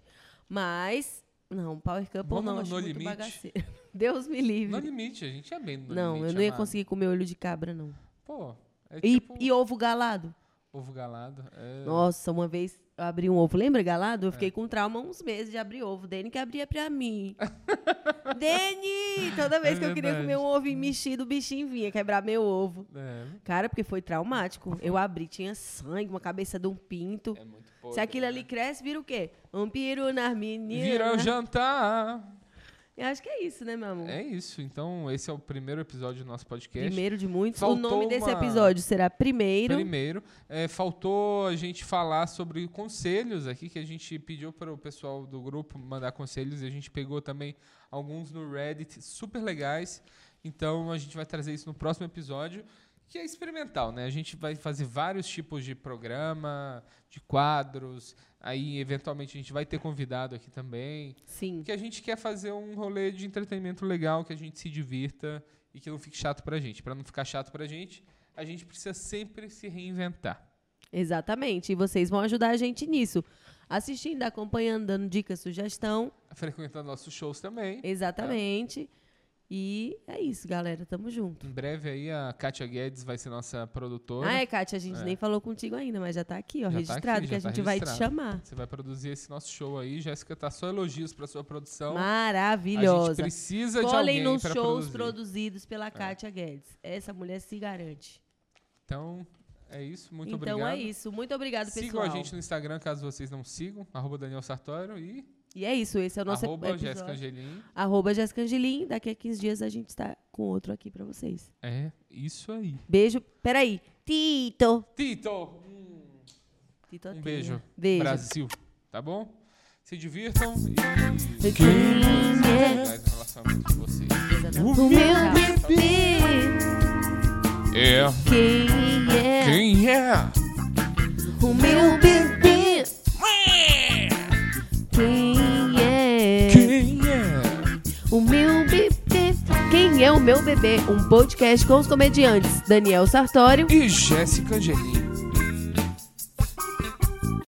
Speaker 1: Mas, não, Power Couple
Speaker 2: Vamos
Speaker 1: não,
Speaker 2: no
Speaker 1: acho
Speaker 2: No
Speaker 1: muito
Speaker 2: Limite?
Speaker 1: bagaceiro. Deus me livre.
Speaker 2: No limite, a gente é bem no
Speaker 1: não,
Speaker 2: limite.
Speaker 1: eu não ia
Speaker 2: amado.
Speaker 1: conseguir comer olho de cabra, não.
Speaker 2: Pô, é
Speaker 1: E-
Speaker 2: tipo
Speaker 1: E, ovo galado.
Speaker 2: ovo galado. É...
Speaker 1: Nossa, uma vez eu abri um ovo. Lembra galado? Eu fiquei com trauma uns meses de abrir ovo. Dene que abria pra mim. Dene! Toda vez
Speaker 2: É
Speaker 1: que eu queria
Speaker 2: verdade.
Speaker 1: comer um ovo mexido, o bichinho vinha quebrar meu ovo.
Speaker 2: É,
Speaker 1: Cara, porque foi traumático. Eu abri, tinha sangue, uma cabeça de um pinto.
Speaker 2: é muito pouco.
Speaker 1: Se aquilo ali né? cresce, vira o quê? Um peru nas meninas.
Speaker 2: Virou jantar.
Speaker 1: Eu acho que é isso, né, meu amor?
Speaker 2: um É isso. Então, esse é o primeiro episódio do nosso podcast.
Speaker 1: Primeiro de muitos. o
Speaker 2: Faltou
Speaker 1: nome desse
Speaker 2: uma-
Speaker 1: episódio será Primeiro.
Speaker 2: Primeiro, é, faltou a gente falar sobre conselhos aqui, que a gente pediu para o pessoal do grupo mandar conselhos e a gente pegou também alguns no Reddit super legais. Então a gente vai trazer isso no próximo episódio, que é experimental, né? A gente vai fazer vários tipos de programa, de quadros, aí eventualmente a gente vai ter convidado aqui também.
Speaker 1: Sim.
Speaker 2: Porque a gente quer fazer um rolê de entretenimento legal, que a gente se divirta e que não fique chato pra gente. Pra não ficar chato pra gente, a gente precisa sempre se reinventar.
Speaker 1: Exatamente. E vocês vão ajudar a gente nisso. Assistindo, acompanhando, dando dica, sugestão.
Speaker 2: Tá Frequentando nossos shows também.
Speaker 1: Exatamente. E é isso, galera. Tamo junto.
Speaker 2: Em breve aí a Kátia Guedes vai ser nossa produtora.
Speaker 1: Ah, é, Kátia, a gente
Speaker 2: É.
Speaker 1: nem falou contigo ainda, mas já tá aqui, ó,
Speaker 2: Já tá
Speaker 1: registrado,
Speaker 2: aqui,
Speaker 1: que
Speaker 2: já
Speaker 1: a
Speaker 2: tá
Speaker 1: gente vai te
Speaker 2: registrado.
Speaker 1: chamar.
Speaker 2: Você vai produzir esse nosso show aí. Jéssica tá só elogios pra sua produção. Então, A gente
Speaker 1: Maravilhosa.
Speaker 2: precisa de
Speaker 1: Colhem
Speaker 2: alguém
Speaker 1: nos
Speaker 2: pra
Speaker 1: shows
Speaker 2: produzir. É.
Speaker 1: produzidos pela Kátia Guedes. Essa mulher se garante.
Speaker 2: Então, é isso. Muito
Speaker 1: então
Speaker 2: obrigado.
Speaker 1: é isso. Muito obrigado,
Speaker 2: Sigam
Speaker 1: pessoal.
Speaker 2: a gente no Instagram, caso vocês não sigam. Arroba Daniel Sartório e
Speaker 1: E é isso. Esse é o nosso
Speaker 2: arroba
Speaker 1: episódio.
Speaker 2: Jéssica Angelim.
Speaker 1: Arroba Jéssica Angelim. Daqui a 15 dias a gente está com outro aqui pra vocês.
Speaker 2: É isso aí.
Speaker 1: Beijo. Peraí. Tito.
Speaker 2: Tito,
Speaker 1: Tito
Speaker 2: um
Speaker 1: Atena.
Speaker 2: beijo.
Speaker 1: Hum. Beijo.
Speaker 2: Brasil, tá bom? Se divirtam e é
Speaker 1: Eu tenho
Speaker 2: legais no relacionamento de vocês.
Speaker 1: é O meu
Speaker 2: É. Quem é?
Speaker 1: O meu bebê. Quem é?
Speaker 2: Quem é?
Speaker 1: O meu bebê. Quem é o meu bebê? Um podcast com os comediantes Daniel Sartório
Speaker 2: E Jéssica Angelim.